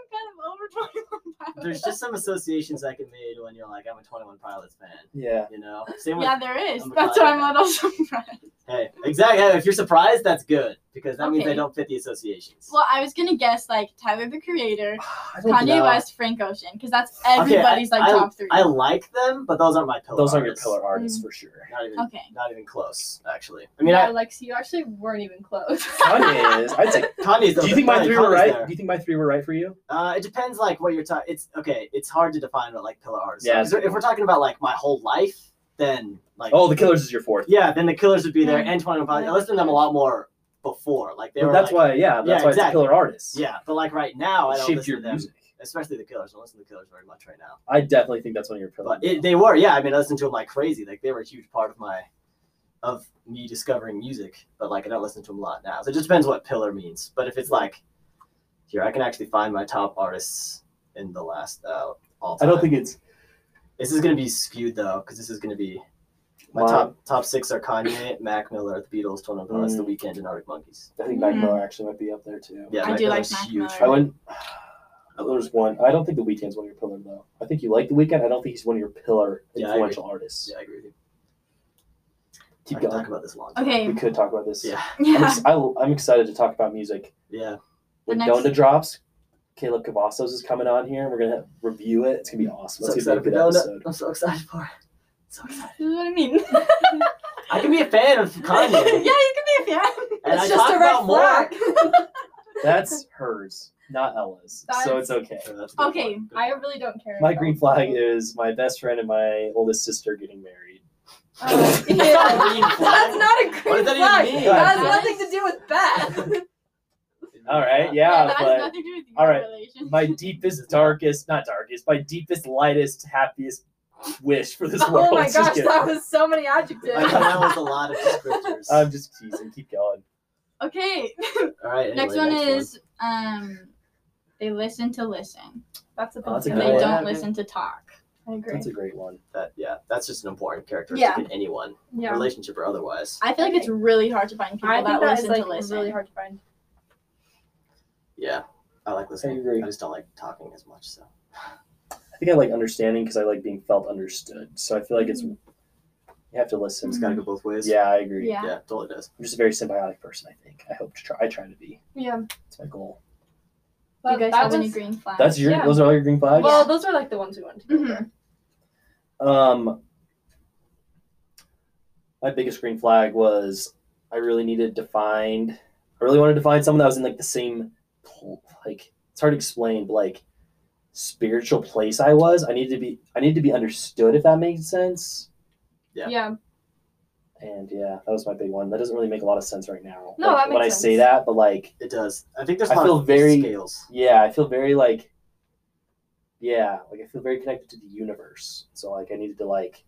[SPEAKER 2] kind of over Twenty One Pilots.
[SPEAKER 4] There's just some associations that get made when you're like, I'm a 21 Pilots fan.
[SPEAKER 1] Yeah.
[SPEAKER 4] You know? Same with
[SPEAKER 2] yeah, there is.
[SPEAKER 4] I'm a
[SPEAKER 2] That's why I'm
[SPEAKER 4] Kanye
[SPEAKER 2] a little surprised.
[SPEAKER 4] Hey, exactly. If you're surprised, that's good because that means I
[SPEAKER 2] Okay.
[SPEAKER 4] don't fit the associations.
[SPEAKER 2] Well, I was gonna guess like Tyler the Creator,
[SPEAKER 1] I don't
[SPEAKER 2] Kanye
[SPEAKER 1] know.
[SPEAKER 2] West, Frank Ocean, because that's everybody's like top three.
[SPEAKER 4] I like them, but those aren't my pillar.
[SPEAKER 1] Those aren't your
[SPEAKER 4] artists.
[SPEAKER 1] pillar
[SPEAKER 2] Mm.
[SPEAKER 1] artists for sure.
[SPEAKER 4] Not even,
[SPEAKER 2] okay.
[SPEAKER 4] not even close, actually. I mean,
[SPEAKER 3] yeah,
[SPEAKER 4] I,
[SPEAKER 3] Lexi, you actually weren't even close.
[SPEAKER 1] Kanye is. I'd say.
[SPEAKER 4] Kanye's.
[SPEAKER 1] Do you
[SPEAKER 4] the-
[SPEAKER 1] think my
[SPEAKER 4] yeah,
[SPEAKER 1] three were
[SPEAKER 4] Kanye's
[SPEAKER 1] right?
[SPEAKER 4] there.
[SPEAKER 1] Do you think my three were right for you?
[SPEAKER 4] Uh, it depends, like what you're talking. It's okay. It's hard to define what like pillar artists.
[SPEAKER 1] Yeah,
[SPEAKER 4] are.
[SPEAKER 1] it's
[SPEAKER 4] 'Cause If we're talking about like my whole life, then like
[SPEAKER 1] Oh, the Killers is your fourth.
[SPEAKER 4] yeah, then the Killers would be there.
[SPEAKER 2] Mm.
[SPEAKER 4] And Twenty One Pilots. I listened to them a lot more before. Like they
[SPEAKER 1] But
[SPEAKER 4] were.
[SPEAKER 1] that's
[SPEAKER 4] like,
[SPEAKER 1] why, yeah, that's
[SPEAKER 4] Yeah,
[SPEAKER 1] why it's a
[SPEAKER 4] exactly.
[SPEAKER 1] pillar artist.
[SPEAKER 4] Yeah, but like right now, I
[SPEAKER 1] It
[SPEAKER 4] don't
[SPEAKER 1] shaped
[SPEAKER 4] listen
[SPEAKER 1] your
[SPEAKER 4] to them,
[SPEAKER 1] music.
[SPEAKER 4] especially the Killers. I don't listen to the Killers very much right now.
[SPEAKER 1] I definitely think that's one of your pillars.
[SPEAKER 4] But it, they were, yeah. I mean, I listened to them like crazy. Like they were a huge part of my, of me discovering music. But like I don't listen to them a lot now. So it just depends what pillar means. But if it's like, here I can actually find my top artists in the last uh, all
[SPEAKER 1] I
[SPEAKER 4] time.
[SPEAKER 1] don't think it's
[SPEAKER 4] this is gonna be skewed though, because this is gonna be my
[SPEAKER 1] Wow.
[SPEAKER 4] top top six are Kanye, Mac Miller, The Beatles, Twenty One Pilots,
[SPEAKER 1] Mm.
[SPEAKER 4] The Weeknd, and Arctic Monkeys.
[SPEAKER 1] I think
[SPEAKER 2] Mac Mhm.
[SPEAKER 1] Miller actually might be up there too.
[SPEAKER 4] Yeah,
[SPEAKER 2] I
[SPEAKER 4] Mac
[SPEAKER 2] do like
[SPEAKER 4] Miller's
[SPEAKER 2] Mac
[SPEAKER 4] huge.
[SPEAKER 2] Miller.
[SPEAKER 4] for
[SPEAKER 1] I
[SPEAKER 4] me.
[SPEAKER 1] wouldn't. There's one. I don't think the weekend's one of your pillar though. I think you like the weekend. I don't think he's one of your pillar
[SPEAKER 4] Yeah, I agree.
[SPEAKER 1] influential artists.
[SPEAKER 4] Yeah, I agree with you.
[SPEAKER 1] Keep
[SPEAKER 4] I could
[SPEAKER 1] going.
[SPEAKER 4] talk about this long.
[SPEAKER 1] We
[SPEAKER 2] Okay.
[SPEAKER 1] could talk about this.
[SPEAKER 4] Yeah,
[SPEAKER 1] I'm,
[SPEAKER 2] Yeah.
[SPEAKER 1] ex- I, am excited to talk about music.
[SPEAKER 4] yeah.
[SPEAKER 1] When
[SPEAKER 2] next-
[SPEAKER 1] Donda drops, Caleb Cavazos is coming on here. and We're gonna review it. It's gonna be awesome.
[SPEAKER 4] so
[SPEAKER 1] It's gonna
[SPEAKER 4] excited
[SPEAKER 1] be
[SPEAKER 4] for
[SPEAKER 1] a good
[SPEAKER 4] Donut.
[SPEAKER 1] episode.
[SPEAKER 4] I'm so excited for it. So excited.
[SPEAKER 2] This is what I mean.
[SPEAKER 4] I can be a fan of
[SPEAKER 2] yeah,
[SPEAKER 4] Kanye.
[SPEAKER 2] you can be a fan.
[SPEAKER 4] and
[SPEAKER 3] It's
[SPEAKER 4] I
[SPEAKER 3] just
[SPEAKER 4] talk
[SPEAKER 3] a red
[SPEAKER 4] about more.
[SPEAKER 3] flag.
[SPEAKER 1] That's hers. not Ella's, so
[SPEAKER 3] That's-
[SPEAKER 1] it's okay.
[SPEAKER 4] So that's a good
[SPEAKER 2] Okay,
[SPEAKER 4] one. Good
[SPEAKER 3] I
[SPEAKER 4] one.
[SPEAKER 3] really don't care.
[SPEAKER 1] My
[SPEAKER 3] about
[SPEAKER 1] green flag
[SPEAKER 3] people.
[SPEAKER 1] is my best friend and my oldest sister getting married.
[SPEAKER 3] Oh, ew.
[SPEAKER 4] Green
[SPEAKER 3] That's
[SPEAKER 2] uh,
[SPEAKER 4] flag?
[SPEAKER 3] not a green
[SPEAKER 4] What does that even
[SPEAKER 3] flag. That
[SPEAKER 4] mean?
[SPEAKER 2] Yeah.
[SPEAKER 3] has nothing to do with Beth.
[SPEAKER 4] uh,
[SPEAKER 1] All right, yeah,
[SPEAKER 2] that
[SPEAKER 1] but
[SPEAKER 2] has nothing to do with your
[SPEAKER 1] all right,
[SPEAKER 2] relationship.
[SPEAKER 1] my deepest, darkest, not darkest, my deepest, lightest, happiest wish for this world.
[SPEAKER 3] oh my
[SPEAKER 1] Just
[SPEAKER 3] gosh,
[SPEAKER 1] kidding.
[SPEAKER 3] that was so many
[SPEAKER 4] I think
[SPEAKER 3] adjectives.
[SPEAKER 4] that was a lot of descriptors.
[SPEAKER 1] I'm just teasing. Keep going.
[SPEAKER 2] okay.
[SPEAKER 4] All right.
[SPEAKER 2] next
[SPEAKER 4] anyway,
[SPEAKER 2] one is um, they listen to listen,
[SPEAKER 3] That's a
[SPEAKER 1] Oh, that's a
[SPEAKER 3] big
[SPEAKER 2] and
[SPEAKER 1] good one.
[SPEAKER 2] they
[SPEAKER 3] one.
[SPEAKER 2] don't
[SPEAKER 4] Yeah, okay.
[SPEAKER 2] listen to talk.
[SPEAKER 3] I agree.
[SPEAKER 1] That's a great one.
[SPEAKER 4] That, yeah, that's just an important characteristic
[SPEAKER 3] Yeah.
[SPEAKER 4] in anyone,
[SPEAKER 3] Yeah.
[SPEAKER 4] relationship or otherwise.
[SPEAKER 2] I feel like it's really hard to find people
[SPEAKER 3] I think
[SPEAKER 2] that,
[SPEAKER 3] that is
[SPEAKER 2] listen
[SPEAKER 3] like
[SPEAKER 2] to listen.
[SPEAKER 3] really hard to find.
[SPEAKER 4] Yeah, I like listening.
[SPEAKER 1] I agree.
[SPEAKER 4] just don't like talking as much. So
[SPEAKER 1] I think I like understanding because I like being felt understood. So I feel like it's you have to listen.
[SPEAKER 4] it's got to go both ways.
[SPEAKER 1] Yeah, I agree.
[SPEAKER 2] Yeah.
[SPEAKER 4] Yeah, totally does.
[SPEAKER 1] I'm just a very symbiotic person. I think. I hope to try. I try to be.
[SPEAKER 3] Yeah.
[SPEAKER 1] It's my goal.
[SPEAKER 3] But
[SPEAKER 2] you guys
[SPEAKER 3] that
[SPEAKER 2] have any
[SPEAKER 3] was-
[SPEAKER 2] green flags?
[SPEAKER 1] That's your.
[SPEAKER 3] Yeah.
[SPEAKER 1] Those are all your green flags.
[SPEAKER 3] Well, those are like the ones we wanted to go
[SPEAKER 2] Mhm.
[SPEAKER 3] over.
[SPEAKER 1] Um, my biggest green flag was I really needed to find. I really wanted to find someone that was in like the same, pl- like it's hard to explain, but like spiritual place I was. I needed to be. I needed to be understood if that makes sense.
[SPEAKER 4] Yeah.
[SPEAKER 3] Yeah.
[SPEAKER 1] And yeah, that was my big one. That doesn't really make a lot of sense right now.
[SPEAKER 3] No,
[SPEAKER 1] like,
[SPEAKER 3] that
[SPEAKER 1] when
[SPEAKER 3] makes
[SPEAKER 1] I say
[SPEAKER 3] sense.
[SPEAKER 1] that, but like,
[SPEAKER 4] It does. I think there's
[SPEAKER 1] I
[SPEAKER 4] a lot
[SPEAKER 1] feel
[SPEAKER 4] of
[SPEAKER 1] very-
[SPEAKER 4] scales.
[SPEAKER 1] yeah, I feel very like, yeah, like I feel very connected to the universe. So like, I needed to like,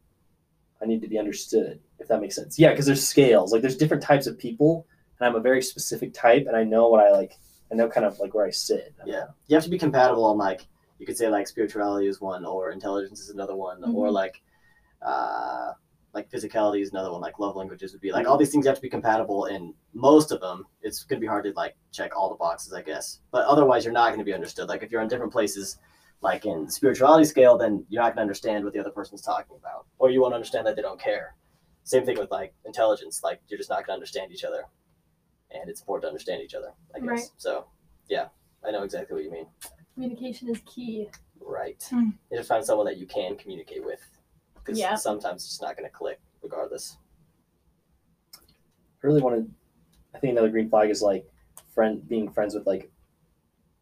[SPEAKER 1] I need to be understood if that makes sense. Yeah, because there's scales. Like, there's different types of people, and I'm a very specific type, and I know what I like. I know kind of like where I sit.
[SPEAKER 4] Yeah, you have to be compatible on like you could say like spirituality is one, or intelligence is another one, or
[SPEAKER 3] Mhm.
[SPEAKER 4] like uh, like physicality is another one. Like love languages would be like all these things have to be compatible in most of them. It's gonna be hard to like check all the boxes, I guess. But otherwise, you're not gonna be understood. Like if you're on different places, like in spirituality scale, then you're not gonna understand what the other person's talking about, or you won't understand that they don't care. Same thing with like intelligence. Like you're just not gonna understand each other, and it's important to understand each other. I guess
[SPEAKER 3] Right.
[SPEAKER 4] so. Yeah, I know exactly what you mean.
[SPEAKER 3] Communication is key.
[SPEAKER 4] Right.
[SPEAKER 2] Hmm.
[SPEAKER 4] You just find someone that you can communicate with. Because
[SPEAKER 2] Yeah.
[SPEAKER 4] sometimes it's not going to click regardless.
[SPEAKER 1] I really wanted. I think another green flag is like friend being friends with like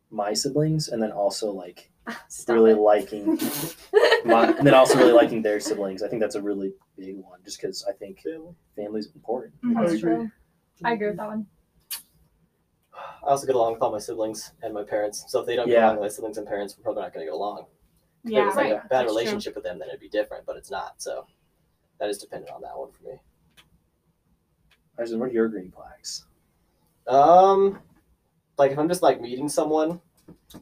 [SPEAKER 1] my siblings, and then also like
[SPEAKER 3] Stop
[SPEAKER 1] really
[SPEAKER 3] it.
[SPEAKER 1] liking my, and then also really liking their siblings. I think that's a really big one, just because I think family's important.
[SPEAKER 2] Mhm.
[SPEAKER 3] That's true. I agree with that one.
[SPEAKER 4] I also get along with all my siblings and my parents. So if they don't get
[SPEAKER 1] Yeah.
[SPEAKER 4] along with my siblings and parents, we're probably not going to get along. If it
[SPEAKER 2] Yeah,
[SPEAKER 4] was like a
[SPEAKER 1] right.
[SPEAKER 4] bad
[SPEAKER 2] That's true.
[SPEAKER 4] relationship with them, then it'd be different, but it's not. So that is dependent on that one for me.
[SPEAKER 1] I just, what are your green flags?
[SPEAKER 4] Um, like if I'm just like meeting someone,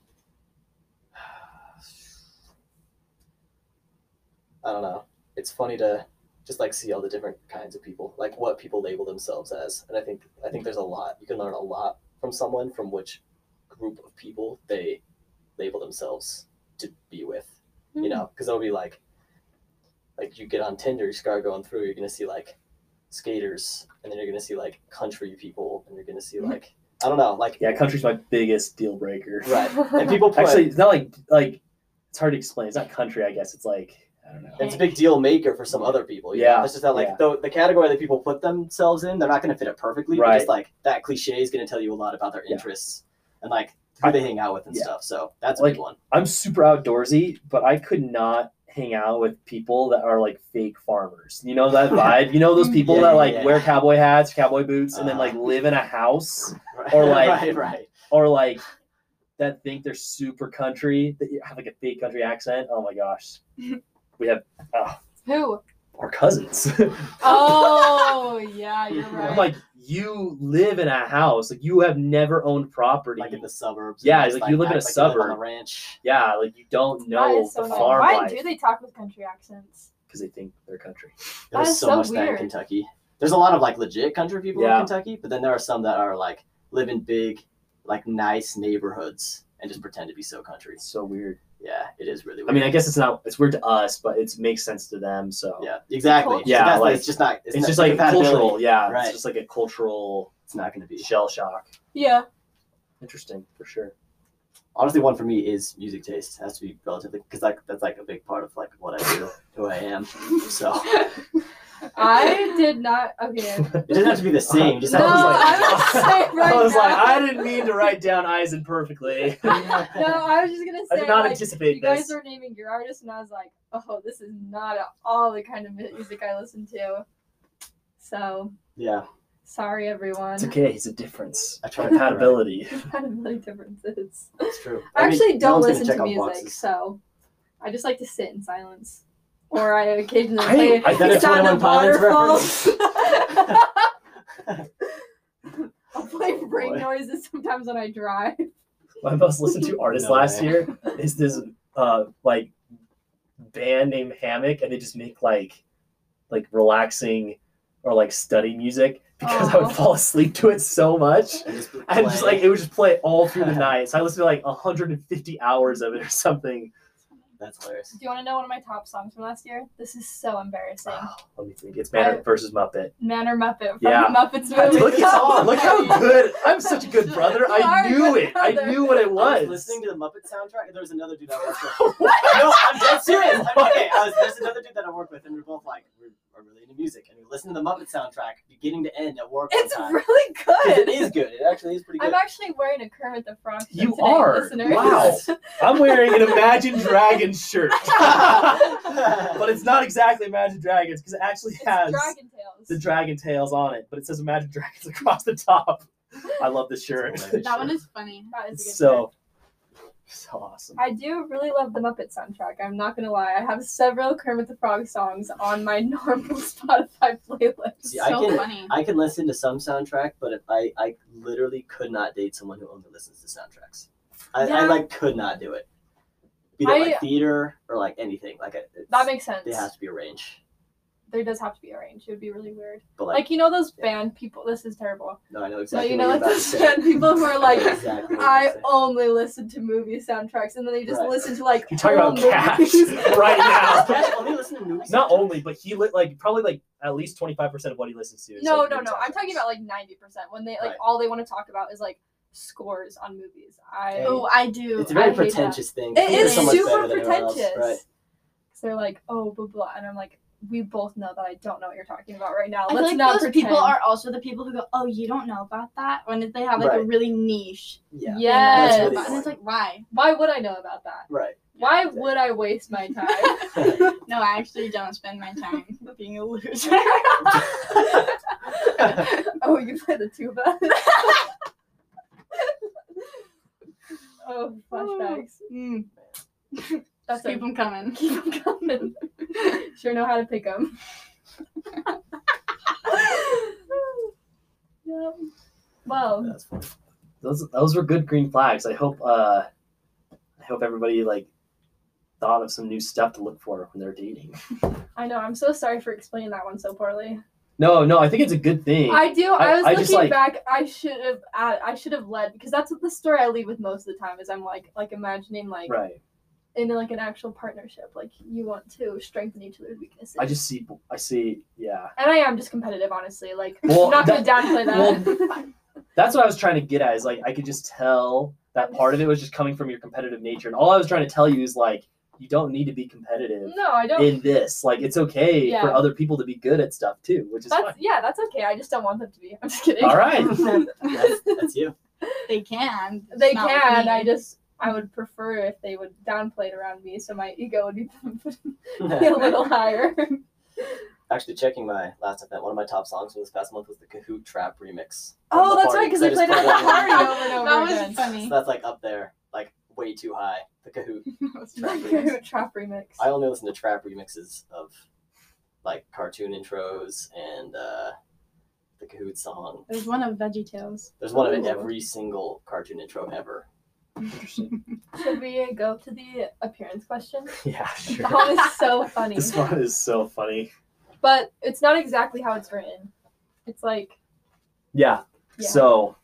[SPEAKER 4] I don't know. It's funny to just like see all the different kinds of people, like what people label themselves as, and I think I think there's a lot you can learn a lot from someone from which group of people they label themselves to be with you know, because it'll be like, like you get on Tinder, you start going through, you're gonna see like skaters, and then you're gonna see like country people, and you're gonna see like I don't know, like
[SPEAKER 1] Yeah, country's my biggest deal breaker.
[SPEAKER 4] right, and people put,
[SPEAKER 1] Actually, it's not like like it's hard to explain. It's not country, I guess. It's like I don't know.
[SPEAKER 4] it's a big deal maker for some other people. you know?
[SPEAKER 1] Yeah,
[SPEAKER 4] it's just that like
[SPEAKER 1] yeah.
[SPEAKER 4] the, the category that people put themselves in, they're not gonna fit it perfectly. But just
[SPEAKER 1] Right.
[SPEAKER 4] like that cliche is gonna tell you a lot about their
[SPEAKER 1] Yeah.
[SPEAKER 4] interests and like who they hang out with and
[SPEAKER 1] Yeah.
[SPEAKER 4] stuff. So that's a
[SPEAKER 1] Like-
[SPEAKER 4] big one.
[SPEAKER 1] I'm super outdoorsy, but I could not hang out with people that are like fake farmers. You know that vibe? You know those people
[SPEAKER 4] Yeah,
[SPEAKER 1] that
[SPEAKER 4] yeah,
[SPEAKER 1] like
[SPEAKER 4] yeah.
[SPEAKER 1] wear cowboy hats, cowboy boots, and then
[SPEAKER 4] Uh.
[SPEAKER 1] like live in a house? Or, like-
[SPEAKER 4] right, right.
[SPEAKER 1] or like that think they're super country that you have like a fake country accent. Oh my gosh,
[SPEAKER 3] Who?
[SPEAKER 1] our cousins.
[SPEAKER 3] Oh, yeah, you're right.
[SPEAKER 1] I'm like, you live in a house, like you have never owned property.
[SPEAKER 4] Like in the suburbs. and
[SPEAKER 1] Yeah,
[SPEAKER 4] just,
[SPEAKER 1] like, you live in
[SPEAKER 4] act
[SPEAKER 1] a
[SPEAKER 4] like live on a
[SPEAKER 1] suburb.
[SPEAKER 4] ranch.
[SPEAKER 1] yeah, like you don't
[SPEAKER 3] That
[SPEAKER 1] know
[SPEAKER 3] is so
[SPEAKER 1] the
[SPEAKER 3] annoying.
[SPEAKER 1] farm
[SPEAKER 3] Why
[SPEAKER 1] life
[SPEAKER 3] do they talk with country accents?
[SPEAKER 1] because they think they're country.
[SPEAKER 3] That
[SPEAKER 4] There's
[SPEAKER 3] is
[SPEAKER 4] so,
[SPEAKER 3] so
[SPEAKER 4] much that in
[SPEAKER 3] weird.
[SPEAKER 4] Kentucky. There's a lot of like legit country people
[SPEAKER 1] Yeah.
[SPEAKER 4] in Kentucky, but then there are some that are like live in big, like nice neighborhoods and just pretend to be so country.
[SPEAKER 1] It's so weird.
[SPEAKER 4] Yeah, it is really. Weird.
[SPEAKER 1] I mean, I guess it's not. It's weird to us, but it makes sense to them. So
[SPEAKER 4] yeah, exactly.
[SPEAKER 3] Culture.
[SPEAKER 4] Yeah,
[SPEAKER 1] Yeah,
[SPEAKER 4] that's,
[SPEAKER 1] like-
[SPEAKER 4] it's just not.
[SPEAKER 1] It's,
[SPEAKER 4] not
[SPEAKER 1] just like
[SPEAKER 4] compatibility.
[SPEAKER 1] cultural, yeah.
[SPEAKER 4] Right.
[SPEAKER 1] It's just like a cultural
[SPEAKER 4] It's not going to be.
[SPEAKER 1] shell shock.
[SPEAKER 3] Yeah.
[SPEAKER 1] Interesting for sure.
[SPEAKER 4] Honestly, one for me is music taste. It has to be relatively because like that's like a big part of like what I do, who I am. So
[SPEAKER 3] I did not. Okay.
[SPEAKER 4] It doesn't have to be
[SPEAKER 1] Uh-huh.
[SPEAKER 4] the same. you Just
[SPEAKER 3] No,
[SPEAKER 4] have to be
[SPEAKER 3] I
[SPEAKER 4] like,
[SPEAKER 3] was saying right
[SPEAKER 1] I was
[SPEAKER 3] now.
[SPEAKER 1] like, I didn't mean to write down Eisen perfectly.
[SPEAKER 3] no, I was just gonna
[SPEAKER 1] I
[SPEAKER 3] say.
[SPEAKER 1] did not
[SPEAKER 3] like,
[SPEAKER 1] anticipate
[SPEAKER 3] you guys
[SPEAKER 1] this.
[SPEAKER 3] were naming your artists, and I was like, oh, this is not at all the kind of music I listen to. So
[SPEAKER 4] yeah,
[SPEAKER 3] sorry, everyone.
[SPEAKER 1] It's okay. It's a difference.
[SPEAKER 4] I tried to
[SPEAKER 1] Compatibility.
[SPEAKER 3] Compatibility differences.
[SPEAKER 4] it's true.
[SPEAKER 3] I
[SPEAKER 4] mean,
[SPEAKER 3] actually
[SPEAKER 4] no
[SPEAKER 3] don't
[SPEAKER 4] one's gonna
[SPEAKER 3] listen
[SPEAKER 4] check
[SPEAKER 3] to
[SPEAKER 4] off
[SPEAKER 3] music,
[SPEAKER 4] boxes.
[SPEAKER 3] so I just like to sit in silence, or I occasionally
[SPEAKER 1] I-
[SPEAKER 3] play.
[SPEAKER 1] I
[SPEAKER 4] done a
[SPEAKER 3] it's not
[SPEAKER 4] 21 Pilots reference.
[SPEAKER 3] I'll play brain
[SPEAKER 1] Oh, Boy.
[SPEAKER 3] noises sometimes when I drive.
[SPEAKER 1] My most listened to artist
[SPEAKER 4] No
[SPEAKER 1] last
[SPEAKER 4] way.
[SPEAKER 1] year is this uh like band named Hammock, and they just make like like relaxing or like study music because I
[SPEAKER 3] Aw.
[SPEAKER 1] would fall asleep to it so much.
[SPEAKER 4] And just,
[SPEAKER 1] And just like
[SPEAKER 4] play.
[SPEAKER 1] it would just play all through the night. So I listened to like 150 hours of it or something.
[SPEAKER 4] that's hilarious.
[SPEAKER 3] Do you want to know one of my top songs from last year? This is so embarrassing.
[SPEAKER 1] Oh, let me think. It's Manor versus Muppet.
[SPEAKER 3] Man or Muppet from
[SPEAKER 1] Yeah.
[SPEAKER 3] the Muppets
[SPEAKER 1] God,
[SPEAKER 3] movie.
[SPEAKER 1] Look, it's on. Look how good. I'm such a good
[SPEAKER 3] Sorry,
[SPEAKER 1] brother. I knew it. I
[SPEAKER 3] brother.
[SPEAKER 1] knew what it
[SPEAKER 4] I
[SPEAKER 1] was.
[SPEAKER 4] was listening to the Muppet soundtrack, and there was another dude I worked with. no, I'm dead serious. I'm- okay, I was, there's another dude that I worked with, and we are both like, we're, we're really into music, and we listened to the Muppet soundtrack beginning to end at work.
[SPEAKER 3] It's
[SPEAKER 4] one time.
[SPEAKER 3] really
[SPEAKER 4] 'Cause
[SPEAKER 3] good.
[SPEAKER 4] It is good. It actually is pretty
[SPEAKER 3] I'm
[SPEAKER 4] good.
[SPEAKER 3] actually wearing a Kermit the Frog shirt
[SPEAKER 1] You
[SPEAKER 3] today,
[SPEAKER 1] are.
[SPEAKER 3] listeners.
[SPEAKER 1] Wow. I'm wearing an Imagine Dragons shirt. but it's not exactly Imagine Dragons because it actually
[SPEAKER 3] It's
[SPEAKER 1] has
[SPEAKER 3] Dragon Tales.
[SPEAKER 1] the dragon tails on it, but it says Imagine Dragons across the top. I love this shirt.
[SPEAKER 4] That's hilarious.
[SPEAKER 2] That one is funny.
[SPEAKER 3] That is a good
[SPEAKER 1] It's so,
[SPEAKER 3] shirt.
[SPEAKER 1] so awesome.
[SPEAKER 3] I do really love the Muppet soundtrack. I'm not gonna lie. I have several Kermit the Frog songs on my normal Spotify playlist.
[SPEAKER 4] See, I
[SPEAKER 2] so
[SPEAKER 4] can-
[SPEAKER 2] funny.
[SPEAKER 4] I can listen to some soundtrack, but if I, I literally could not date someone who only listens to soundtracks. I, I
[SPEAKER 3] Yeah.
[SPEAKER 4] like could not do it. Be that
[SPEAKER 3] I-
[SPEAKER 4] like theater or like anything. Like it- it's,
[SPEAKER 3] That makes sense.
[SPEAKER 4] they have to be a range.
[SPEAKER 3] There does have to be a range. It would be really weird.
[SPEAKER 4] But like,
[SPEAKER 3] Like you know those band people. This is terrible.
[SPEAKER 4] no, I know
[SPEAKER 3] So
[SPEAKER 4] exactly.
[SPEAKER 3] you know
[SPEAKER 4] what
[SPEAKER 3] like
[SPEAKER 4] you're about to
[SPEAKER 3] those
[SPEAKER 4] say.
[SPEAKER 3] band people who are like,
[SPEAKER 4] know exactly what you're
[SPEAKER 3] I
[SPEAKER 4] about
[SPEAKER 3] only listen to movie soundtracks, and then they just
[SPEAKER 4] Right.
[SPEAKER 3] listen to like.
[SPEAKER 1] You're talking
[SPEAKER 3] all
[SPEAKER 1] about Cats
[SPEAKER 3] movies.
[SPEAKER 1] right
[SPEAKER 4] to say.
[SPEAKER 1] now.
[SPEAKER 4] Yes, only listen to movies.
[SPEAKER 1] Not only, but he lit like probably like at least 25% of what he listens to. is,
[SPEAKER 3] No,
[SPEAKER 1] like,
[SPEAKER 3] no,
[SPEAKER 1] movie
[SPEAKER 3] no. I'm talking
[SPEAKER 1] soundtracks.
[SPEAKER 3] about like 90% when they like
[SPEAKER 4] Right.
[SPEAKER 3] all they want to talk about is like scores on movies. I
[SPEAKER 4] Dang.
[SPEAKER 2] oh, I do.
[SPEAKER 4] It's a very
[SPEAKER 3] I hate that.
[SPEAKER 4] pretentious thing.
[SPEAKER 3] It
[SPEAKER 4] Theater's
[SPEAKER 3] is
[SPEAKER 4] so much
[SPEAKER 3] super
[SPEAKER 4] better than everyone else,
[SPEAKER 3] pretentious.
[SPEAKER 4] right?
[SPEAKER 3] So they're like, "Oh, blah blah," and I'm like, "We both know that I don't know what you're talking about right now.
[SPEAKER 2] I feel
[SPEAKER 3] Let's
[SPEAKER 2] like
[SPEAKER 3] not
[SPEAKER 2] those
[SPEAKER 3] pretend."
[SPEAKER 2] people are also the people who go, "Oh, you don't know about that," when they have like a
[SPEAKER 4] Right.
[SPEAKER 2] really niche.
[SPEAKER 4] Yeah.
[SPEAKER 2] thing that they
[SPEAKER 3] Yes.
[SPEAKER 2] know
[SPEAKER 4] That's
[SPEAKER 2] about.
[SPEAKER 4] really
[SPEAKER 2] and it's like, why?
[SPEAKER 3] Why would I know about that?
[SPEAKER 4] Right.
[SPEAKER 3] Why
[SPEAKER 4] exactly.
[SPEAKER 3] would I waste my time?
[SPEAKER 2] No, I actually don't spend my time being a loser.
[SPEAKER 3] oh, you play the tuba. oh, flashbacks.
[SPEAKER 2] mm,
[SPEAKER 3] That's
[SPEAKER 2] keep
[SPEAKER 3] it.
[SPEAKER 2] them coming.
[SPEAKER 3] Keep 'em coming. sure know how to pick them. yep. Well,
[SPEAKER 4] That's funny.
[SPEAKER 1] those those were good green flags. I hope uh I hope everybody like thought of some new stuff to look for when they're dating.
[SPEAKER 3] I know. I'm so sorry for explaining that one so poorly.
[SPEAKER 1] No, no, I think it's a good thing.
[SPEAKER 3] I do.
[SPEAKER 1] I-
[SPEAKER 3] I, was
[SPEAKER 1] I
[SPEAKER 3] looking
[SPEAKER 1] just, like-
[SPEAKER 3] back. I should have. I, I should have led because that's what the story I lead with most of the time is. I'm like like imagining like
[SPEAKER 1] right.
[SPEAKER 3] in like an actual partnership. Like you want to strengthen each other's weaknesses.
[SPEAKER 1] I just see I see yeah.
[SPEAKER 3] and I am just competitive, honestly. Like
[SPEAKER 1] Well,
[SPEAKER 3] I'm not gonna
[SPEAKER 1] that-
[SPEAKER 3] downplay that.
[SPEAKER 1] that's what I was trying to get at is like I could just tell that part of it was just coming from your competitive nature. And all I was trying to tell you is like you don't need to be competitive
[SPEAKER 3] no, I don't.
[SPEAKER 1] in this. Like it's okay for
[SPEAKER 3] Yeah.
[SPEAKER 1] other people to be good at stuff too, which is
[SPEAKER 3] that's
[SPEAKER 1] fine.
[SPEAKER 3] yeah, that's okay. I just don't want them to be. I'm just kidding.
[SPEAKER 1] All right.
[SPEAKER 4] That's, that's you.
[SPEAKER 2] They can. it's
[SPEAKER 3] They
[SPEAKER 2] not with
[SPEAKER 3] can.
[SPEAKER 2] me.
[SPEAKER 3] I just I would prefer if they would downplay it around me, so my ego would be a little higher.
[SPEAKER 4] Actually, checking my last event, one of my top songs from this past month was the Kahoot Trap remix. from
[SPEAKER 3] Oh,
[SPEAKER 4] the
[SPEAKER 3] that's
[SPEAKER 4] party,
[SPEAKER 3] right, because I
[SPEAKER 4] just
[SPEAKER 3] played it at the
[SPEAKER 4] that
[SPEAKER 3] party
[SPEAKER 4] in.
[SPEAKER 3] over and over
[SPEAKER 2] That was
[SPEAKER 3] again.
[SPEAKER 2] funny.
[SPEAKER 4] So that's like up there, like way too high. The Kahoot. Trap remix.
[SPEAKER 3] Trap remix.
[SPEAKER 4] I only listen to trap remixes of like cartoon intros and uh, the Kahoot song.
[SPEAKER 2] There's one of Veggie Tales.
[SPEAKER 4] There's one of it
[SPEAKER 3] Ooh.
[SPEAKER 4] every single cartoon intro ever.
[SPEAKER 1] Interesting.
[SPEAKER 3] Should we go to the appearance question?
[SPEAKER 1] Yeah,
[SPEAKER 3] That
[SPEAKER 1] sure.
[SPEAKER 3] was so funny,
[SPEAKER 1] this one is so funny.
[SPEAKER 3] but it's not exactly how it's written. It's like
[SPEAKER 1] Yeah.
[SPEAKER 3] Yeah.
[SPEAKER 1] So,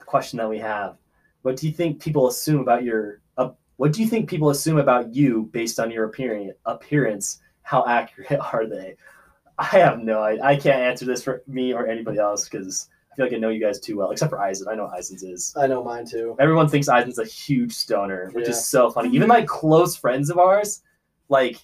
[SPEAKER 1] a question that we have: What do you think people assume about your? Uh, what do you think people assume about you based on your appearance? Appearance? How accurate are they? I have no. I, I can't answer this for me or anybody else because I feel like I know you guys too well, except for Eisen. I know Eisen's is.
[SPEAKER 4] I know mine too.
[SPEAKER 1] Everyone thinks Eisen's a huge stoner, which
[SPEAKER 4] Yeah.
[SPEAKER 1] is so funny. Even like close friends of ours, like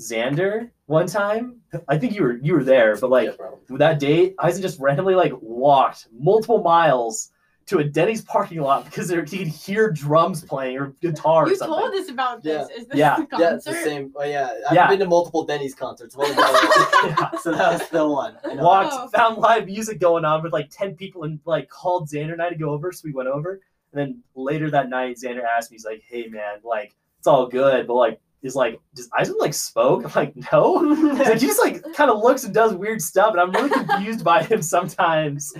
[SPEAKER 1] Xander one time. I think you were you were there, but like
[SPEAKER 5] yeah, probably.
[SPEAKER 1] that date, Isaac just randomly like walked multiple miles to a Denny's parking lot because there, he could hear drums playing or guitar or
[SPEAKER 2] You
[SPEAKER 1] something.
[SPEAKER 2] told us about this. Is this
[SPEAKER 1] Yeah.
[SPEAKER 2] the concert?
[SPEAKER 4] Yeah, it's the same. Oh yeah, I've
[SPEAKER 1] Yeah.
[SPEAKER 4] been to multiple Denny's concerts. One of those.
[SPEAKER 1] Yeah.
[SPEAKER 4] so that was the one. I know.
[SPEAKER 1] Walked,
[SPEAKER 2] Oh.
[SPEAKER 1] found live music going on with like ten people, and like called Xander and I to go over. So we went over, and then later that night, Xander asked me, he's like, "Hey man, like it's all good, but like." Is like, does Isaac like spoke? I'm like, no. He's like, he just like kind of looks and does weird stuff, and I'm really confused by him sometimes.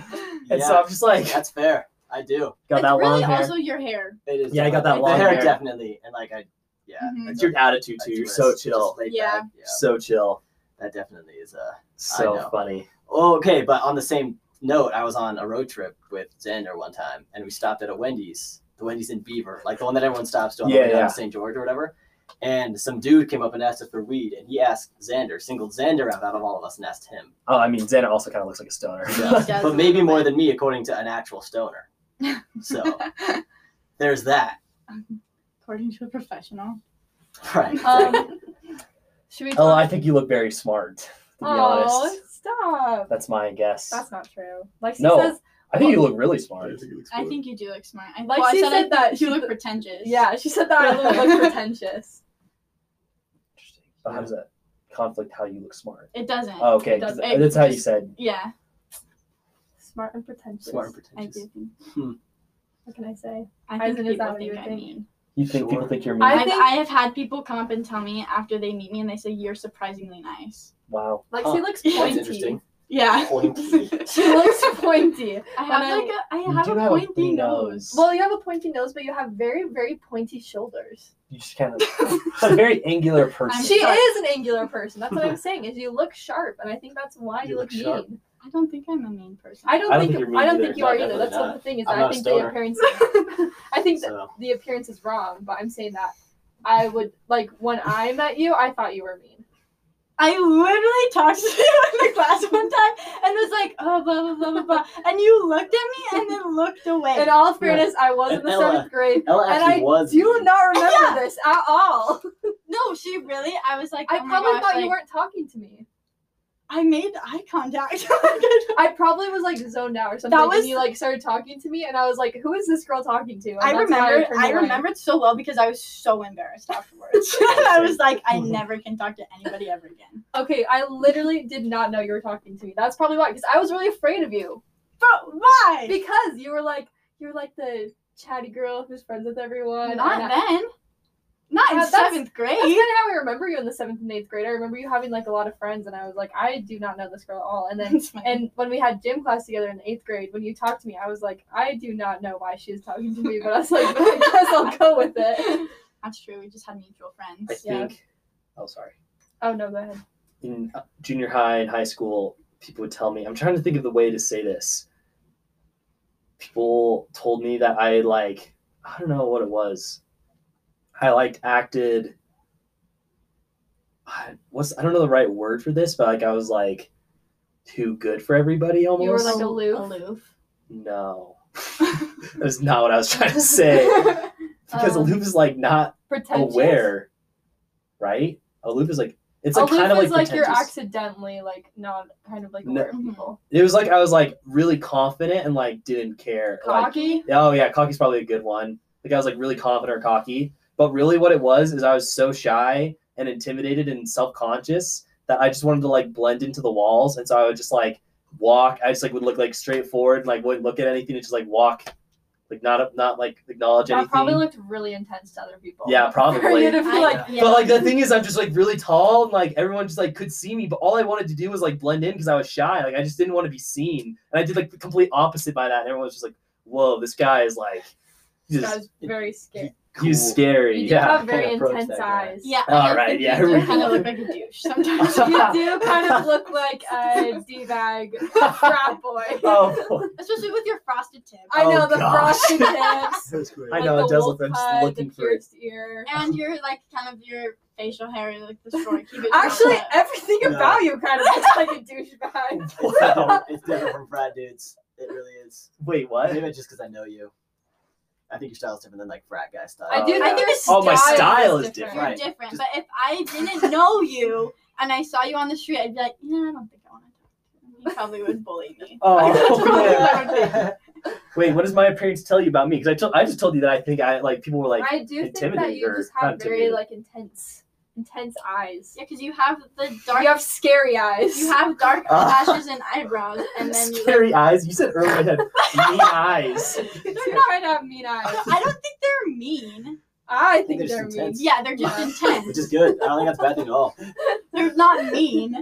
[SPEAKER 1] And so
[SPEAKER 4] Yeah.
[SPEAKER 1] I'm just like,
[SPEAKER 4] That's fair. I do.
[SPEAKER 1] got
[SPEAKER 2] it's
[SPEAKER 1] that
[SPEAKER 2] really
[SPEAKER 1] long hair.
[SPEAKER 2] also your hair.
[SPEAKER 4] It is.
[SPEAKER 1] Yeah, I got
[SPEAKER 4] definitely-
[SPEAKER 2] that long
[SPEAKER 4] the hair,
[SPEAKER 1] hair.
[SPEAKER 4] definitely, and like I, yeah,
[SPEAKER 2] Mhm.
[SPEAKER 4] I
[SPEAKER 1] It's
[SPEAKER 4] know
[SPEAKER 1] your attitude
[SPEAKER 4] that
[SPEAKER 1] too. You're
[SPEAKER 4] Jewish-
[SPEAKER 1] so
[SPEAKER 4] just
[SPEAKER 1] chill,
[SPEAKER 4] laid
[SPEAKER 2] Yeah.
[SPEAKER 4] back, yeah,
[SPEAKER 1] so chill,
[SPEAKER 4] that definitely is a. I
[SPEAKER 1] so
[SPEAKER 4] know.
[SPEAKER 1] funny.
[SPEAKER 4] Oh, okay, but on the same note, I was on a road trip with Xander one time, and we stopped at a Wendy's, the Wendy's in Beaver, like the one that everyone stops to on the
[SPEAKER 1] Yeah,
[SPEAKER 4] way down
[SPEAKER 1] yeah.
[SPEAKER 4] to St. George or whatever. And some dude came up and asked us for weed, and he asked Xander, singled Xander out out of all of us, and asked him.
[SPEAKER 1] Oh, I mean, Xander also kind of looks like a stoner.
[SPEAKER 2] He
[SPEAKER 4] Yeah.
[SPEAKER 2] does a
[SPEAKER 4] but maybe
[SPEAKER 2] little
[SPEAKER 4] more
[SPEAKER 2] bit.
[SPEAKER 4] than me, according to an actual stoner. So there's that.
[SPEAKER 2] According to a professional.
[SPEAKER 4] Right.
[SPEAKER 3] Um, should we?
[SPEAKER 1] Oh,
[SPEAKER 3] Talk-
[SPEAKER 1] I think you look very smart. To be
[SPEAKER 3] oh,
[SPEAKER 1] honest,
[SPEAKER 3] stop.
[SPEAKER 1] that's my guess.
[SPEAKER 3] That's not true. Lexi
[SPEAKER 1] No.
[SPEAKER 3] says,
[SPEAKER 1] I think you look really smart.
[SPEAKER 2] I think you do look smart. I,
[SPEAKER 3] Like
[SPEAKER 2] well, I
[SPEAKER 3] she
[SPEAKER 2] said,
[SPEAKER 3] said
[SPEAKER 2] I,
[SPEAKER 3] that
[SPEAKER 2] that
[SPEAKER 3] she
[SPEAKER 2] you look
[SPEAKER 3] th-
[SPEAKER 2] pretentious.
[SPEAKER 3] yeah, she said that I look look pretentious.
[SPEAKER 1] But how does that conflict how you look smart?
[SPEAKER 2] It doesn't.
[SPEAKER 1] Oh, okay,
[SPEAKER 3] It
[SPEAKER 1] 'cause
[SPEAKER 3] does-
[SPEAKER 2] it
[SPEAKER 1] that's how you
[SPEAKER 2] just-
[SPEAKER 1] said.
[SPEAKER 2] Yeah,
[SPEAKER 3] Smart and pretentious.
[SPEAKER 4] Smart
[SPEAKER 2] I
[SPEAKER 4] and pretentious.
[SPEAKER 2] do. think-
[SPEAKER 3] What can I say?
[SPEAKER 2] I
[SPEAKER 3] Isaac,
[SPEAKER 2] think
[SPEAKER 3] is that
[SPEAKER 2] people
[SPEAKER 3] what you
[SPEAKER 2] think
[SPEAKER 3] were
[SPEAKER 2] I
[SPEAKER 3] thinking?
[SPEAKER 2] mean.
[SPEAKER 1] You think people
[SPEAKER 4] Sure.
[SPEAKER 1] think you're mean?
[SPEAKER 3] I
[SPEAKER 2] I,
[SPEAKER 3] think-
[SPEAKER 2] I have had people come up and tell me after they meet me, and they say you're surprisingly nice.
[SPEAKER 1] wow.
[SPEAKER 3] Like
[SPEAKER 4] Huh.
[SPEAKER 3] she looks
[SPEAKER 2] That's
[SPEAKER 4] That's
[SPEAKER 3] pointy.
[SPEAKER 4] interesting.
[SPEAKER 2] Yeah,
[SPEAKER 4] Pointy.
[SPEAKER 3] She looks pointy.
[SPEAKER 2] I have like a, I
[SPEAKER 1] You
[SPEAKER 2] have
[SPEAKER 1] do
[SPEAKER 2] a
[SPEAKER 1] have a
[SPEAKER 2] pointy
[SPEAKER 1] big
[SPEAKER 2] nose.
[SPEAKER 1] nose.
[SPEAKER 3] Well, you have a pointy nose, but you have very, very pointy shoulders.
[SPEAKER 1] You just kind of. She's a very angular person.
[SPEAKER 2] I'm
[SPEAKER 3] she
[SPEAKER 2] sorry.
[SPEAKER 3] is an angular person. That's what I'm saying. Is you look sharp, and I think that's why you,
[SPEAKER 4] You
[SPEAKER 3] look
[SPEAKER 4] look sharp.
[SPEAKER 3] mean.
[SPEAKER 2] I don't think I'm a mean person.
[SPEAKER 3] I don't,
[SPEAKER 1] I don't
[SPEAKER 3] think,
[SPEAKER 1] think you're mean
[SPEAKER 3] I don't
[SPEAKER 1] either.
[SPEAKER 3] think you
[SPEAKER 4] No,
[SPEAKER 3] are either.
[SPEAKER 4] definitely
[SPEAKER 3] That's what the
[SPEAKER 4] not.
[SPEAKER 3] thing is.
[SPEAKER 4] I'm
[SPEAKER 3] I
[SPEAKER 4] not a
[SPEAKER 3] think the
[SPEAKER 4] stoner.
[SPEAKER 3] appearance. I think that
[SPEAKER 4] So
[SPEAKER 3] the appearance is wrong, but I'm saying that I would like when I met you, I thought you were mean.
[SPEAKER 2] I literally talked to you in the class one time and was like, oh, blah, blah, blah, blah, blah. And you looked at me and then looked away.
[SPEAKER 3] In all fairness, I was in the
[SPEAKER 4] Ella-
[SPEAKER 3] seventh grade.
[SPEAKER 4] Ella
[SPEAKER 3] And
[SPEAKER 4] actually
[SPEAKER 3] I
[SPEAKER 4] was.
[SPEAKER 3] Do you
[SPEAKER 4] mean.
[SPEAKER 3] not remember this at all?
[SPEAKER 2] no, she really, I was like,
[SPEAKER 3] I
[SPEAKER 2] oh my
[SPEAKER 3] probably
[SPEAKER 2] gosh,
[SPEAKER 3] thought you
[SPEAKER 2] like,
[SPEAKER 3] weren't talking to me.
[SPEAKER 2] I made eye contact. I
[SPEAKER 3] I probably was like zoned out or something.
[SPEAKER 2] That was-
[SPEAKER 3] and you like started talking to me, and I was like, "Who is this girl talking to?" And that's why
[SPEAKER 2] remembered,
[SPEAKER 3] turned
[SPEAKER 2] I
[SPEAKER 3] away.
[SPEAKER 2] remembered so well because I was so embarrassed afterwards. I was like, I
[SPEAKER 1] Mm-hmm.
[SPEAKER 2] never can talk to anybody ever again.
[SPEAKER 3] Okay, I literally did not know you were talking to me. That's probably why, because I was really afraid of you.
[SPEAKER 2] But why?
[SPEAKER 3] Because you were like, you were like the chatty girl who's friends with everyone.
[SPEAKER 2] Not
[SPEAKER 3] and I-
[SPEAKER 2] then. Not in
[SPEAKER 3] Yeah, that's-
[SPEAKER 2] seventh grade.
[SPEAKER 3] That's kind of how I remember you in the seventh and eighth grade. I remember you having like a lot of friends, and I was like, I do not know this girl at all. And then,
[SPEAKER 2] It's fine.
[SPEAKER 3] and when we had gym class together in the eighth grade, when you talked to me, I was like, I do not know why she is talking to me, but I was like, I guess I'll go with it.
[SPEAKER 2] That's true. We just had mutual friends.
[SPEAKER 1] I
[SPEAKER 3] yeah.
[SPEAKER 1] think. Oh, sorry.
[SPEAKER 3] Oh no, go ahead.
[SPEAKER 1] in junior high and high school, people would tell me, I'm trying to think of the way to say this. People told me that I like, I don't know what it was. I liked acted. I was I don't know the right word for this, but like I was like too good for everybody almost.
[SPEAKER 3] You were like aloof.
[SPEAKER 2] Aloof.
[SPEAKER 1] no, that's not what I was trying to say. Because
[SPEAKER 3] Um,
[SPEAKER 1] aloof is like not
[SPEAKER 3] pretentious.
[SPEAKER 1] aware, right? Aloof is like it's like
[SPEAKER 3] Aloof
[SPEAKER 1] kind of like
[SPEAKER 3] is like you're
[SPEAKER 1] pretentious.
[SPEAKER 3] accidentally like not kind of like
[SPEAKER 1] No.
[SPEAKER 3] aware of people.
[SPEAKER 1] It was like I was like really confident and like didn't care. Like,
[SPEAKER 3] Cocky.
[SPEAKER 1] oh yeah, cocky's probably a good one. Like I was like really confident or cocky, but really what it was is I was so shy and intimidated and self-conscious that I just wanted to like blend into the walls, and so I would just like walk. I just like would look like straight forward and like wouldn't look at anything and just like walk, like not not like acknowledge
[SPEAKER 3] That
[SPEAKER 1] anything.
[SPEAKER 3] probably looked really intense to other people.
[SPEAKER 1] Yeah, probably.
[SPEAKER 3] For you to
[SPEAKER 2] I-
[SPEAKER 3] feel like
[SPEAKER 2] yeah.
[SPEAKER 1] But like the thing is, I'm just like really tall, and like everyone just like could see me. But all I wanted to do was like blend in because I was shy. Like I just didn't want to be seen, and I did like the complete opposite by that. And everyone was just like, "Whoa, this guy is like, he's,
[SPEAKER 3] I was very scared.
[SPEAKER 1] he's
[SPEAKER 4] Cool.
[SPEAKER 1] scary."
[SPEAKER 3] You do
[SPEAKER 1] yeah.
[SPEAKER 3] have very
[SPEAKER 4] Kinda approach
[SPEAKER 3] intense
[SPEAKER 4] that guy.
[SPEAKER 3] eyes.
[SPEAKER 2] Yeah.
[SPEAKER 1] All
[SPEAKER 2] I
[SPEAKER 1] right,
[SPEAKER 2] think
[SPEAKER 1] yeah,
[SPEAKER 2] You
[SPEAKER 1] we-
[SPEAKER 2] kind of look like a douche sometimes.
[SPEAKER 3] You do kind of look like a d bag frat boy.
[SPEAKER 1] oh,
[SPEAKER 2] Especially with your frosted tip
[SPEAKER 3] I know
[SPEAKER 1] Oh,
[SPEAKER 3] the
[SPEAKER 1] gosh.
[SPEAKER 3] frosted tips.
[SPEAKER 1] I
[SPEAKER 3] like
[SPEAKER 1] know it
[SPEAKER 3] the
[SPEAKER 1] does
[SPEAKER 3] wolf
[SPEAKER 1] look. I'm
[SPEAKER 3] hide,
[SPEAKER 1] just looking
[SPEAKER 3] the
[SPEAKER 1] for it.
[SPEAKER 3] pierced ear.
[SPEAKER 2] and your like kind of your facial hair, like the short. Keep it
[SPEAKER 3] Actually,
[SPEAKER 2] short.
[SPEAKER 3] everything
[SPEAKER 4] No.
[SPEAKER 3] about you kind of looks like a douchebag.
[SPEAKER 4] It's
[SPEAKER 1] Wow.
[SPEAKER 4] different- it's different from Brad dudes. It really is.
[SPEAKER 1] Wait,
[SPEAKER 4] Maybe
[SPEAKER 1] what?
[SPEAKER 4] it's just because I know you. I think your style's different than like frat guy style.
[SPEAKER 3] I do.
[SPEAKER 1] Oh, yeah.
[SPEAKER 3] Know
[SPEAKER 2] I think
[SPEAKER 3] your
[SPEAKER 2] it's- Oh,
[SPEAKER 1] my style is
[SPEAKER 2] You're
[SPEAKER 4] Right.
[SPEAKER 2] different.
[SPEAKER 4] Just-
[SPEAKER 2] But if I didn't know you and I saw you on the street, I'd be like, yeah, I don't think I want to talk to you. You probably would bully me.
[SPEAKER 1] Oh,
[SPEAKER 2] man.
[SPEAKER 1] Wait, what does my appearance tell you about me? Because I told I just told you that I think I like people were like
[SPEAKER 3] I do think that
[SPEAKER 1] intimidated
[SPEAKER 3] you
[SPEAKER 1] or
[SPEAKER 3] just
[SPEAKER 1] not
[SPEAKER 3] have very
[SPEAKER 1] intimidated.
[SPEAKER 3] like intense, intense eyes.
[SPEAKER 2] Yeah, because you have the dark.
[SPEAKER 3] You have scary eyes.
[SPEAKER 2] you have dark
[SPEAKER 1] Ah.
[SPEAKER 2] eyelashes and eyebrows, and then you.
[SPEAKER 1] scary eyes. You said earlier I had mean eyes.
[SPEAKER 3] They're not trying to have mean eyes.
[SPEAKER 2] I don't think they're mean.
[SPEAKER 3] I think
[SPEAKER 4] They're just
[SPEAKER 3] they're mean.
[SPEAKER 4] intense.
[SPEAKER 2] Yeah, they're just
[SPEAKER 4] Which
[SPEAKER 2] intense.
[SPEAKER 4] is good. I don't think that's a bad thing at all.
[SPEAKER 2] They're not mean.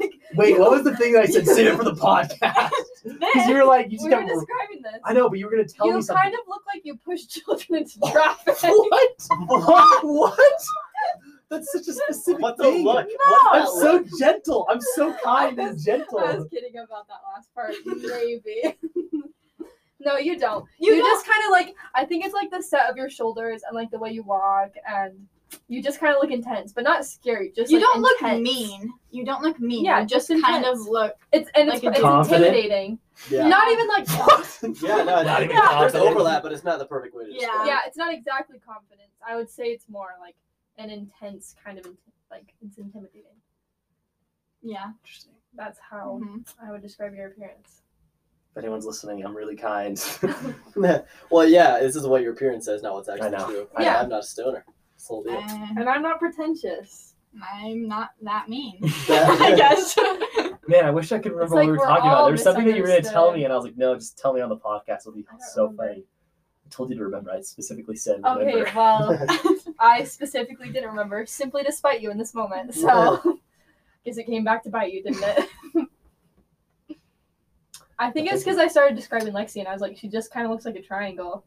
[SPEAKER 3] Like
[SPEAKER 1] Wait, what was the thing that I said? Save it for the podcast. Because you were like, you just
[SPEAKER 3] we
[SPEAKER 1] got.
[SPEAKER 3] were describing this.
[SPEAKER 1] I know, but you were gonna tell
[SPEAKER 3] you
[SPEAKER 1] me something.
[SPEAKER 3] kind of look like you push children into traffic.
[SPEAKER 1] What? what? What? That's such a specific
[SPEAKER 4] What the
[SPEAKER 1] thing.
[SPEAKER 4] look?
[SPEAKER 1] I'm
[SPEAKER 4] What's that
[SPEAKER 1] so
[SPEAKER 4] look?
[SPEAKER 1] gentle. I'm so kind and
[SPEAKER 3] I was
[SPEAKER 1] gentle.
[SPEAKER 3] kidding about that last part, maybe. no, you don't.
[SPEAKER 2] You
[SPEAKER 3] You, just kind of like I think it's like the set of your shoulders and like the way you walk, and you just kind of look intense, but not scary. Just
[SPEAKER 2] You
[SPEAKER 3] like,
[SPEAKER 2] don't look
[SPEAKER 3] intense.
[SPEAKER 2] mean. You don't look mean.
[SPEAKER 3] Yeah,
[SPEAKER 2] you just
[SPEAKER 3] just
[SPEAKER 2] kind of
[SPEAKER 3] intense.
[SPEAKER 2] look.
[SPEAKER 3] It's and
[SPEAKER 2] Like
[SPEAKER 3] it's, it's
[SPEAKER 1] Confident?
[SPEAKER 3] intimidating.
[SPEAKER 4] Yeah.
[SPEAKER 3] Not even like
[SPEAKER 4] Yeah, no,
[SPEAKER 1] Not
[SPEAKER 4] it's-
[SPEAKER 1] even
[SPEAKER 4] there's
[SPEAKER 1] confident.
[SPEAKER 4] overlap, but it's not the perfect way to describe it.
[SPEAKER 3] yeah, it's not exactly confidence. I would say it's more like an intense kind of inti- like it's intimidating.
[SPEAKER 2] Yeah.
[SPEAKER 1] Interesting.
[SPEAKER 3] That's how
[SPEAKER 2] Mhm.
[SPEAKER 3] I would describe your appearance.
[SPEAKER 1] If anyone's listening, I'm really kind.
[SPEAKER 4] well, yeah, this is what your appearance says, not what's actually
[SPEAKER 1] I know.
[SPEAKER 4] true.
[SPEAKER 1] I
[SPEAKER 3] Yeah.
[SPEAKER 4] I, am not a stoner. It's the whole deal.
[SPEAKER 2] Uh,
[SPEAKER 3] And I'm not pretentious.
[SPEAKER 2] I'm not that mean. I
[SPEAKER 4] Yeah.
[SPEAKER 2] guess.
[SPEAKER 1] Man, I wish I could remember
[SPEAKER 3] like
[SPEAKER 1] what we were
[SPEAKER 3] we're
[SPEAKER 1] talking
[SPEAKER 3] all
[SPEAKER 1] about. There was something that you were gonna tell
[SPEAKER 3] misunderstood.
[SPEAKER 1] me, and I was like, no, just tell me on the podcast. It'll be
[SPEAKER 3] I don't
[SPEAKER 1] so
[SPEAKER 3] remember.
[SPEAKER 1] funny. I told you to remember. I specifically said
[SPEAKER 3] Okay,
[SPEAKER 1] remember.
[SPEAKER 3] well, I specifically didn't remember simply to spite you in this moment. So, because it came back to bite you, didn't it? I think it's because I started describing Lexi, and I was like, she just kind of looks like a triangle.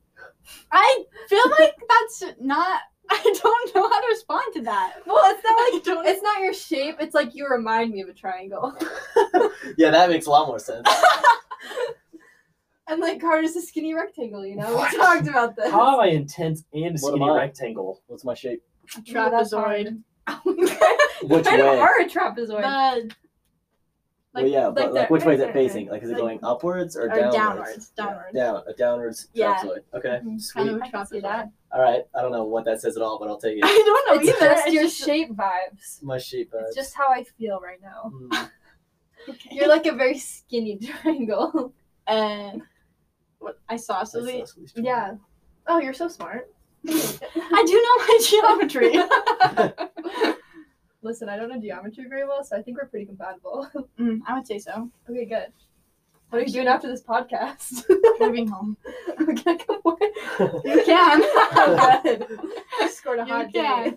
[SPEAKER 2] I feel like that's not. I don't know how to respond to that.
[SPEAKER 3] Well, it's not
[SPEAKER 2] I don't.
[SPEAKER 3] it's not your shape. It's like you remind me of a triangle.
[SPEAKER 4] yeah, that makes a lot more sense.
[SPEAKER 3] And like Carter's a skinny rectangle, you know.
[SPEAKER 1] What?
[SPEAKER 3] We talked about this.
[SPEAKER 1] How am I intense and a
[SPEAKER 4] What am
[SPEAKER 1] skinny
[SPEAKER 4] I?
[SPEAKER 1] rectangle?
[SPEAKER 4] What's my shape?
[SPEAKER 2] trapezoid.
[SPEAKER 4] Which
[SPEAKER 3] I
[SPEAKER 4] way?
[SPEAKER 3] are a trapezoid.
[SPEAKER 2] The
[SPEAKER 4] well, yeah,
[SPEAKER 3] like
[SPEAKER 4] but like,
[SPEAKER 3] the-
[SPEAKER 4] which way is it
[SPEAKER 3] right,
[SPEAKER 4] facing? Like, is it
[SPEAKER 3] Like-
[SPEAKER 4] going upwards or,
[SPEAKER 2] or
[SPEAKER 4] downwards?
[SPEAKER 2] downwards, downwards.
[SPEAKER 4] Yeah, down, a downwards
[SPEAKER 2] Yeah.
[SPEAKER 4] trapezoid. Okay,
[SPEAKER 3] Mm-hmm.
[SPEAKER 4] sweet.
[SPEAKER 2] kind of a
[SPEAKER 3] I can see
[SPEAKER 2] trapezoid.
[SPEAKER 3] that.
[SPEAKER 4] All right, I don't know what that says at all, but I'll take
[SPEAKER 2] I
[SPEAKER 4] it.
[SPEAKER 2] don't know
[SPEAKER 3] it's
[SPEAKER 2] either.
[SPEAKER 3] just
[SPEAKER 2] It's
[SPEAKER 3] your
[SPEAKER 2] just-
[SPEAKER 3] shape vibes.
[SPEAKER 4] My shape. uh,
[SPEAKER 3] It's just how I feel right now.
[SPEAKER 4] Mm.
[SPEAKER 2] Okay.
[SPEAKER 3] You're like a very skinny triangle.
[SPEAKER 2] and what I saw so we-
[SPEAKER 4] Isosceles
[SPEAKER 3] yeah. Oh, you're so smart.
[SPEAKER 2] I do know my geometry.
[SPEAKER 3] Listen, I don't know geometry very well, so I think we're pretty compatible.
[SPEAKER 2] Mm, I would say so.
[SPEAKER 3] Okay, good. What are you doing after this podcast?
[SPEAKER 2] Driving home.
[SPEAKER 3] I'm gonna come away.
[SPEAKER 4] triangle.
[SPEAKER 2] You can.
[SPEAKER 3] I scored a
[SPEAKER 2] you
[SPEAKER 3] hot
[SPEAKER 2] can.
[SPEAKER 3] day.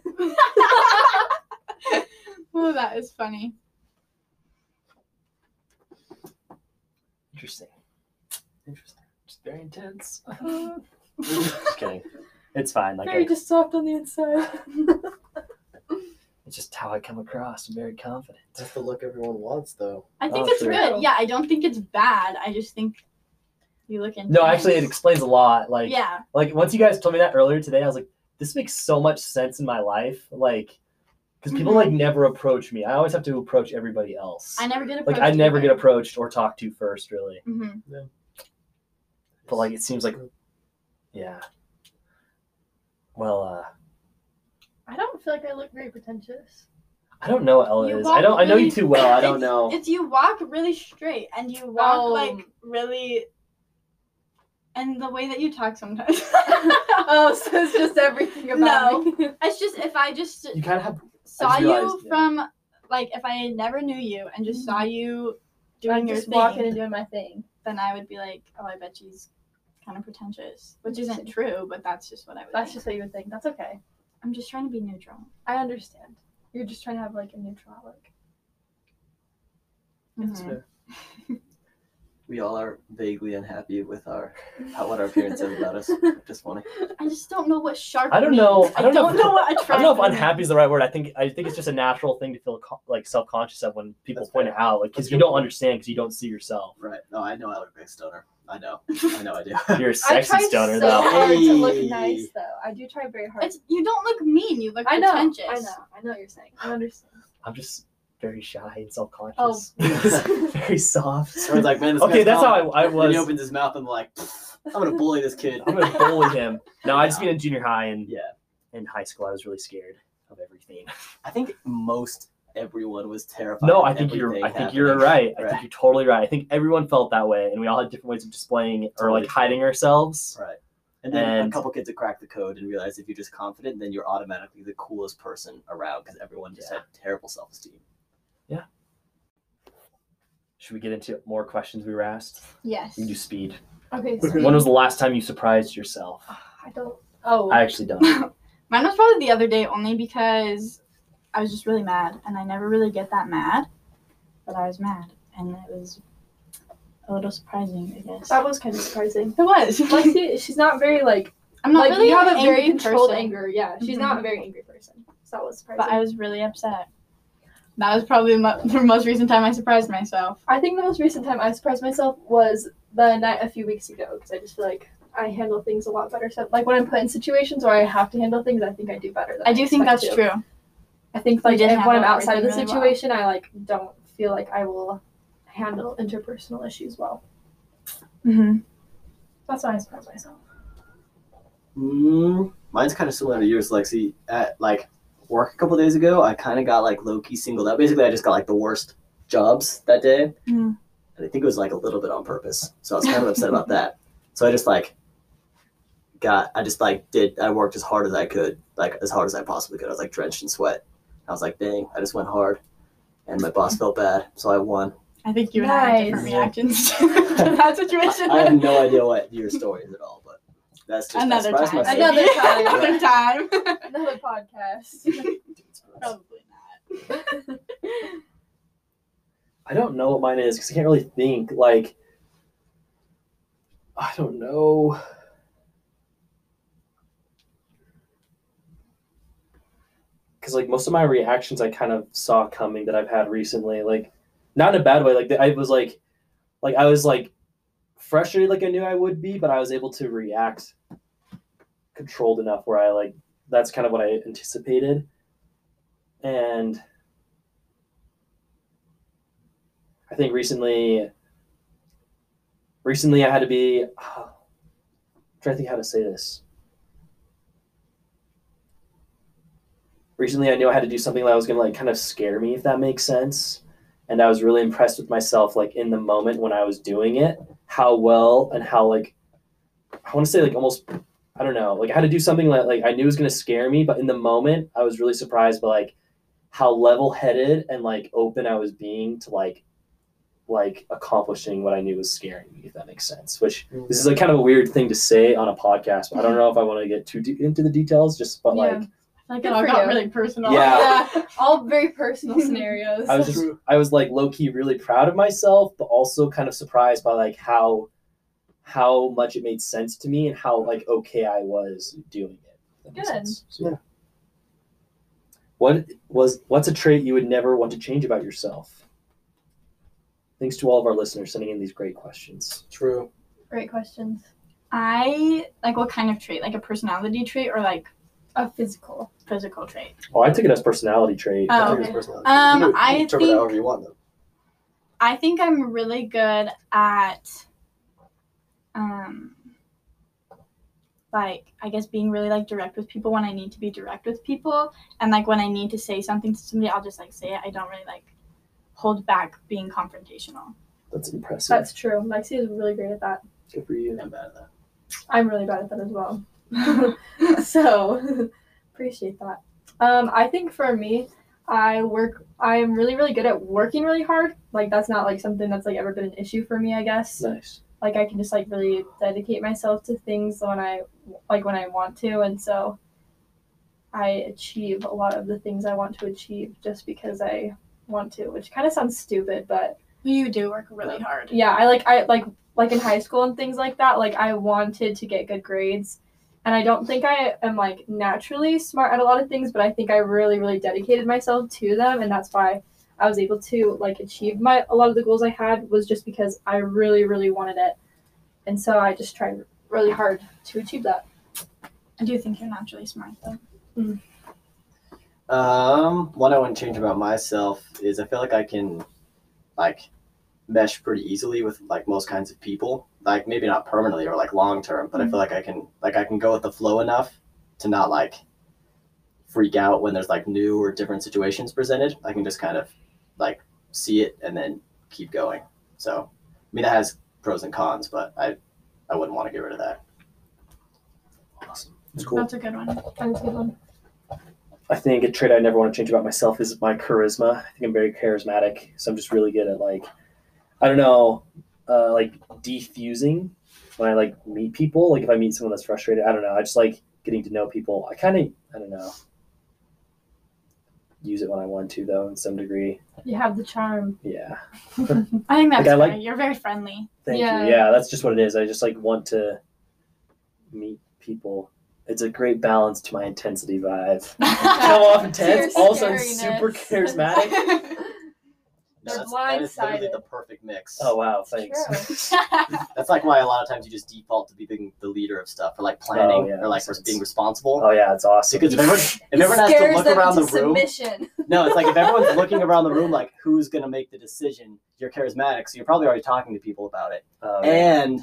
[SPEAKER 2] oh, that is funny.
[SPEAKER 1] Interesting. Interesting. Just very intense. just kidding. It's fine. Like
[SPEAKER 3] Very
[SPEAKER 1] I,
[SPEAKER 3] just soft on the inside.
[SPEAKER 1] it's just how I come across. I'm very confident.
[SPEAKER 4] That's the look everyone wants, though.
[SPEAKER 2] I think
[SPEAKER 1] Oh,
[SPEAKER 2] it's
[SPEAKER 1] true.
[SPEAKER 2] good. Yeah, I don't think it's bad. I just think you look into
[SPEAKER 1] No, actually, it explains a lot. Like,
[SPEAKER 2] yeah.
[SPEAKER 1] like once you guys told me that earlier today, I was like, this makes so much sense in my life. Like, because people
[SPEAKER 2] Mhm.
[SPEAKER 1] like never approach me. I always have to approach everybody else.
[SPEAKER 2] I never get approached.
[SPEAKER 1] like I never get approached or talked to first, really.
[SPEAKER 2] Mm-hmm.
[SPEAKER 1] But like it seems like, yeah. Well, uh,
[SPEAKER 3] I don't feel like I look very pretentious.
[SPEAKER 1] I don't know what Ella
[SPEAKER 2] You
[SPEAKER 1] is. I don't.
[SPEAKER 2] walk
[SPEAKER 1] I know you
[SPEAKER 2] really-
[SPEAKER 1] too well. I don't
[SPEAKER 2] It's-
[SPEAKER 1] know.
[SPEAKER 2] It's you walk really straight and you walk
[SPEAKER 3] Oh.
[SPEAKER 2] like really, and the way that you talk sometimes.
[SPEAKER 3] Oh, so it's just everything about me.
[SPEAKER 2] it's just if I just
[SPEAKER 1] You kind of have.
[SPEAKER 2] saw you
[SPEAKER 1] realized, yeah.
[SPEAKER 2] from like if I never knew you and just saw you doing
[SPEAKER 3] I'm
[SPEAKER 2] your
[SPEAKER 3] Mm-hmm. just
[SPEAKER 2] thing,
[SPEAKER 3] walking and doing my thing.
[SPEAKER 2] then I would be like, oh, I bet she's kind of pretentious, which isn't true, but that's just what I would.
[SPEAKER 3] That's
[SPEAKER 2] think.
[SPEAKER 3] just what you would think. That's okay.
[SPEAKER 2] I'm just trying to be neutral.
[SPEAKER 3] I understand. You're just trying to have like a neutral outlook. mm-hmm.
[SPEAKER 4] That's fair. We all are vaguely unhappy with our how, what our appearance says about us. Just funny.
[SPEAKER 2] I just don't know what sharp.
[SPEAKER 1] I don't know-
[SPEAKER 2] means.
[SPEAKER 1] I don't know if-
[SPEAKER 2] what a
[SPEAKER 1] I don't know if
[SPEAKER 2] triangle means.
[SPEAKER 1] unhappy is the right word. I think I think it's just a natural thing to feel co- like self conscious of when people
[SPEAKER 4] That's
[SPEAKER 1] point
[SPEAKER 4] fair.
[SPEAKER 1] it out, like
[SPEAKER 4] That's
[SPEAKER 1] because you
[SPEAKER 4] good.
[SPEAKER 1] don't understand because you don't see yourself.
[SPEAKER 4] Right. No, I know I look like a stoner. I know. I know I do.
[SPEAKER 1] You're a sexy
[SPEAKER 3] I try
[SPEAKER 1] stoner
[SPEAKER 3] so
[SPEAKER 1] though.
[SPEAKER 3] hard to look
[SPEAKER 4] Hey.
[SPEAKER 3] nice though. I do try very hard.
[SPEAKER 2] It's, you don't look mean. You look
[SPEAKER 3] I know.
[SPEAKER 2] pretentious.
[SPEAKER 3] I know. I know what you're saying. I understand.
[SPEAKER 1] I'm just very shy and self
[SPEAKER 3] Oh.
[SPEAKER 1] conscious. very soft.
[SPEAKER 4] Someone's like, man, this
[SPEAKER 1] okay,
[SPEAKER 4] guy's
[SPEAKER 1] that's how
[SPEAKER 4] dumb.
[SPEAKER 1] I, I
[SPEAKER 4] And
[SPEAKER 1] was.
[SPEAKER 4] he opens his mouth and like, I'm gonna bully this kid.
[SPEAKER 1] I'm gonna bully him. No, I just mean in junior high and
[SPEAKER 4] Yeah.
[SPEAKER 1] in high school, I was really scared of everything.
[SPEAKER 4] I think most everyone was terrified.
[SPEAKER 1] No,
[SPEAKER 4] of
[SPEAKER 1] I think you're.
[SPEAKER 4] everything
[SPEAKER 1] I think you're
[SPEAKER 4] happening.
[SPEAKER 1] right. I
[SPEAKER 4] Right.
[SPEAKER 1] think you're totally right. I think everyone felt that way, and we all had different ways of displaying it or like
[SPEAKER 4] Totally.
[SPEAKER 1] hiding ourselves.
[SPEAKER 4] Right. And then a
[SPEAKER 1] And-
[SPEAKER 4] couple kids have cracked the code and realized if you're just confident, then you're automatically the coolest person around because everyone just
[SPEAKER 1] Yeah.
[SPEAKER 4] had terrible self-esteem.
[SPEAKER 1] Should we get into more questions we were asked?
[SPEAKER 3] yes.
[SPEAKER 1] We can do speed.
[SPEAKER 3] Okay.
[SPEAKER 1] When was the last time you surprised yourself?
[SPEAKER 3] I don't. Oh.
[SPEAKER 1] I actually don't.
[SPEAKER 2] Mine was probably the other day only because I was just really mad and I never really get that mad. But I was mad and it was a little surprising, I guess.
[SPEAKER 3] that was kind of surprising.
[SPEAKER 2] It was.
[SPEAKER 3] Lexi, she's not very like.
[SPEAKER 2] I'm not
[SPEAKER 3] like
[SPEAKER 2] really
[SPEAKER 3] you have
[SPEAKER 2] an
[SPEAKER 3] a very
[SPEAKER 2] angry
[SPEAKER 3] controlled
[SPEAKER 2] person,
[SPEAKER 3] anger. Yeah, she's
[SPEAKER 2] Mhm.
[SPEAKER 3] not a very angry person. So that was surprising.
[SPEAKER 2] But I was really upset. That was probably mo- the most recent time I surprised myself.
[SPEAKER 3] I think the most recent time I surprised myself was the night a few weeks ago because I just feel like I handle things a lot better. So, like when I'm put in situations where I have to handle things, I think I do better. Than
[SPEAKER 2] I do think
[SPEAKER 3] expect
[SPEAKER 2] that's
[SPEAKER 3] to.
[SPEAKER 2] true.
[SPEAKER 3] I think
[SPEAKER 2] You
[SPEAKER 3] like
[SPEAKER 2] did
[SPEAKER 3] if, when I'm
[SPEAKER 2] handle
[SPEAKER 3] outside of the
[SPEAKER 2] everything really well.
[SPEAKER 3] situation, I like don't feel like I will handle interpersonal issues well.
[SPEAKER 2] Mm-hmm.
[SPEAKER 3] That's why I surprised myself.
[SPEAKER 4] Mm, mine's kind of similar to yours, Lexi. At like work a couple days ago, I kind of got like low key singled out. Basically, I just got like the worst jobs that day,
[SPEAKER 2] Mm.
[SPEAKER 4] and I think it was like a little bit on purpose. So I was kind of upset about that. So I just like got. I just like did. I worked as hard as I could, like as hard as I possibly could. I was like drenched in sweat. I was like, dang, I just went hard, and my boss felt bad, so I won.
[SPEAKER 2] I think you and I had different
[SPEAKER 4] Nice.
[SPEAKER 2] reactions to that situation.
[SPEAKER 4] I have no idea what your story is at all, but that's just I
[SPEAKER 2] Another
[SPEAKER 4] surprised
[SPEAKER 2] time.
[SPEAKER 4] myself.
[SPEAKER 3] Another time.
[SPEAKER 2] Another time.
[SPEAKER 3] Another podcast.
[SPEAKER 2] probably not.
[SPEAKER 1] I don't know what mine is because I can't really think. Like, I don't know. Because, like, most of my reactions I kind of saw coming that I've had recently. Like, not in a bad way. Like, I was like, like, I was like frustrated, like I knew I would be, but I was able to react controlled enough where I, like, that's kind of what I anticipated. And I think recently, recently I had to be. Uh, trying to think how to say this. Recently, I knew I had to do something that was gonna like kind of scare me, if that makes sense. And I was really impressed with myself, like in the moment when I was doing it, how well and how like I want to say like almost I don't know, like I had to do something that like I knew was gonna scare me, but in the moment I was really surprised by like how level-headed and like open I was being to like like accomplishing what I knew was scaring me, if that makes sense. Which this is like kind of a weird thing to say on a podcast, but I don't know if I want to get too deep into the details. Just but like
[SPEAKER 2] I think
[SPEAKER 3] Good
[SPEAKER 2] it all
[SPEAKER 3] for
[SPEAKER 2] got
[SPEAKER 3] you.
[SPEAKER 2] really personal.
[SPEAKER 1] Yeah.
[SPEAKER 3] All very personal scenarios.
[SPEAKER 1] I was just I was like low key really proud of myself, but also kind of surprised by like how how much it made sense to me and how like okay I was doing it. if that makes
[SPEAKER 3] Good.
[SPEAKER 1] sense. So,
[SPEAKER 4] Yeah.
[SPEAKER 1] What was what's a trait you would never want to change about yourself? Thanks to all of our listeners sending in these great questions.
[SPEAKER 4] True.
[SPEAKER 3] Great questions.
[SPEAKER 2] I like what kind of trait? Like a personality trait or like
[SPEAKER 3] A physical.
[SPEAKER 2] physical trait?
[SPEAKER 1] Oh, I took it as personality trait.
[SPEAKER 2] Oh,
[SPEAKER 4] I
[SPEAKER 2] okay.
[SPEAKER 4] think it's personality.
[SPEAKER 2] Um,
[SPEAKER 4] You can
[SPEAKER 2] I
[SPEAKER 4] interpret
[SPEAKER 2] think-
[SPEAKER 4] that however you want, though.
[SPEAKER 2] I think I'm really good at um like I guess being really like direct with people when I need to be direct with people and like when I need to say something to somebody I'll just like say it. I don't really like hold back being confrontational.
[SPEAKER 1] That's impressive.
[SPEAKER 3] That's true. Lexi is really great at that.
[SPEAKER 1] good for you.
[SPEAKER 4] I'm bad at that.
[SPEAKER 3] I'm really bad at that as well. so appreciate that. Um, I think for me, I work. I'm really, really good at working really hard. Like that's not like something that's like ever been an issue for me. I guess
[SPEAKER 1] Nice.
[SPEAKER 3] like I can just like really dedicate myself to things when I like when I want to, and so I achieve a lot of the things I want to achieve just because I want to. Which kind of sounds stupid, but
[SPEAKER 2] You do work really hard.
[SPEAKER 3] yeah i like i like like in high school and things like that like i wanted to get good grades and i don't think i am like naturally smart at a lot of things but i think i really really dedicated myself to them and that's why i was able to like achieve my a lot of the goals i had was just because i really really wanted it and so i just tried really hard to achieve that
[SPEAKER 2] I do think you're naturally smart though.
[SPEAKER 4] Um, what I want to change about myself is I feel like I can, like, mesh pretty easily with like most kinds of people. Like maybe not permanently or like long term, but I feel
[SPEAKER 2] Mm-hmm.
[SPEAKER 4] like I can like I can go with the flow enough to not like freak out when there's like new or different situations presented. I can just kind of like see it and then keep going. So I mean that has pros and cons, but I I wouldn't want to get rid of that.
[SPEAKER 1] Awesome. It's cool.
[SPEAKER 2] That's a good one.
[SPEAKER 3] That's a good one.
[SPEAKER 1] I think a trait I never want to change about myself is my charisma. I think I'm very charismatic, so I'm just really good at like, I don't know, uh, like defusing when I like meet people. Like if I meet someone that's frustrated, I don't know. I just like getting to know people. I kind of, I don't know, use it when I want to though, in some degree.
[SPEAKER 3] You have the charm.
[SPEAKER 1] Yeah.
[SPEAKER 2] I think that's
[SPEAKER 1] Like, I like-
[SPEAKER 2] fair. You're very friendly.
[SPEAKER 1] Thank
[SPEAKER 3] Yeah.
[SPEAKER 1] you. Yeah, that's just what it is. I just like want to meet people. It's a great balance to my intensity vibe. Come off intense,
[SPEAKER 3] To your
[SPEAKER 1] also I'm super
[SPEAKER 3] scariness.
[SPEAKER 1] charismatic.
[SPEAKER 4] No,
[SPEAKER 3] They're
[SPEAKER 4] that's, that is literally
[SPEAKER 3] blindsided.
[SPEAKER 4] the perfect mix.
[SPEAKER 1] Oh wow,
[SPEAKER 3] It's
[SPEAKER 1] thanks.
[SPEAKER 3] true.
[SPEAKER 4] That's like why a lot of times you just default to being the leader of stuff or like planning
[SPEAKER 1] Oh, yeah,
[SPEAKER 4] or like
[SPEAKER 1] makes
[SPEAKER 4] being
[SPEAKER 1] sense.
[SPEAKER 4] responsible.
[SPEAKER 1] Oh yeah, it's awesome.
[SPEAKER 4] Because if everyone, if everyone has to
[SPEAKER 3] Scares
[SPEAKER 4] look
[SPEAKER 3] them
[SPEAKER 4] around the
[SPEAKER 3] into
[SPEAKER 4] room,
[SPEAKER 3] Submission.
[SPEAKER 4] no, it's like if everyone's looking around the room, like who's gonna make the decision? You're charismatic, so you're probably already talking to people about it,
[SPEAKER 1] Oh, yeah.
[SPEAKER 4] and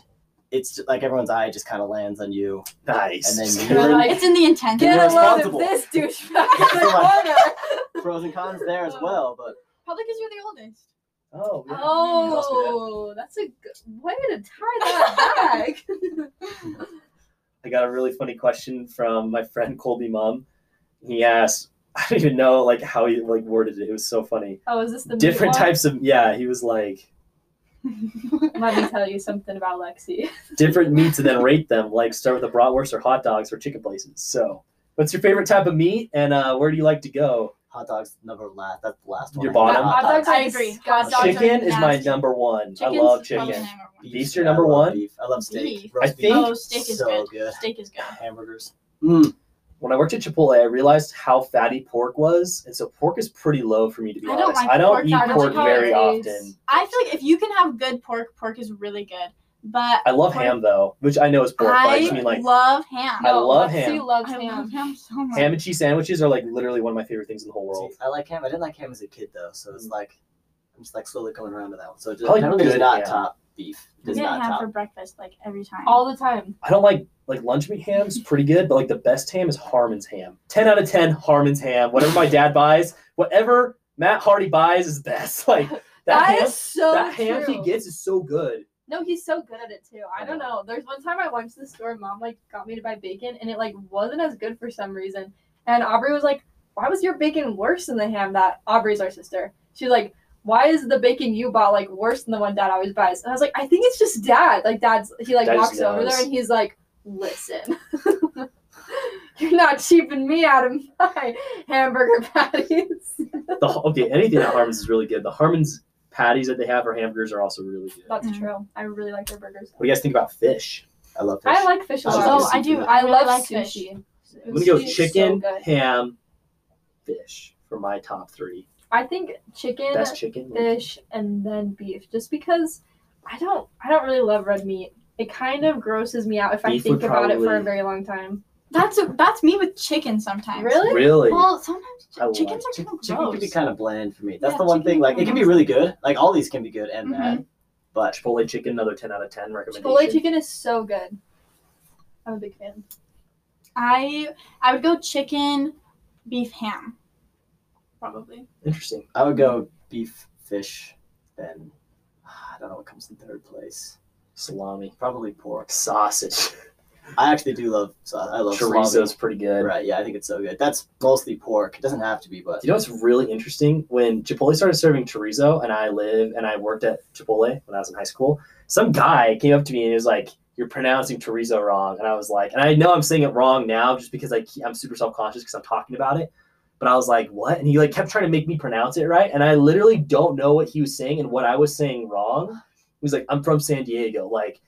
[SPEAKER 4] it's ju- like everyone's eye just kind of lands on you.
[SPEAKER 1] nice.
[SPEAKER 4] and then
[SPEAKER 3] You're
[SPEAKER 4] you're
[SPEAKER 3] like,
[SPEAKER 2] It's in the intent.
[SPEAKER 4] You're
[SPEAKER 3] Get a load of
[SPEAKER 4] responsible.
[SPEAKER 3] this douchebag in the corner.
[SPEAKER 4] pros and cons there as well, but
[SPEAKER 2] Probably because you're the oldest.
[SPEAKER 1] oh, yeah.
[SPEAKER 4] Must be that.
[SPEAKER 3] Oh, that's a good way to tie that back.
[SPEAKER 1] I got a really funny question from my friend Colby Mum. He asked, I don't even know like how he like worded it. It was so funny.
[SPEAKER 3] oh, is this the meat
[SPEAKER 1] Different
[SPEAKER 3] one?
[SPEAKER 1] types of yeah. He was like
[SPEAKER 3] Let me tell you something about Lexi.
[SPEAKER 1] different meats and then rate them. Like start with a bratwurst or hot dogs or chicken places. So, what's your favorite type of meat and uh, where do you like to go?
[SPEAKER 4] hot dogs never last. That's the last one.
[SPEAKER 1] Your
[SPEAKER 4] I hate
[SPEAKER 1] bottom?
[SPEAKER 4] hot dogs.
[SPEAKER 2] I agree. Hot dogs are
[SPEAKER 1] chicken is my
[SPEAKER 2] nasty.
[SPEAKER 1] number one.
[SPEAKER 2] Chicken's
[SPEAKER 1] I love
[SPEAKER 2] probably
[SPEAKER 1] chicken.
[SPEAKER 2] number one.
[SPEAKER 4] Beef,
[SPEAKER 1] Beef's your
[SPEAKER 4] yeah, I
[SPEAKER 1] number
[SPEAKER 4] love
[SPEAKER 1] one?
[SPEAKER 4] Beef. I love steak.
[SPEAKER 2] Beef.
[SPEAKER 4] Roast
[SPEAKER 1] I think-
[SPEAKER 2] Oh, steak is
[SPEAKER 4] so
[SPEAKER 2] good.
[SPEAKER 4] good.
[SPEAKER 2] Steak is good.
[SPEAKER 4] Hamburgers. Mm.
[SPEAKER 1] When I worked at Chipotle, I realized how fatty pork was, and so pork is pretty low for me to be
[SPEAKER 2] I
[SPEAKER 1] honest.
[SPEAKER 2] don't like
[SPEAKER 1] I don't
[SPEAKER 2] pork
[SPEAKER 1] eat
[SPEAKER 2] that much
[SPEAKER 1] pork very
[SPEAKER 3] nowadays.
[SPEAKER 1] often.
[SPEAKER 2] I feel like if you can have good pork, pork is really good. But
[SPEAKER 1] I love
[SPEAKER 2] Pork-
[SPEAKER 1] ham though, which I know is pork, but I
[SPEAKER 2] I
[SPEAKER 1] just mean like
[SPEAKER 2] love ham.
[SPEAKER 1] I love
[SPEAKER 3] Lexi
[SPEAKER 1] ham.
[SPEAKER 3] loves
[SPEAKER 2] I
[SPEAKER 3] ham.
[SPEAKER 2] love ham so much.
[SPEAKER 1] ham and cheese sandwiches are like literally one of my favorite things in the whole world.
[SPEAKER 4] See, I like ham. I didn't like ham as a kid though, so it's like I'm just like slowly coming around to that one. So it just,
[SPEAKER 1] Probably
[SPEAKER 4] definitely does
[SPEAKER 1] good
[SPEAKER 4] not
[SPEAKER 1] ham.
[SPEAKER 4] top beef.
[SPEAKER 2] I
[SPEAKER 4] Does
[SPEAKER 2] get
[SPEAKER 4] not
[SPEAKER 2] ham
[SPEAKER 4] top.
[SPEAKER 2] for breakfast like every time.
[SPEAKER 3] All the time.
[SPEAKER 1] I don't like like lunch meat ham's pretty good, but like the best ham is Harmon's ham. Ten out of ten, Harmon's ham. Whatever my dad buys, whatever Matt Hardy buys is best. Like that,
[SPEAKER 3] That
[SPEAKER 1] ham,
[SPEAKER 3] is so
[SPEAKER 1] that ham
[SPEAKER 3] true.
[SPEAKER 1] he gets is so good.
[SPEAKER 3] No, he's so good at it too. I don't know. There's one time I went to the store, mom like got me to buy bacon, and it like wasn't as good for some reason. And Aubrey was like, "Why was your bacon worse than the ham that Aubrey's our sister?" She's like, "Why is the bacon you bought like worse than the one Dad always buys?" And I was like, "I think it's just Dad. Like Dad's he like
[SPEAKER 1] Dad just
[SPEAKER 3] walks over
[SPEAKER 1] knows.
[SPEAKER 3] there and he's like, listen." You're not cheaping me out of my hamburger patties.
[SPEAKER 1] The okay, anything at Harmon's is really good. The Harmon's patties that they have for hamburgers are also really good. What
[SPEAKER 3] That's true. I really like their burgers.
[SPEAKER 1] do you guys think about fish?
[SPEAKER 4] I love fish.
[SPEAKER 3] I like fish a
[SPEAKER 4] I
[SPEAKER 3] lot.
[SPEAKER 4] love
[SPEAKER 2] oh, I do.
[SPEAKER 4] seafood.
[SPEAKER 2] I,
[SPEAKER 3] I
[SPEAKER 2] really
[SPEAKER 3] love
[SPEAKER 2] like
[SPEAKER 3] sushi.
[SPEAKER 2] fish.
[SPEAKER 1] I'm gonna go
[SPEAKER 3] Sushi is
[SPEAKER 1] chicken,
[SPEAKER 3] so good.
[SPEAKER 1] ham, fish for my top three.
[SPEAKER 3] I think chicken,
[SPEAKER 1] Best chicken.
[SPEAKER 3] fish, and then beef. Just because I don't, I don't really love red meat. It kind of grosses me out if I
[SPEAKER 1] Beef would
[SPEAKER 3] think about it for a
[SPEAKER 1] probably-
[SPEAKER 3] very long time.
[SPEAKER 2] That's a, that's me with chicken sometimes.
[SPEAKER 3] Really?
[SPEAKER 1] Really?
[SPEAKER 2] Well, sometimes
[SPEAKER 1] I love
[SPEAKER 2] chickens are kind of
[SPEAKER 4] Chicken
[SPEAKER 2] gross.
[SPEAKER 4] can be kind of bland for me. That's
[SPEAKER 2] Yeah,
[SPEAKER 4] the one
[SPEAKER 2] chicken
[SPEAKER 4] thing.
[SPEAKER 2] can
[SPEAKER 4] Like,
[SPEAKER 2] be
[SPEAKER 4] it can be really good. Like, all these can be good and
[SPEAKER 2] Mhm.
[SPEAKER 4] bad. But
[SPEAKER 1] Chipotle chicken, another 10 out of 10 recommendation.
[SPEAKER 3] Chipotle chicken is so good. I'm a big fan.
[SPEAKER 2] I I would go chicken, beef, ham, probably.
[SPEAKER 1] Interesting.
[SPEAKER 4] I would go beef, fish, then ah, I don't know what comes in third place.
[SPEAKER 1] Salami.
[SPEAKER 4] Probably pork.
[SPEAKER 1] Sausage.
[SPEAKER 4] I actually do love sauce. I love
[SPEAKER 1] Chorizo's
[SPEAKER 4] salami.
[SPEAKER 1] pretty good.
[SPEAKER 4] Right? Yeah, I think it's so good. That's mostly pork. It doesn't have to be, but
[SPEAKER 1] You know what's really interesting? When Chipotle started serving chorizo, and I live and I worked at Chipotle when I was in high school, some guy came up to me and he was like, "You're pronouncing chorizo wrong," and I was like, and I know I'm saying it wrong now just because I keep, I'm super self conscious because I'm talking about it, but I was like, "What?" And he like kept trying to make me pronounce it right, and I literally don't know what he was saying and what I was saying wrong. He was like, "I'm from San Diego, like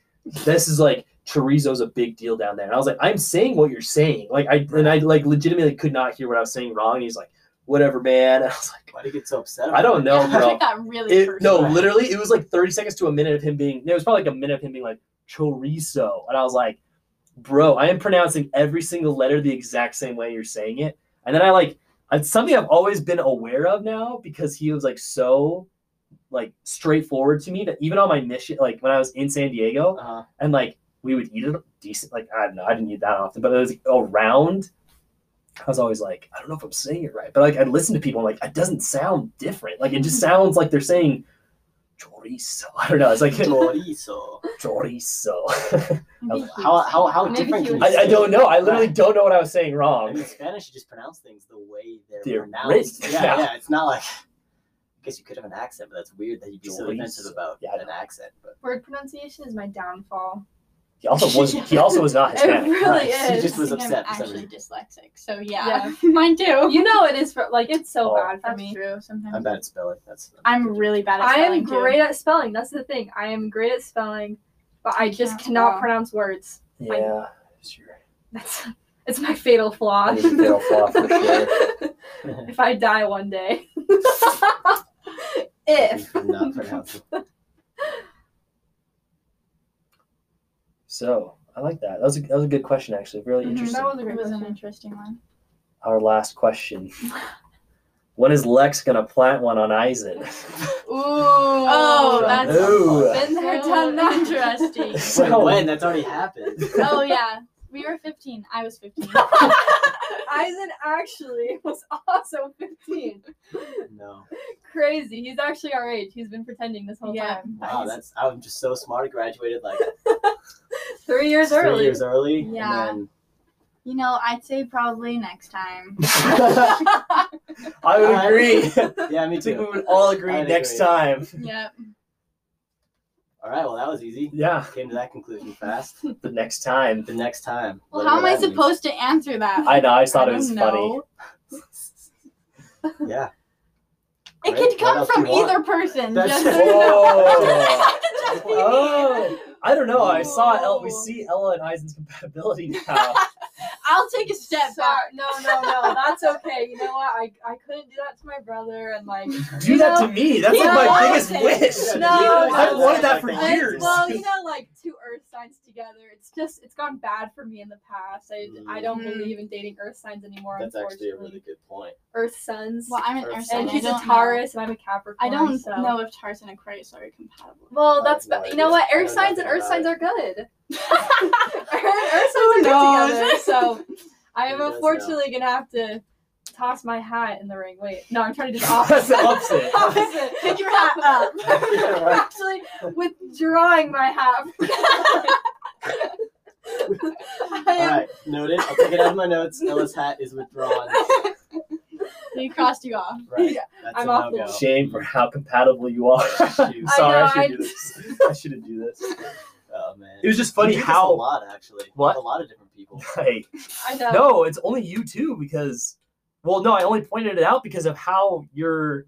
[SPEAKER 1] this is like." Chorizo's a big deal down there. And I was like, I'm saying what you're saying. Like I and I like legitimately could not hear what I was saying wrong. And he's like, whatever, man. And I was like,
[SPEAKER 4] why do you get so upset?
[SPEAKER 1] I don't
[SPEAKER 3] Oh,
[SPEAKER 1] know,
[SPEAKER 2] yeah, I
[SPEAKER 1] bro.
[SPEAKER 2] took that really
[SPEAKER 1] It, no,
[SPEAKER 2] personally.
[SPEAKER 1] literally, it was like 30 seconds to a minute of him being, no, it was probably like a minute of him being like, chorizo. And I was like, bro, I am pronouncing every single letter the exact same way you're saying it. And then I like, It's something I've always been aware of now because he was like so like straightforward to me that even on my mission like when I was in San Diego
[SPEAKER 4] Uh,
[SPEAKER 1] and like we would eat it decent like I don't know, I didn't eat that often, but it was around I was always like, I don't know if I'm saying it right, but like I'd listen to people like it doesn't sound different. Like it just
[SPEAKER 3] Mm-hmm.
[SPEAKER 1] sounds like they're saying chorizo. I don't know. It's like
[SPEAKER 4] chorizo.
[SPEAKER 1] chorizo.
[SPEAKER 2] Maybe he
[SPEAKER 4] How,
[SPEAKER 2] was-
[SPEAKER 4] how, how
[SPEAKER 2] Maybe
[SPEAKER 4] different
[SPEAKER 2] he
[SPEAKER 4] can
[SPEAKER 2] was
[SPEAKER 1] I, I don't know. I literally
[SPEAKER 4] Right.
[SPEAKER 1] don't know what I was saying
[SPEAKER 4] I mean,
[SPEAKER 1] wrong.
[SPEAKER 4] in Spanish, you just pronounce things the way they're,
[SPEAKER 1] They're
[SPEAKER 4] pronounced.
[SPEAKER 1] written.
[SPEAKER 4] Yeah,
[SPEAKER 1] Yeah.
[SPEAKER 4] yeah, It's not like. I guess you could have an accent, but that's weird that you'd be so
[SPEAKER 1] Chorizo.
[SPEAKER 4] defensive about
[SPEAKER 1] Yeah, I
[SPEAKER 4] an accent. But
[SPEAKER 3] Word pronunciation is my downfall.
[SPEAKER 1] He also was. He also was not
[SPEAKER 3] It
[SPEAKER 1] Hispanic.
[SPEAKER 3] really
[SPEAKER 4] Nice. He
[SPEAKER 3] is.
[SPEAKER 4] just was
[SPEAKER 2] I think
[SPEAKER 4] upset for
[SPEAKER 2] I'm
[SPEAKER 4] some
[SPEAKER 2] actually
[SPEAKER 4] reason.
[SPEAKER 2] dyslexic, so yeah, mine too.
[SPEAKER 3] you know it is for like it's so
[SPEAKER 1] Oh,
[SPEAKER 3] bad
[SPEAKER 2] Oh.
[SPEAKER 3] for
[SPEAKER 2] That's
[SPEAKER 3] me.
[SPEAKER 2] true. Sometimes
[SPEAKER 4] I'm bad at spelling. That's
[SPEAKER 2] I'm really bad at.
[SPEAKER 3] I am
[SPEAKER 2] spelling, too.
[SPEAKER 3] great at spelling. That's the thing. I am great at spelling, but I just
[SPEAKER 2] can't
[SPEAKER 3] cannot
[SPEAKER 2] spell.
[SPEAKER 3] pronounce words.
[SPEAKER 1] Yeah. Sure.
[SPEAKER 3] That's it's my fatal flaw.
[SPEAKER 1] It is a fatal flaw for
[SPEAKER 3] sure. if I die one day.
[SPEAKER 4] You
[SPEAKER 3] if
[SPEAKER 4] could not pronounce it.
[SPEAKER 1] So I like that. That was a, that was a good question actually. Really
[SPEAKER 3] Mhm,
[SPEAKER 1] interesting.
[SPEAKER 3] That was a
[SPEAKER 2] It
[SPEAKER 3] great
[SPEAKER 2] Mm-hmm. was an
[SPEAKER 3] question.
[SPEAKER 2] interesting one.
[SPEAKER 1] Our last question. When is Lex gonna plant one on Eisen?
[SPEAKER 2] Ooh. Oh, that's
[SPEAKER 1] Ooh.
[SPEAKER 2] been there,
[SPEAKER 3] So
[SPEAKER 2] done that.
[SPEAKER 3] interesting.
[SPEAKER 1] So-
[SPEAKER 4] Wait, when? That's already happened.
[SPEAKER 2] oh yeah, we were 15. I was 15.
[SPEAKER 3] Eisen actually was also 15.
[SPEAKER 4] No.
[SPEAKER 3] Crazy. He's actually our age. He's been pretending this whole
[SPEAKER 2] Yeah.
[SPEAKER 3] time.
[SPEAKER 4] Wow, that's I'm just so smart. I graduated like
[SPEAKER 3] Three years
[SPEAKER 4] three
[SPEAKER 3] early.
[SPEAKER 4] years early.
[SPEAKER 2] Yeah.
[SPEAKER 4] And
[SPEAKER 2] you know, I'd say probably next time.
[SPEAKER 1] I would
[SPEAKER 4] I-
[SPEAKER 1] agree. I
[SPEAKER 4] then, yeah, me
[SPEAKER 1] think we
[SPEAKER 4] too.
[SPEAKER 1] would all agree
[SPEAKER 4] I'd
[SPEAKER 1] next
[SPEAKER 4] agree.
[SPEAKER 1] time.
[SPEAKER 2] yep.
[SPEAKER 4] All right, well that was easy.
[SPEAKER 1] Yeah,
[SPEAKER 4] Came to that conclusion fast.
[SPEAKER 1] the next time.
[SPEAKER 4] The next time.
[SPEAKER 2] Well,
[SPEAKER 4] whatever
[SPEAKER 2] how am I
[SPEAKER 4] that means.
[SPEAKER 2] supposed to answer that?
[SPEAKER 1] I know. I just thought it
[SPEAKER 2] don't
[SPEAKER 1] was funny.
[SPEAKER 2] know.
[SPEAKER 4] Yeah.
[SPEAKER 2] It
[SPEAKER 4] Great.
[SPEAKER 2] could come
[SPEAKER 4] What else
[SPEAKER 2] from
[SPEAKER 4] do you want?
[SPEAKER 2] either person.
[SPEAKER 4] That's-
[SPEAKER 2] just so you know.
[SPEAKER 1] Whoa.
[SPEAKER 2] Just be
[SPEAKER 1] Oh,
[SPEAKER 2] mean.
[SPEAKER 1] I don't know. I saw El-
[SPEAKER 3] Ooh.
[SPEAKER 1] we see Ella and Eisen's compatibility now.
[SPEAKER 2] I'll take a step
[SPEAKER 3] So-
[SPEAKER 2] back.
[SPEAKER 3] No, no, no. That's okay. You know what? I, I couldn't do that to my brother and like.
[SPEAKER 1] Do
[SPEAKER 3] you
[SPEAKER 1] that
[SPEAKER 3] know,
[SPEAKER 1] to me. That's
[SPEAKER 3] you
[SPEAKER 1] like
[SPEAKER 3] know,
[SPEAKER 1] my biggest
[SPEAKER 3] okay.
[SPEAKER 1] wish.
[SPEAKER 3] No,
[SPEAKER 1] I've
[SPEAKER 3] no,
[SPEAKER 1] wanted that for
[SPEAKER 4] no.
[SPEAKER 3] I-
[SPEAKER 1] years.
[SPEAKER 3] Well, you know, like two earth signs together. It's just it's gone bad for me in the past. I I don't
[SPEAKER 2] Mm.
[SPEAKER 3] believe in dating earth signs anymore.
[SPEAKER 4] That's
[SPEAKER 3] unfortunately,
[SPEAKER 4] actually a really good point.
[SPEAKER 3] earth suns.
[SPEAKER 2] Well, I'm an
[SPEAKER 4] Earth
[SPEAKER 2] Earth
[SPEAKER 4] sign.
[SPEAKER 2] sign.
[SPEAKER 3] and
[SPEAKER 2] I
[SPEAKER 3] he's a
[SPEAKER 2] don't know.
[SPEAKER 3] Taurus, and I'm a Capricorn.
[SPEAKER 2] I don't
[SPEAKER 3] so.
[SPEAKER 2] know if Taurus and Aquarius are compatible.
[SPEAKER 3] Well,
[SPEAKER 4] I
[SPEAKER 3] that's
[SPEAKER 4] have no
[SPEAKER 3] ba- you know
[SPEAKER 4] idea.
[SPEAKER 3] what?
[SPEAKER 4] I
[SPEAKER 3] Earth
[SPEAKER 4] know
[SPEAKER 3] signs
[SPEAKER 4] nothing
[SPEAKER 3] and earth
[SPEAKER 4] about
[SPEAKER 3] signs
[SPEAKER 4] it.
[SPEAKER 3] are good.
[SPEAKER 2] Who
[SPEAKER 3] earth
[SPEAKER 1] Oh
[SPEAKER 3] signs are good together.
[SPEAKER 2] knows?
[SPEAKER 3] So I am
[SPEAKER 4] Who does
[SPEAKER 3] unfortunately gonna have to toss my hat in the ring. Wait, no, I'm trying to just
[SPEAKER 1] That's
[SPEAKER 3] opposite.
[SPEAKER 1] the opposite.
[SPEAKER 3] opposite.
[SPEAKER 2] Pick your hat up.
[SPEAKER 4] Yeah, right.
[SPEAKER 3] actually withdrawing my hat. I
[SPEAKER 4] All
[SPEAKER 3] am
[SPEAKER 4] right, noted. I'll take it out of my notes. Ella's hat is withdrawn.
[SPEAKER 2] He crossed you off.
[SPEAKER 4] Right.
[SPEAKER 3] Yeah,
[SPEAKER 4] That's
[SPEAKER 3] I'm
[SPEAKER 4] a
[SPEAKER 3] off the
[SPEAKER 4] no-go.
[SPEAKER 1] Shame for how compatible you are. Sorry,
[SPEAKER 4] Shoot.
[SPEAKER 3] know,
[SPEAKER 1] I,
[SPEAKER 3] I-
[SPEAKER 1] should do this. I shouldn't do this.
[SPEAKER 4] Oh man.
[SPEAKER 1] It was just
[SPEAKER 4] You
[SPEAKER 1] funny
[SPEAKER 4] do this a
[SPEAKER 1] how.
[SPEAKER 4] lot actually. With
[SPEAKER 1] What?
[SPEAKER 4] A lot of different people.
[SPEAKER 1] Like,
[SPEAKER 3] I know.
[SPEAKER 1] no, it's only you two because. Well, no, I only pointed it out because of how your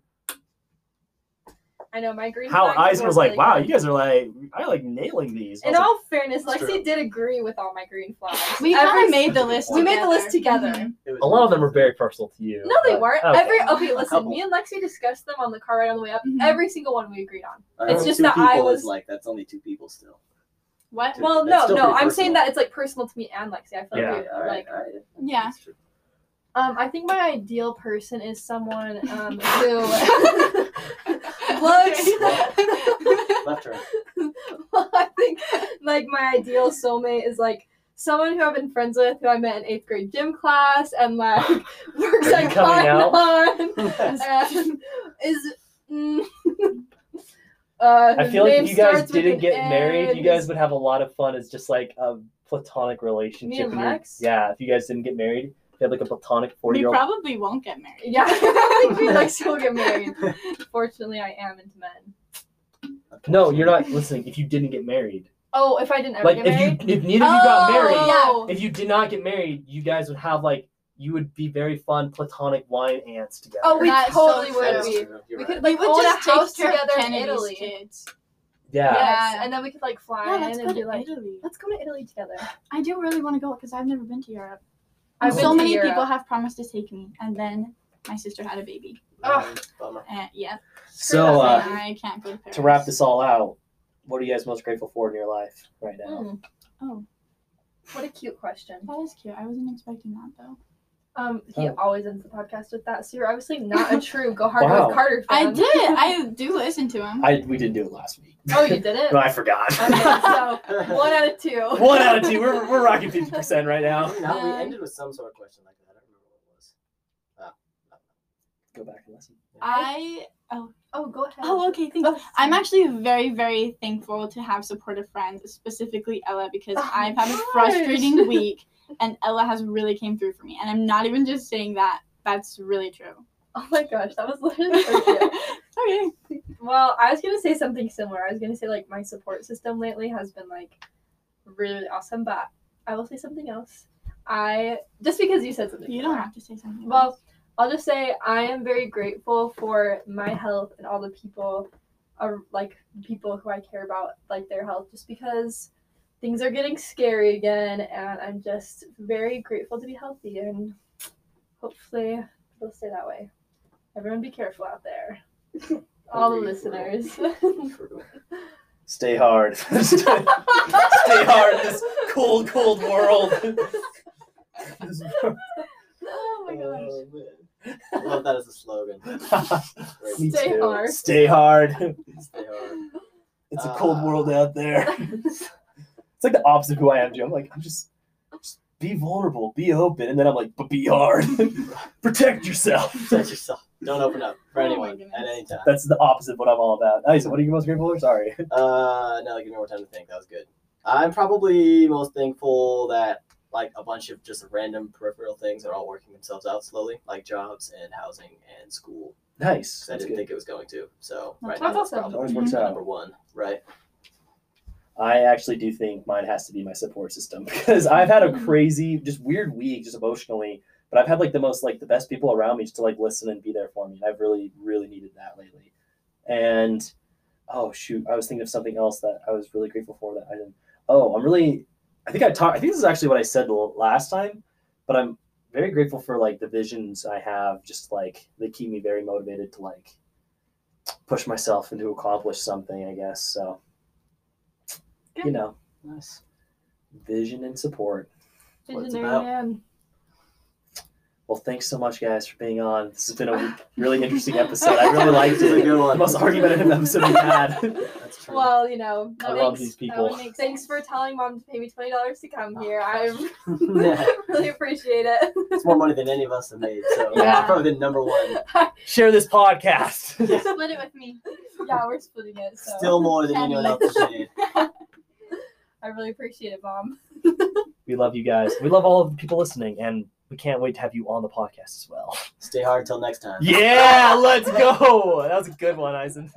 [SPEAKER 3] I know my green.
[SPEAKER 1] how
[SPEAKER 3] flags
[SPEAKER 1] Eisen
[SPEAKER 3] were
[SPEAKER 1] was like,
[SPEAKER 3] really
[SPEAKER 1] wow,
[SPEAKER 3] good.
[SPEAKER 1] you guys are like, I like nailing these.
[SPEAKER 3] In
[SPEAKER 1] I was
[SPEAKER 3] all fairness,
[SPEAKER 4] That's
[SPEAKER 3] Lexi
[SPEAKER 4] true.
[SPEAKER 3] did agree with all my green flags.
[SPEAKER 2] We
[SPEAKER 3] Every
[SPEAKER 2] kind of
[SPEAKER 3] s-
[SPEAKER 2] made the list.
[SPEAKER 3] we made the list together.
[SPEAKER 4] It was
[SPEAKER 1] like, a lot of them
[SPEAKER 4] really
[SPEAKER 1] are very personal to you.
[SPEAKER 3] No, they
[SPEAKER 1] but-
[SPEAKER 3] weren't.
[SPEAKER 1] okay.
[SPEAKER 3] Every okay, listen.
[SPEAKER 4] couple.
[SPEAKER 3] Me and Lexi discussed them on the car ride on the way up.
[SPEAKER 2] Mhm.
[SPEAKER 3] Every single one we agreed on.
[SPEAKER 4] I
[SPEAKER 3] it's
[SPEAKER 4] know
[SPEAKER 3] just
[SPEAKER 4] two
[SPEAKER 3] that I
[SPEAKER 4] people is
[SPEAKER 3] was-
[SPEAKER 4] like that's only two people still.
[SPEAKER 2] What?
[SPEAKER 4] Dude,
[SPEAKER 3] Well,
[SPEAKER 4] that's
[SPEAKER 3] no,
[SPEAKER 4] still
[SPEAKER 3] no.
[SPEAKER 4] pretty
[SPEAKER 3] I'm saying
[SPEAKER 4] personal.
[SPEAKER 3] that it's like personal to me and Lexi. I feel
[SPEAKER 1] Yeah.
[SPEAKER 3] like, we,
[SPEAKER 4] All right.
[SPEAKER 3] like
[SPEAKER 4] All right.
[SPEAKER 2] Yeah.
[SPEAKER 4] That's true.
[SPEAKER 3] um, I think my ideal person is someone um who looks.
[SPEAKER 4] Left turn.
[SPEAKER 3] well, I think like my ideal soulmate is like someone who I've been friends with who I met in eighth grade gym class and like works
[SPEAKER 1] Are you
[SPEAKER 3] at
[SPEAKER 1] coming out?
[SPEAKER 3] Con and Uh, is. Mm, Uh,
[SPEAKER 1] I
[SPEAKER 3] whose
[SPEAKER 1] feel like
[SPEAKER 3] name
[SPEAKER 1] if you guys
[SPEAKER 3] starts with
[SPEAKER 1] didn't
[SPEAKER 3] an
[SPEAKER 1] get married,
[SPEAKER 3] N,
[SPEAKER 1] you guys would have a lot of fun as just like a platonic relationship.
[SPEAKER 3] and
[SPEAKER 1] when you're-
[SPEAKER 3] Lex?
[SPEAKER 1] Yeah, if you guys didn't get married, if you had like a platonic four
[SPEAKER 2] We
[SPEAKER 1] year old.
[SPEAKER 2] probably won't get married.
[SPEAKER 3] Yeah, I think we like still get married. Fortunately, I am into men.
[SPEAKER 1] No, you're not listening. If you didn't get married,
[SPEAKER 3] Oh, if I didn't ever
[SPEAKER 1] like
[SPEAKER 3] get
[SPEAKER 1] if
[SPEAKER 3] married,
[SPEAKER 1] you if neither of you got married,
[SPEAKER 2] Oh,
[SPEAKER 1] if you did not get married, you guys would have like you would be very fun platonic wine ants together.
[SPEAKER 3] oh, we
[SPEAKER 2] That's so
[SPEAKER 3] totally
[SPEAKER 2] true.
[SPEAKER 3] would
[SPEAKER 4] That's
[SPEAKER 3] be.
[SPEAKER 4] true. You're
[SPEAKER 3] We
[SPEAKER 4] right.
[SPEAKER 3] could
[SPEAKER 2] We
[SPEAKER 3] like
[SPEAKER 2] would
[SPEAKER 3] own a
[SPEAKER 2] just
[SPEAKER 3] house
[SPEAKER 2] take care
[SPEAKER 3] together
[SPEAKER 2] of
[SPEAKER 3] in
[SPEAKER 2] Kennedy's
[SPEAKER 3] Italy.
[SPEAKER 2] kids.
[SPEAKER 1] yeah.
[SPEAKER 3] Yes,
[SPEAKER 2] Yeah.
[SPEAKER 3] and then we could like fly
[SPEAKER 2] Yeah, let's
[SPEAKER 3] in
[SPEAKER 2] go
[SPEAKER 3] and be
[SPEAKER 2] to
[SPEAKER 3] like,
[SPEAKER 2] Italy.
[SPEAKER 3] let's go to Italy together.
[SPEAKER 2] I do really want to go because I've never been to Europe.
[SPEAKER 3] I've been
[SPEAKER 2] so
[SPEAKER 3] to
[SPEAKER 2] many
[SPEAKER 3] Europe.
[SPEAKER 2] people have promised to take me, and then my sister had a baby.
[SPEAKER 3] Ugh.
[SPEAKER 4] Bummer.
[SPEAKER 2] And yeah,
[SPEAKER 1] So
[SPEAKER 3] that
[SPEAKER 1] uh,
[SPEAKER 3] man.
[SPEAKER 2] I can't go to Paris.
[SPEAKER 1] to wrap this all out, what are you guys most grateful for in your life right now?
[SPEAKER 3] Mm.
[SPEAKER 2] Oh.
[SPEAKER 3] What a cute question.
[SPEAKER 2] That is cute. I wasn't expecting that though.
[SPEAKER 3] Um, he
[SPEAKER 1] Oh.
[SPEAKER 3] always ends the podcast with that, so you're obviously not a true Go Hard
[SPEAKER 1] Wow.
[SPEAKER 3] with Carter
[SPEAKER 2] I
[SPEAKER 3] fan.
[SPEAKER 2] did. I do listen to
[SPEAKER 3] Hmm.
[SPEAKER 2] him.
[SPEAKER 1] I we didn't do it last week.
[SPEAKER 3] oh, you didn't.
[SPEAKER 1] No, I forgot.
[SPEAKER 3] okay, so one out of two.
[SPEAKER 1] One out of two. We're, we're rocking fifty percent right now.
[SPEAKER 4] No, we
[SPEAKER 3] Um,
[SPEAKER 4] ended with some sort of question like that. I don't remember what it was. Ah,
[SPEAKER 1] Go back and listen.
[SPEAKER 2] I
[SPEAKER 3] Oh, go ahead.
[SPEAKER 2] oh okay thanks.
[SPEAKER 3] Oh,
[SPEAKER 2] I'm actually very very thankful to have supportive friends, specifically Ella, because
[SPEAKER 3] Oh
[SPEAKER 2] I've
[SPEAKER 3] my
[SPEAKER 2] had a
[SPEAKER 3] gosh.
[SPEAKER 2] frustrating week, and Ella has really came through for me. And I'm not even just saying that; that's really true.
[SPEAKER 3] oh my gosh, that was literally so cute.
[SPEAKER 2] okay.
[SPEAKER 3] Well, I was gonna say something similar. I was gonna say like my support system lately has been like really, really awesome, but I will say something else. I just because you said something.
[SPEAKER 2] You don't
[SPEAKER 3] similar.
[SPEAKER 2] have to say something.
[SPEAKER 3] Well, I'll just say I am very grateful for my health and all the people, are like people who I care about, like their health, just because things are getting scary again, and I'm just very grateful to be healthy, and hopefully it'll stay that way. Everyone, be careful out there. all the
[SPEAKER 4] Agreed, for real.
[SPEAKER 3] listeners.
[SPEAKER 4] For real.
[SPEAKER 1] Stay hard. Stay hard in this cold, cold world.
[SPEAKER 3] Oh my gosh.
[SPEAKER 4] Oh, man. I love that as a slogan. Great.
[SPEAKER 1] Me
[SPEAKER 3] Stay
[SPEAKER 1] too.
[SPEAKER 3] hard.
[SPEAKER 1] Stay hard.
[SPEAKER 4] Stay hard.
[SPEAKER 1] It's a cold
[SPEAKER 4] Uh,
[SPEAKER 1] world out there. It's like the opposite of who I am, Joe. I'm like, I'm just, just be vulnerable, be open, and then I'm like, but be hard. Protect yourself.
[SPEAKER 4] Protect yourself. Don't open up for
[SPEAKER 2] Oh my
[SPEAKER 4] anyone
[SPEAKER 2] goodness.
[SPEAKER 4] at any time.
[SPEAKER 1] That's the opposite of what I'm all about. Isaac, what are you most grateful for? Sorry.
[SPEAKER 4] Uh, no, give me more time to think. That was good. I'm probably most thankful that like a bunch of just random peripheral things are all working themselves out slowly, like jobs and housing and school.
[SPEAKER 1] Nice.
[SPEAKER 4] 'cause I
[SPEAKER 1] That's
[SPEAKER 4] didn't
[SPEAKER 1] good.
[SPEAKER 4] think it was going to. So right
[SPEAKER 2] That's
[SPEAKER 4] now, that's
[SPEAKER 3] awesome.
[SPEAKER 1] It
[SPEAKER 4] probably
[SPEAKER 1] always works out.
[SPEAKER 4] number one. Right.
[SPEAKER 1] I actually do think mine has to be my support system because I've had a crazy, just weird week, just emotionally. But I've had like the most, like the best people around me just to like listen and be there for me, and I've really, really needed that lately. And oh shoot, I was thinking of something else that I was really grateful for that I didn't. Oh, I'm really. I think I talked. I think this is actually what I said the last time, but I'm very grateful for like the visions I have. Just like they keep me very motivated to like push myself and to accomplish something. I guess so. You
[SPEAKER 3] Good.
[SPEAKER 1] know
[SPEAKER 4] Nice.
[SPEAKER 1] vision and support.
[SPEAKER 4] what it's
[SPEAKER 3] Visionary
[SPEAKER 4] about.
[SPEAKER 3] man.
[SPEAKER 1] Well, thanks so much, guys, for being on. This has been a really interesting episode. I really liked
[SPEAKER 4] This is a
[SPEAKER 1] it. The
[SPEAKER 4] good one.
[SPEAKER 1] most argumentative episode we've had.
[SPEAKER 4] That's true.
[SPEAKER 3] Well, you know,
[SPEAKER 1] I
[SPEAKER 3] thanks,
[SPEAKER 1] love these
[SPEAKER 3] that
[SPEAKER 1] people.
[SPEAKER 3] would make- thanks for telling mom to pay me twenty dollars to come
[SPEAKER 4] Oh,
[SPEAKER 3] here. I
[SPEAKER 4] yeah,
[SPEAKER 3] really appreciate it.
[SPEAKER 4] it's more money than any of us have made. So
[SPEAKER 1] Yeah.
[SPEAKER 4] probably the number one.
[SPEAKER 1] Share this podcast.
[SPEAKER 4] Yeah.
[SPEAKER 2] split it with me.
[SPEAKER 3] yeah, we're splitting it. So
[SPEAKER 4] Still more than anyone else has made.
[SPEAKER 3] I really appreciate it, mom.
[SPEAKER 1] We love you guys. We love all of the people listening, and we can't wait to have you on the podcast as well.
[SPEAKER 4] Stay hard till next time.
[SPEAKER 1] Yeah, let's go. That was a good one, Eisen.